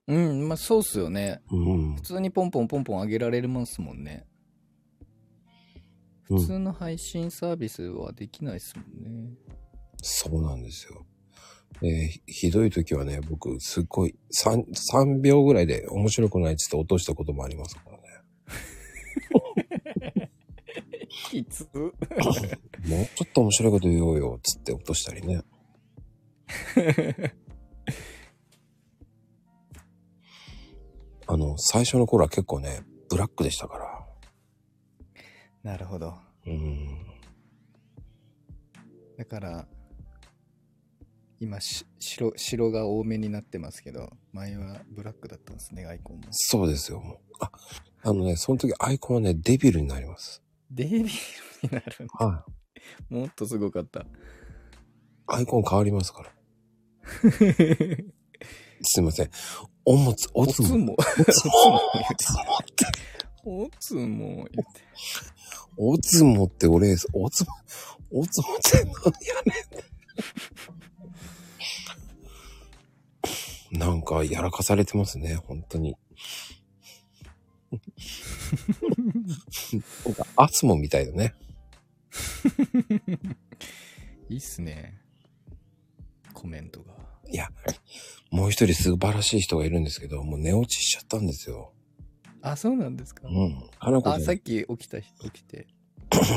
うん、まあそうっすよね。
うん
普。通にポンポンポンポン上げられるもんっすもんね。
う
普
ん、
通の配信サービスはできないっすもんね。
そうなんですよ。えーひひどい時はね、僕、すっごい、3、3秒ぐらいで面白くないっつって落としたこともありますからね。
きつ。
もうちょっと面白いこと言おうよ、つって落としたりね。あの、最初の頃は結構ね、ブラックでしたから。
なるほど。
うん。
だから、今し白、白が多めになってますけど、前はブラックだったんですね、アイコンも。
そうですよ、もう。あ、あのね、その時アイコンはね、デビルになります。
デビルになるんだ
はい。
もっとすごかった。
アイコン変わりますから。すいません。おもつ、お
お
つ
つ
も。お
も。
つも。おつもって。
おつ も言って。
おつもって俺、おつも、おつもって何やねん。なんかやらかされてますね、本当に。なんかアスモみたいだね。
いいっすね。コメントが。
いや、もう一人素晴らしい人がいるんですけど、もう寝落ちしちゃったんですよ。
あ、そうなんですか
う。ん。かなこ
あ、
ちゃ
さっ
ん、
き起きた人、起きて。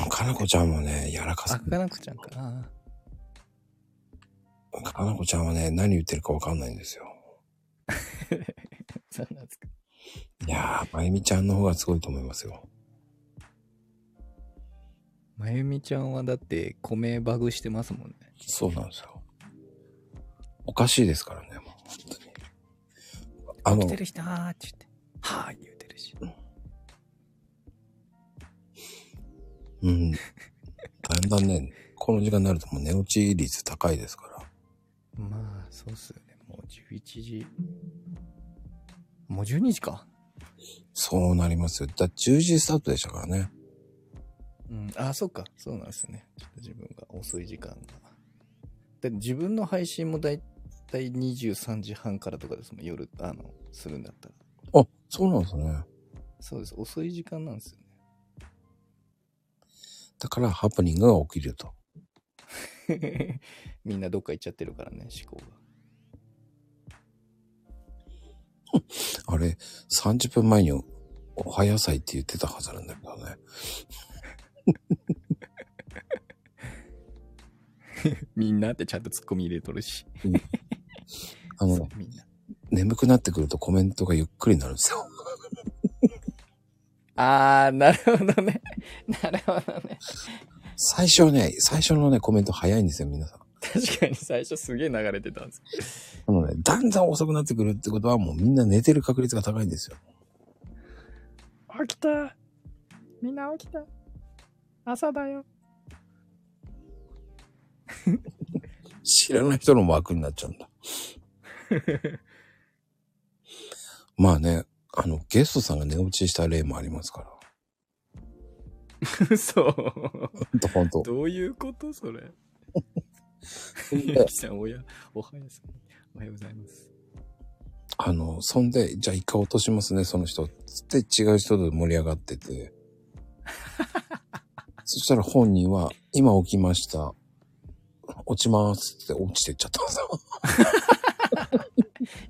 かなこちゃんもね、やらか
あ、
さ、
かなこちゃんか。あ
かなこちゃんはね、何言ってるかわかんないんですよ。
ーそうなんですか。
いやー、まゆみちゃんの方がすごいと思いますよ。
まゆみちゃんはだって、米バグしてますもんね。
そうなんですよ。おかしいですからね、もう本当に。
起き
あ
て
の、
る人はーって言って。はー言うてるし。
うん。だんだんね、この時間になるともう寝落ち率高いですから。
まあ、そうっすよね。もう11時。もう12時か。
そうなりますよ。だ11時スタートでしたからね。
うん、あ、そっか。そうなんですよね。ちょっと自分が遅い時間が。で自分の配信もだいたい23時半からとかですもん、夜、あの、するんだったら。
あ、そうなんですね。
そうです。遅い時間なんですよね。
だからハプニングが起きると。
みんなどっか行っちゃってるからね、思考が。
あれ、30分前におおはやさいって言ってたはずなんだけどね。
みんなってちゃんとツッコミ入れとるし。
あ
そう
の、
みんな。
眠くなってくるとコメントがゆっくりになるんですよ。
あー、なるほどね。 なるほどね。
最初ね、最初のね、コメント早いんですよ、皆さん。
確かに最初すげえ流れてたんです けど。
なので、だんだん遅くなってくるってことはもうみんな寝てる確率が高いんですよ。
起きたみんな起きた朝だよ。
知らない人の枠になっちゃうんだ。まあね、あの、ゲストさんが寝落ちした例もありますから。
そう。
ほんとほんと。
どういうことそれ。
で
ゆうきさん、おや、おはようさん。おはようございます。
あの、そんで、じゃあ一回落としますね、その人。つって違う人と盛り上がってて。そしたら本人は、今起きました。落ちますって落ちてっちゃったんですよ。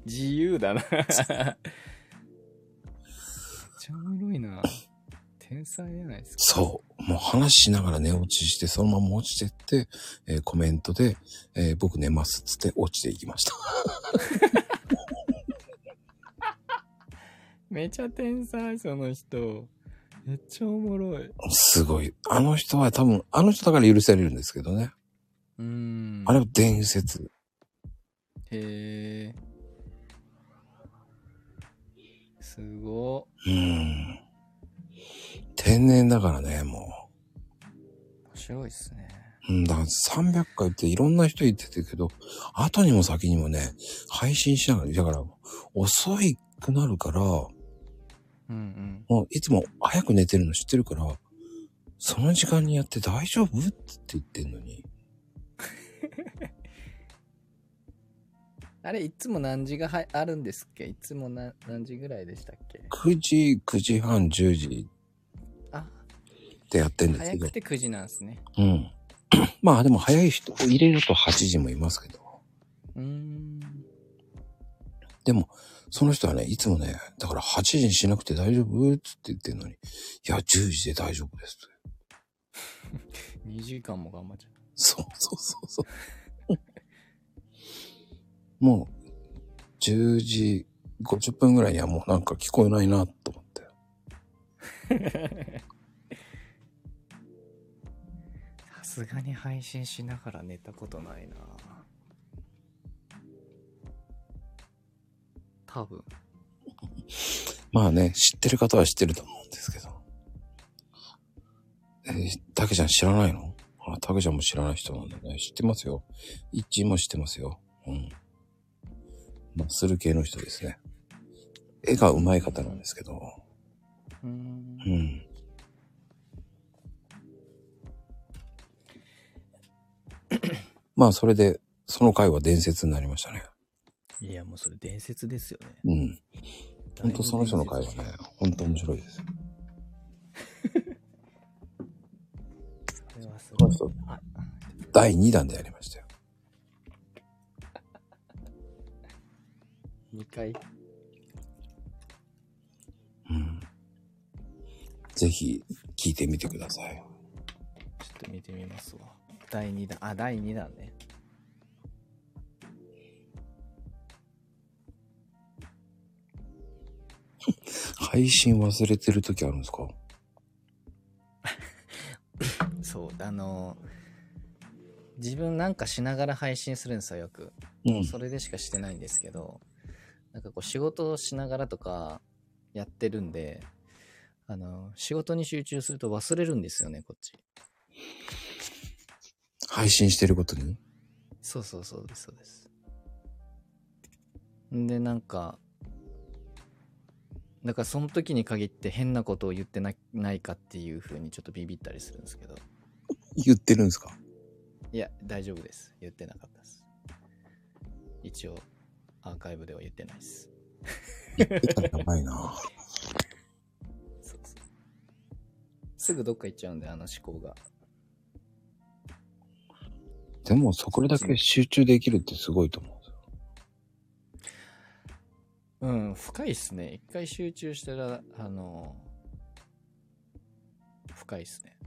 自由だな。 めっちゃおもろいな。天才じゃないですか。
そう。もう話しながら寝落ちして、そのまま落ちてって、えーコメントで、えー僕寝ますっつって落ちていきました。
めちゃ天才、その人。めっちゃおもろい。う
すごい。あの人は多分、あの人だから許されるんですけどね。
ーん。
あれは伝説。
へえ。すご
うん。天然だからね、も
っ。面白いっすね。
う。うん、だから300回っていろんな人言ってたけど、後にも先にもね、配信しながら、だから、遅いくなるから、も
うん
ういつも早く寝てるの知ってるから、その時間にやって大丈夫って言ってんのに。
うん。あれ、いつも何時がはあるんですっけいつもな何時ぐらいでしたっけ
9時、9時半、10時
あ、
ってやってんです
早
けど
く。て9時なんですね。
うん。 まあでも早い人を入れると8時もいますけど。
うーん。
でも、その人はね、いつもね、だから8時にしなくて大丈夫っつって言ってんのに、いや、10時で大丈夫ですって。
2時間も頑張っちゃう。
そうそうそうそう。もう、10時50分ぐらいにはもうなんか聞こえないなと思って。
さすがに配信しながら寝たことないな多分
まあね、知ってる方は知ってると思うんですけど。えー、たけちゃん知らないのあ、たけちゃんも知らない人なんだね。知ってますよ。一致も知ってますよ。うん。まあ、する系の人ですね。絵が上手い方なんですけど。
うー
う
ん
ん。 まあ、それで、その回は伝説になりましたね。
いやもうそれ伝説ですよ
う
ね
ん。本当その人の会話ね、本当面白いです。
それはす
そ
ご
の
い
人
あ
第2弾でやりましたよ。
2回
うん。ぜひ聞いてみてください。
ちょっと見てみますわ第2弾あ第2弾ね
配信忘れてる時あるんですか
そうあの自分なんかしながら配信するんですよよく
うん
それでしかしてないんですけど、なんかこう仕事をしながらとかやってるんで、あの、仕事に集中すると忘れるんですよね、こっち。
配信してることに
そうそうそうです、そうです。んで、なんか、だからその時に限って変なことを言ってなないかっていうふうにちょっとビビったりするんですけど。
言ってるんですか
いや、大丈夫です。言ってなかったです。一応、アーカイブでは言ってないです。
出たらやばいな。
そうそうすぐどっか行っちゃうんで、あの思考が。
でも、そこだけ集中できるってすごいと思うんですよ。
うん、深いっすね。一回集中したら、あの、深いっすね。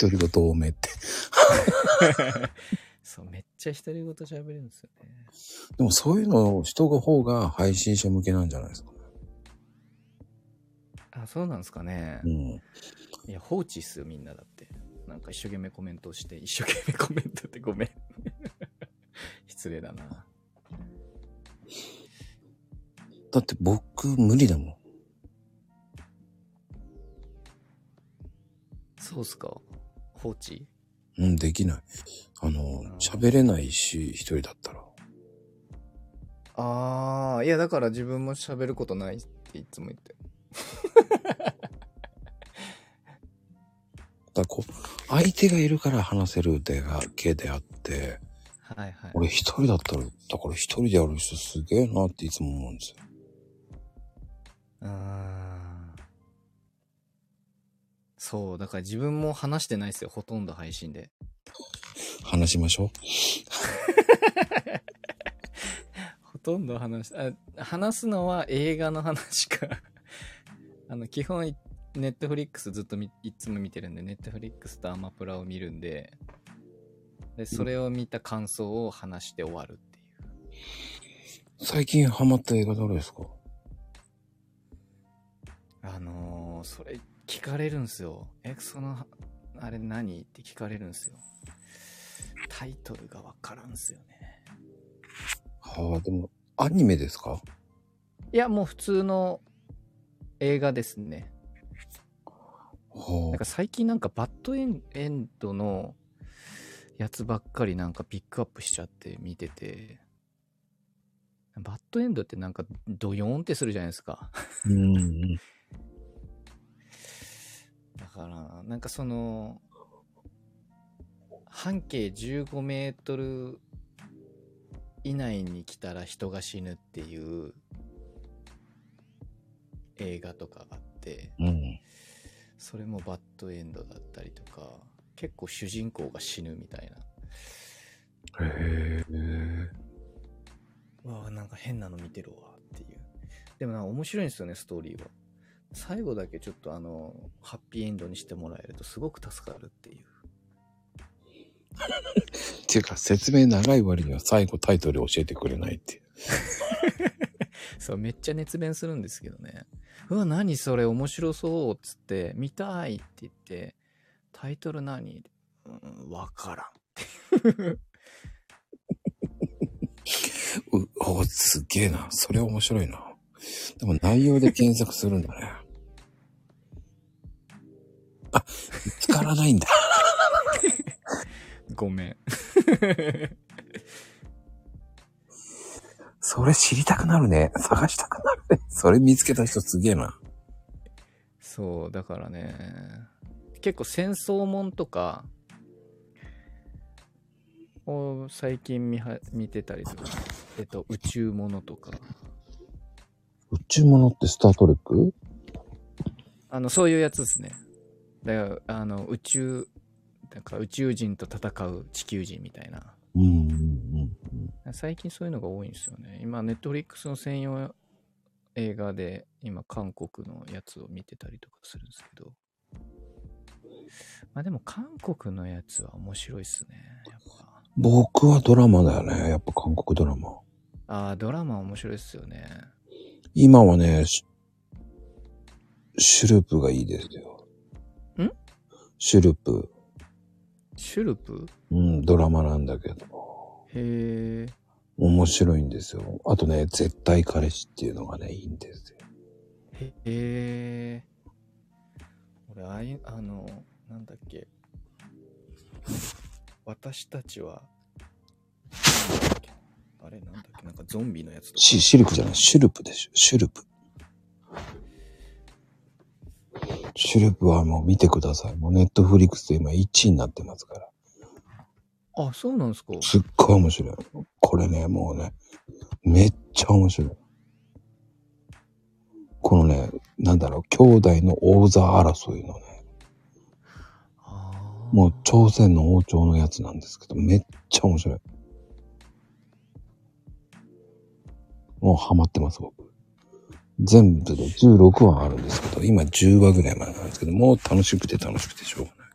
独り言多めって。
そう、めっちゃ独り言喋れるんですよね。
でも、そういうのをしとく方が配信者向けなんじゃないですか。
あ、そうなんですかね
う。ん。
いや、放置っすよ、みんなだって。なんか一生懸命コメントをして、一生懸命コメントってごめん。 失礼だな。
だって僕、無理だもん。
そうっすか放置
うん、できない。あの、喋れないし、一人だったら。
ああ、いや、だから自分も喋ることないっていつも言って。
だからこう、相手がいるから話せるだけであって、
はいはい。
俺一人だったら、だから一人でやる人すげえなっていつも思うんですよ。
あーそう、だから自分も話してないですよ、ほとんど配信で。
話しましょ
ほとんど話し、あ、話すのは映画の話か。 あの、基本、ネットフリックスずっとみいつも見てるんで、ネットフリックスとアマプラを見るんで、で、それを見た感想を話して終わるっていう。
う。最近ハマった映画誰ですか
あのー、それ聞かれるんすよ。え、その、あれ何って聞かれるんすよ。タイトルがわからんすよね。
はあ、でも、アニメですか
いや、もう普通の映画ですね。な
は
んか最近なんかバッドエンエンドのやつばっかりなんかピックアップしちゃって見てて。バッドエンドってなんかドヨーンってするじゃないですか。
あ。うんうん。
だから、なんかその、半径15メートル以内に来たら人が死ぬっていう映画とかがあって、
うん。
それもバッドエンドだったりとか、結構主人公が死ぬみたいな。
へえ。
うわあなんか変なの見てるわっていう。でもなんか面白いんですよね、ストーリーは。最後だけちょっとあの、ハッピーエンドにしてもらえるとすごく助かるっていう。
っていうか、説明長い割には最後タイトル教えてくれないっていう。
そう、めっちゃ熱弁するんですけどね。うわ、何それ面白そうっつって、見たいって言って、タイトル何うん、わからん。
う、おすげえな。それ面白いな。でも内容で検索するんだね。 あ、見つからないんだ。
ごめん。
それ知りたくなるね。探したくなるね。それ見つけた人すげえな。
そう、だからね、結構戦争もんとか、を最近見は見てたりとか、えっと、宇宙ものとか、
宇宙物ってスタートレック
あの、そういうやつですね。だから、あの、宇宙、なんか宇宙人と戦う地球人みたいな。
うんうんうん。
最近そういうのが多いんですよね。今、ネットフリックスの専用映画で、今、韓国のやつを見てたりとかするんですけど。まあでも、韓国のやつは面白いっすね。やっぱ。
僕はドラマだよね。やっぱ韓国ドラマ。
ああ、ドラマ面白いっすよね。
今はね、シュシュルプがいいですよ。
ん
シュルプ。
シュルプ
うん、ドラマなんだけど。
へえ。
面白いんですよ。あとね、絶対彼氏っていうのがね、いいんですよ。
へえ。俺、ああいう、あの、なんだっけ。私たちは、なんだっけあれなんだっけなんかゾンビのやつとか。
シシルクじゃない、シュルプでしょ、シュルプ。シュルプはもう見てください。もうネットフリックスで今1位になってますから。
あ、そうなんですか。
すっごい面白い。これね、もうね、めっちゃ面白い。このね、なんだろう、兄弟の王座争いのね、
あー
もう朝鮮の王朝のやつなんですけど、めっちゃ面白い。もうハマってます、僕。全部で16話あるんですけど、今10話ぐらいまでなんですけど、もう楽しくて楽しくてしょうがない。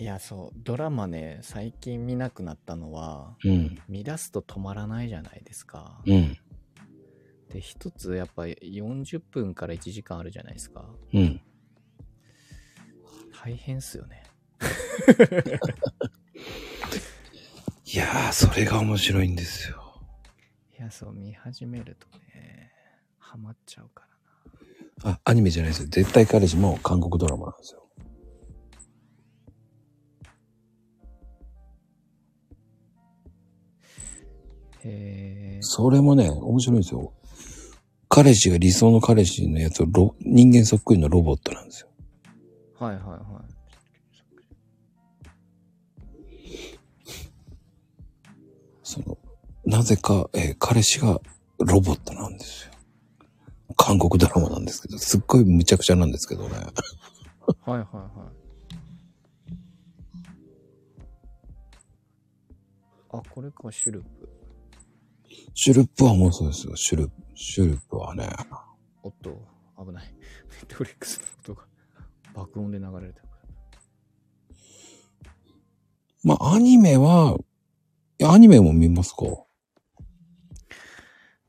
いや、そう、ドラマね、最近見なくなったのは、
うん、
見出すと止まらないじゃないですか。
うん、
で、一つやっぱ40分から1時間あるじゃないですか。
うん。
大変っすよね。
いやー、それが面白いんですよ。
いや、そう、見始めるとね、ハマっちゃうからな。
あ、アニメじゃないですよ。絶対彼氏も韓国ドラマなんですよ。
へえ。
それもね、面白いんですよ。彼氏が理想の彼氏のやつをロ人間そっくりのロボットなんですよ。
はいはいはい。
その、なぜか、えー彼氏がロボットなんですよ。韓国ドラマなんですけど、すっごいむちゃくちゃなんですけどね。
はいはいはい。あ、これか、シュルプ。
シュルップはもうそうですよ。シュルップ、シュルップはね。
おっと、危ない。ネットフリックスの音が爆音で流れてる。
まあ、アニメは、いやアニメも見ますか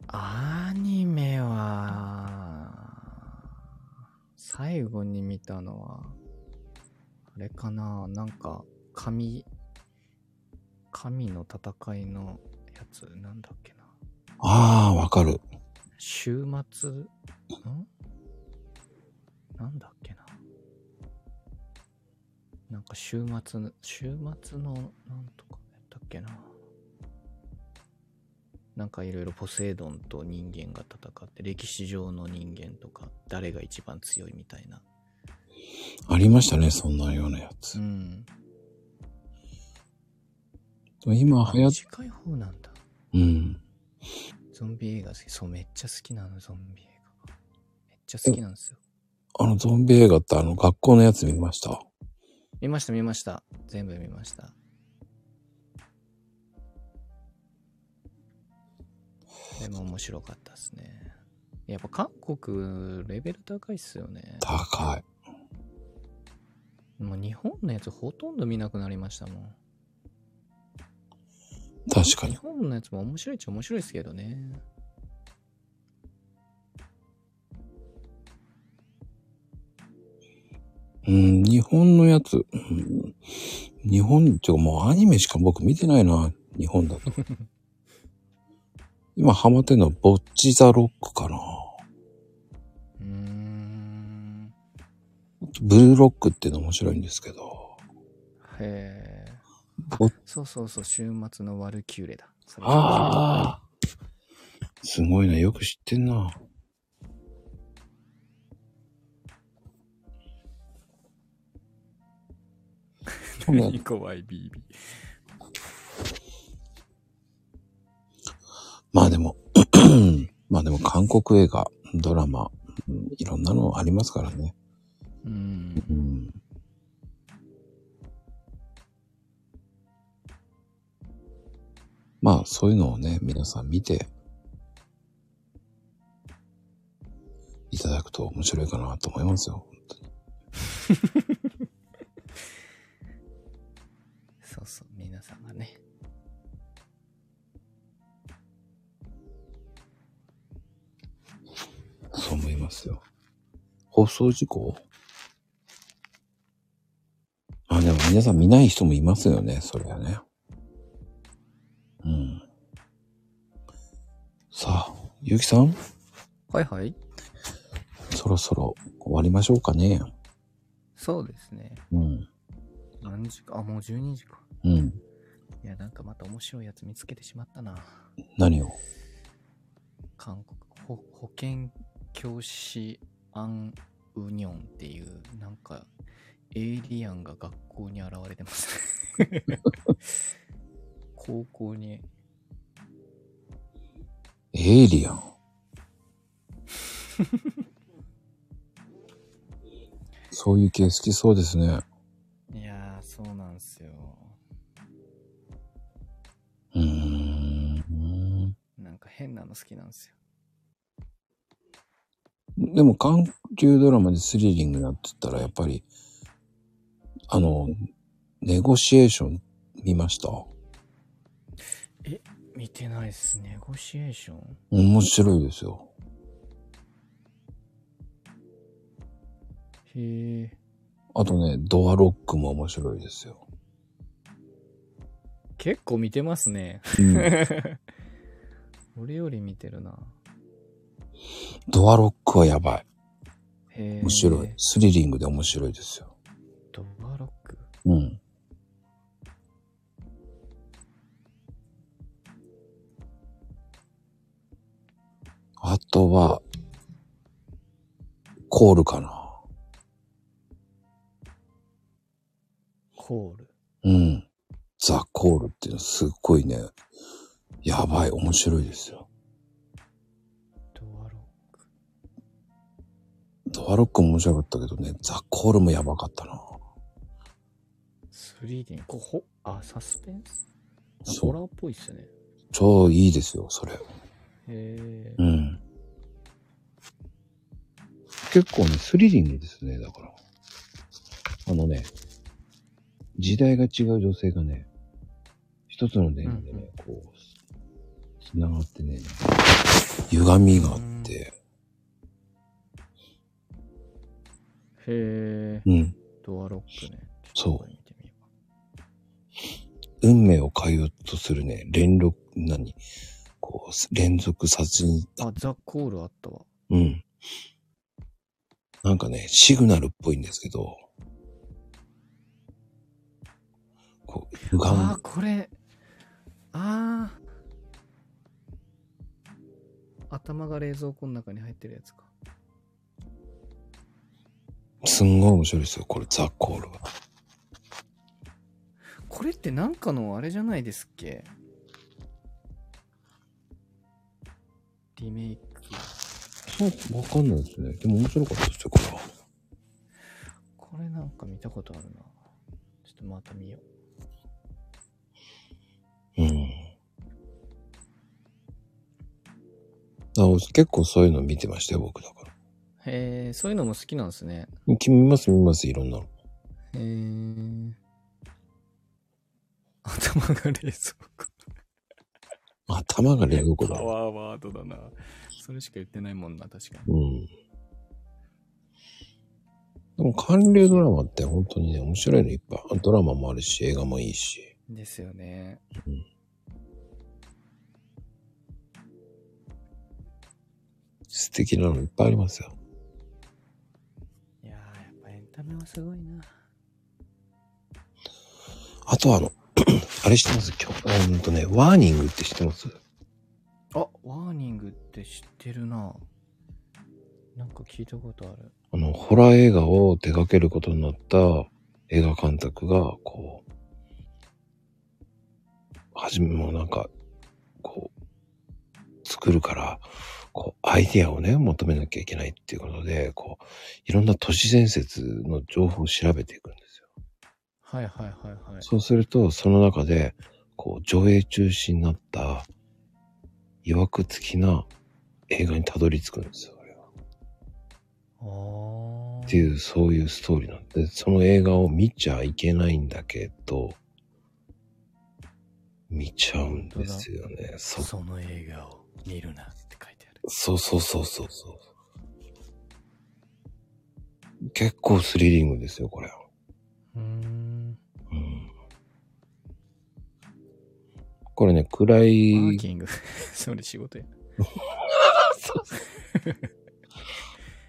アニメは、最後に見たのは、あれかななんか、神、神の戦いのやつ、なんだっけな。
ああ、わかる。
週末、んなんだっけな。なんか週末の、週末の、なんとかやったっけな。なんかいろいろポセイドンと人間が戦って、歴史上の人間とか、誰が一番強いみたいな。
ありましたね、そんなようなや
う
つ。
ん。
今流行っ、
近い方なんだ。
うん。
ゾンビ映画好き。そう、めっちゃ好きなの、ゾンビ映画が。めっちゃ好きなんですよ。
あの、ゾンビ映画ってあの、学校のやつ見ました。
見ました、見ました。全部見ました。でも面白かったですね。やっぱ韓国、レベル高いっすよね。
高い。
もう日本のやつほとんど見なくなりましたもん。
確か
日
に。
本のやつも面白いっちゃ面白いですけどね。
うん、日本のやつ、うん、日本っていうかもうアニメしか僕見てないな、日本だと。今ハマってんのはボッチザロックかな。
うーん。
ブルーロックっていうの面白いんですけど。
へえ。
ぼ
そうそうそう、週末のワルキューレだ。それ
ああすごいな、よく知ってんな。
何怖い、ビービー。
まあでも、まあでも韓国映画、ドラマ、うんいろんなのありますからね。
うん。
うんまあ、そういうのをね、皆さん見て、いただくと面白いかなと思いますよ。
そうそう、皆さんがね。
そう思いますよ。放送事故あ、でも皆さん見ない人もいますよね、それはね。うん。さあ、ゆきさん、
はいはい。
そろそろ終わりましょうかね。
そうですね。
うん。
何時か、あ、もう12時か。
うん。
いや、なんかまた面白いやつ見つけてしまったな。
何を
韓国保保健教師アン・ウニョンっていうなんかエイリアンが学校に現れてます 高校に
エイリアン。そういう系好きそうですね。
いやーそうなんすよ
うーん。
なんか変なの好きなんですよ
でも韓流ドラマでスリリングなって言ったらやっぱり、あの、ネゴシエーション見ました
見てないっすネゴシエーション
面白いですよ。
へえ
あとね、ドアロックも面白いですよ。
結構見てますね
うん、
俺より見てるな
ドアロックはやばい。
へえ
面白い。スリリングで面白いですよ。
ドバロック
うん。あとは、コールかな。
コール
うん。ザ・コールっていうのすっごいね、やばい、面白いですよ。
ドアロック
ドアロックも面白かったけどね、ザ・コールもやばかったな。
スリーディンこほあサスペンス
そ
ホ
う。
ラーっぽいっすね
超いいですよ、それ。
へえ
うん。結構ね、スリリングですね、だから。あのね、時代が違う女性がね、一つの電話でね、こう、繋がってね、歪みがあって、
へえ
うん、
ドアロックね。
そう
う。見てみよう
運命を変えようとするね、連絡、何こう、連続殺人、
かあ、ザ・コールあったわ。
うん。なんかね、シグナルっぽいんですけど、こう、歪む
あー、これ。ああ。頭が冷蔵庫の中に入ってるやつか。
すんごい面白いですよ、これ、ザ・コールは。
これってなんかのあれじゃないですっけリメイク。
わかんないですね。でも面白かったですよ、これは。
これなんか見たことあるな。ちょっとまた見よう。
うん。あ結構そういうの見てましたよ、僕だか
へえ、そういうのも好きなんですね。
ら。見ます、見ます、いろんなの。
へえ。頭が冷蔵庫。
頭が冷蔵庫
パ
だ。
ワーワードだな。それしか言ってないもんな、確かに。
うん。でも、韓流ドラマって本当にね、面白いのいっぱい。ドラマもあるし、映画もいいし。
ですよね。
素敵なのいっぱいありますよ。
いやー、やっぱエンタメはすごいな。
あとはあの、 あれ知ってます今日、うんとね、ワーニングって知ってます
あ、ワーニングって知ってるな。なんか聞いたことある。
あの、ホラー映画を手掛けることになった映画監督が、こう、はじめもうなんか、こう、作るから、こう、アイディアをね、求めなきゃいけないっていうことで、こう、いろんな都市伝説の情報を調べていくんですよ。
はいはいはいはい。
そうすると、その中で、こう、上映中止になった、曰くつきな映画にたどり着くんですよ。
ああ。
っていう、そういうストーリーなんで、その映画を見ちゃいけないんだけど、見ちゃうんですよね。そ、
その映画を見るなって書いてある。
そうそうそうそうそう。結構スリリングですよ、これ。
うーん。
うん。これね、暗
ワー
い、
キング。 それ仕事や。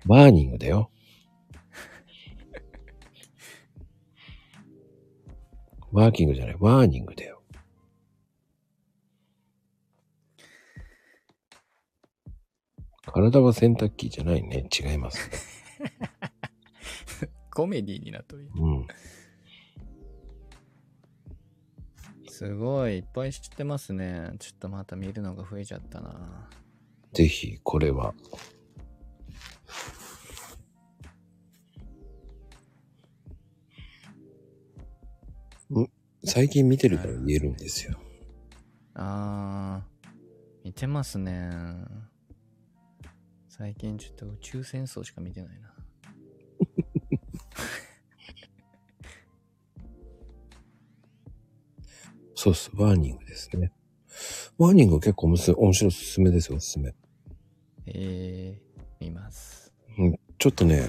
バーニングだよ。ワーキングじゃない、ワーニングだよ。体は洗濯機じゃないね。違います。
コメディになっとるや
うん。
んすごい、いっぱい知ってますね。ちょっとまた見るのが増えちゃったな。
ぜひ、これは。ん最近見てるから言えるんですよ。
あー、見てますね。最近ちょっと宇宙戦争しか見てないな。
そうっす。ワーニングですね。ワーニング結構むす面白いおすすめですよ、おすすめ。
えー、見ます。
ちょっとね、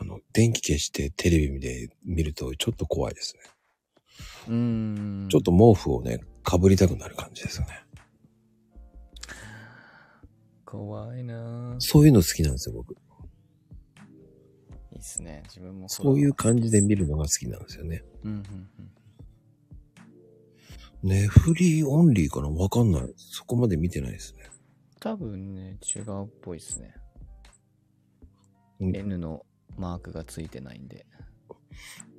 あの、電気消してテレビで見るとちょっと怖いですね。
うーん。
ちょっと毛布をね、かぶりたくなる感じですよね。
怖いなぁ
そういうの好きなんですよ、僕。
いいっすね。自分も
そういう感じで見
る。
るのが好きなんですよね。
うんうんうん。
ね、フリーオンリーかなわかんない。そこまで見てないですね。
多分ね、違うっぽいっすね。
うん
N のマークがついてないんで、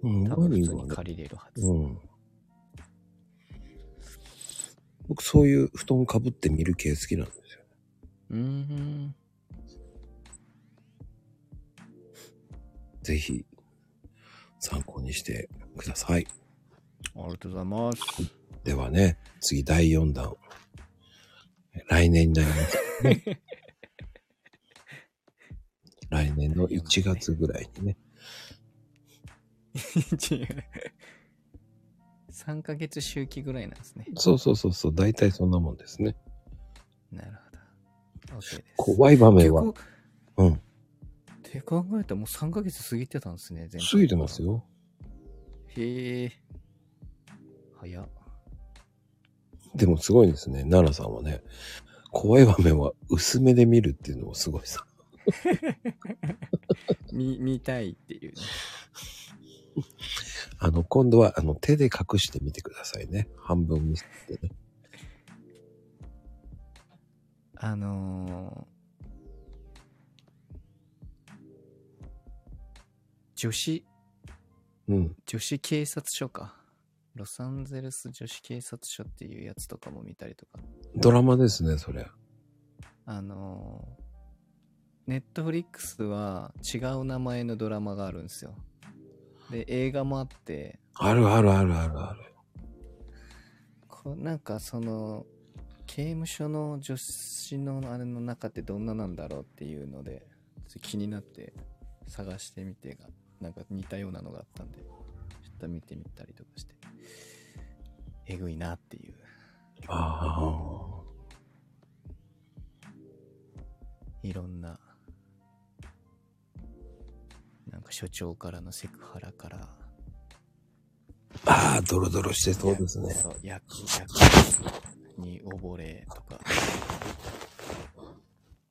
うん、
多
ワー
分
ニ
普
ング
通
は
に
ね
借りれるはず。
うん。僕、そういう布団かぶって見る系好きなんですよ。
うーん。
ぜひ、参考にしてください。
ありがとうございます。
ではね、次第4弾。来年になります。 来年の1月ぐらいにね。
3ヶ月周期ぐらいなんですね。
そうそうそうそう、大体そんなもんですね。
なるほど。OK です。
怖い場面は
っ。
うん。
て考えたらもう3ヶ月過ぎてたんですね、全
過ぎてます。よ。
へえ。早っ。
でもすごいですね、奈良さんはね。怖い場面は薄めで見るっていうのもすごいさ。
見、見たいっていうね。
あの、今度は、あの、手で隠してみてくださいね。半分見せてね。
あのー女子、
うん。
女子警察署か。ロサンゼルス女子警察署っていうやつとかも見たりとか。
ドラマですね、それ。
あのーネットフリックスは違う名前のドラマがあるんですよ。で、映画もあって、
あるあるあるあるある。
こうなんかその、刑務所の女子のあれの中ってどんななんだろうっていうので、ちょっと気になって探してみてが、なんか似たようなのがあったんで、ちょっと見てみたりとかして、えぐいなっていう。
あ
いろんな、なんか所長からのセクハラから、
あ。ああ、ドロドロしてそうですね。
そう、薬薬物に溺れとか、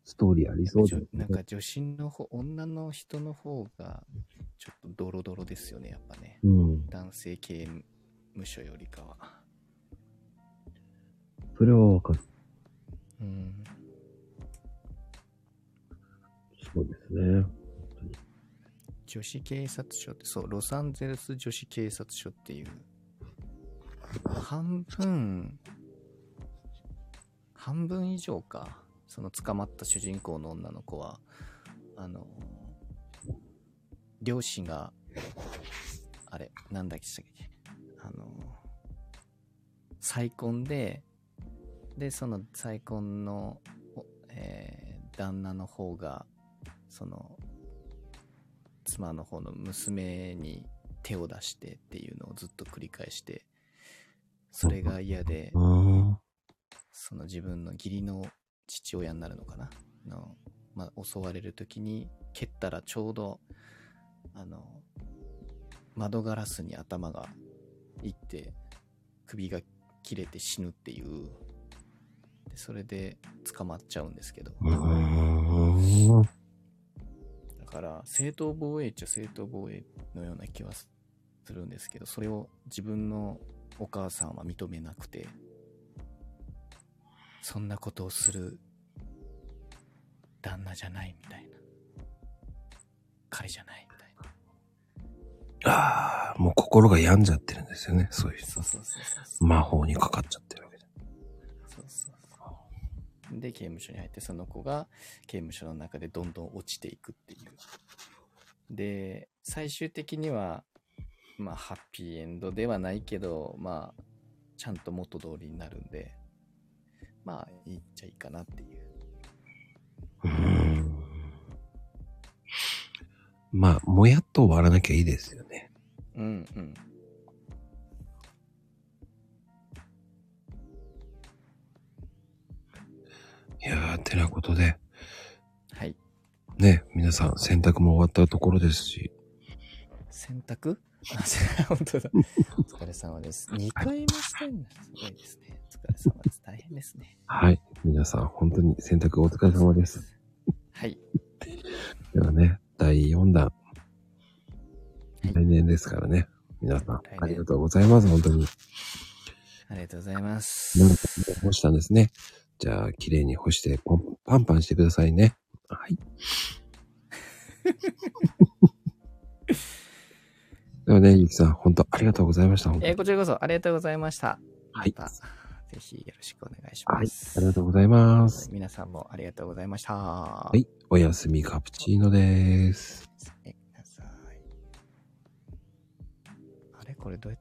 ストーリーありそうで
じ
す
ょ
ね。
なんか女子の方、女の人の方が、ちょっとドロドロですよね、やっぱね。
うん。
男性刑務所よりかは。
それはわかる。
うん。
そうですね。
女子警察署って、そう、ロサンゼルス女子警察署っていう、半分、半分以上か、その捕まった主人公の女の子は、あの、両親が、あれ、なんだっけ、あの、再婚で、で、その再婚の、おえー旦那の方が、その、妻の方の娘に手を出してっていうのをずっと繰り返して、それが嫌で
う、ん。
その自分の義理の父親になるのかなの、まあ、襲われる時に蹴ったらちょうどあの窓ガラスに頭がいって首が切れて死ぬっていうでそれで捕まっちゃうんですけど、
うん。
だから正当防衛っちゃ正当防衛のような気はするんですけどそれを自分のお母さんは認めなくてそんなことをする旦那じゃないみたいな。彼じゃないみたいな。
ああ、もう心が病んじゃってるんですよね。そういう人。
そうそうそうそう。
魔法にかかっちゃってるわけで。
そうそうそうで、刑務所に入って、その子が刑務所の中でどんどん落ちていくっていう。で、最終的には、まあ、ハッピーエンドではないけど、まあ、ちゃんと元通りになるんで、まあ、いいっちゃいいかなっていう。
うーん。まあ、もやっと終わらなきゃいいですよね。
うんうん。
いやー、てなことで、
はい。
ね、皆さん洗濯も終わったところですし、
洗濯 あせ本当だ。お疲れ様です。2回目してんのすごいですね。お疲れ様です。大変ですね。
はい。皆さん本当に洗濯お疲れ様です。
はい。
ではね、第4弾。
い
来年ですからね。皆さん
来、年
ありがとうございます。本当に。
ありがとうございます。
なんか干したんですね。じゃあ、綺麗に干して、ポンパンパンしてくださいね。 はい。ではね、ゆきさん、本当ありがとうございました。本当
えー
に
こちらこそありがとうございました。
はい
また、ぜひよろしくお願いし
は
ま
い。
す。
ありがとうございます。
皆さんもありがとうございました。は
は。い。おやすみカプチーノです。
ください。あれこれどうやっ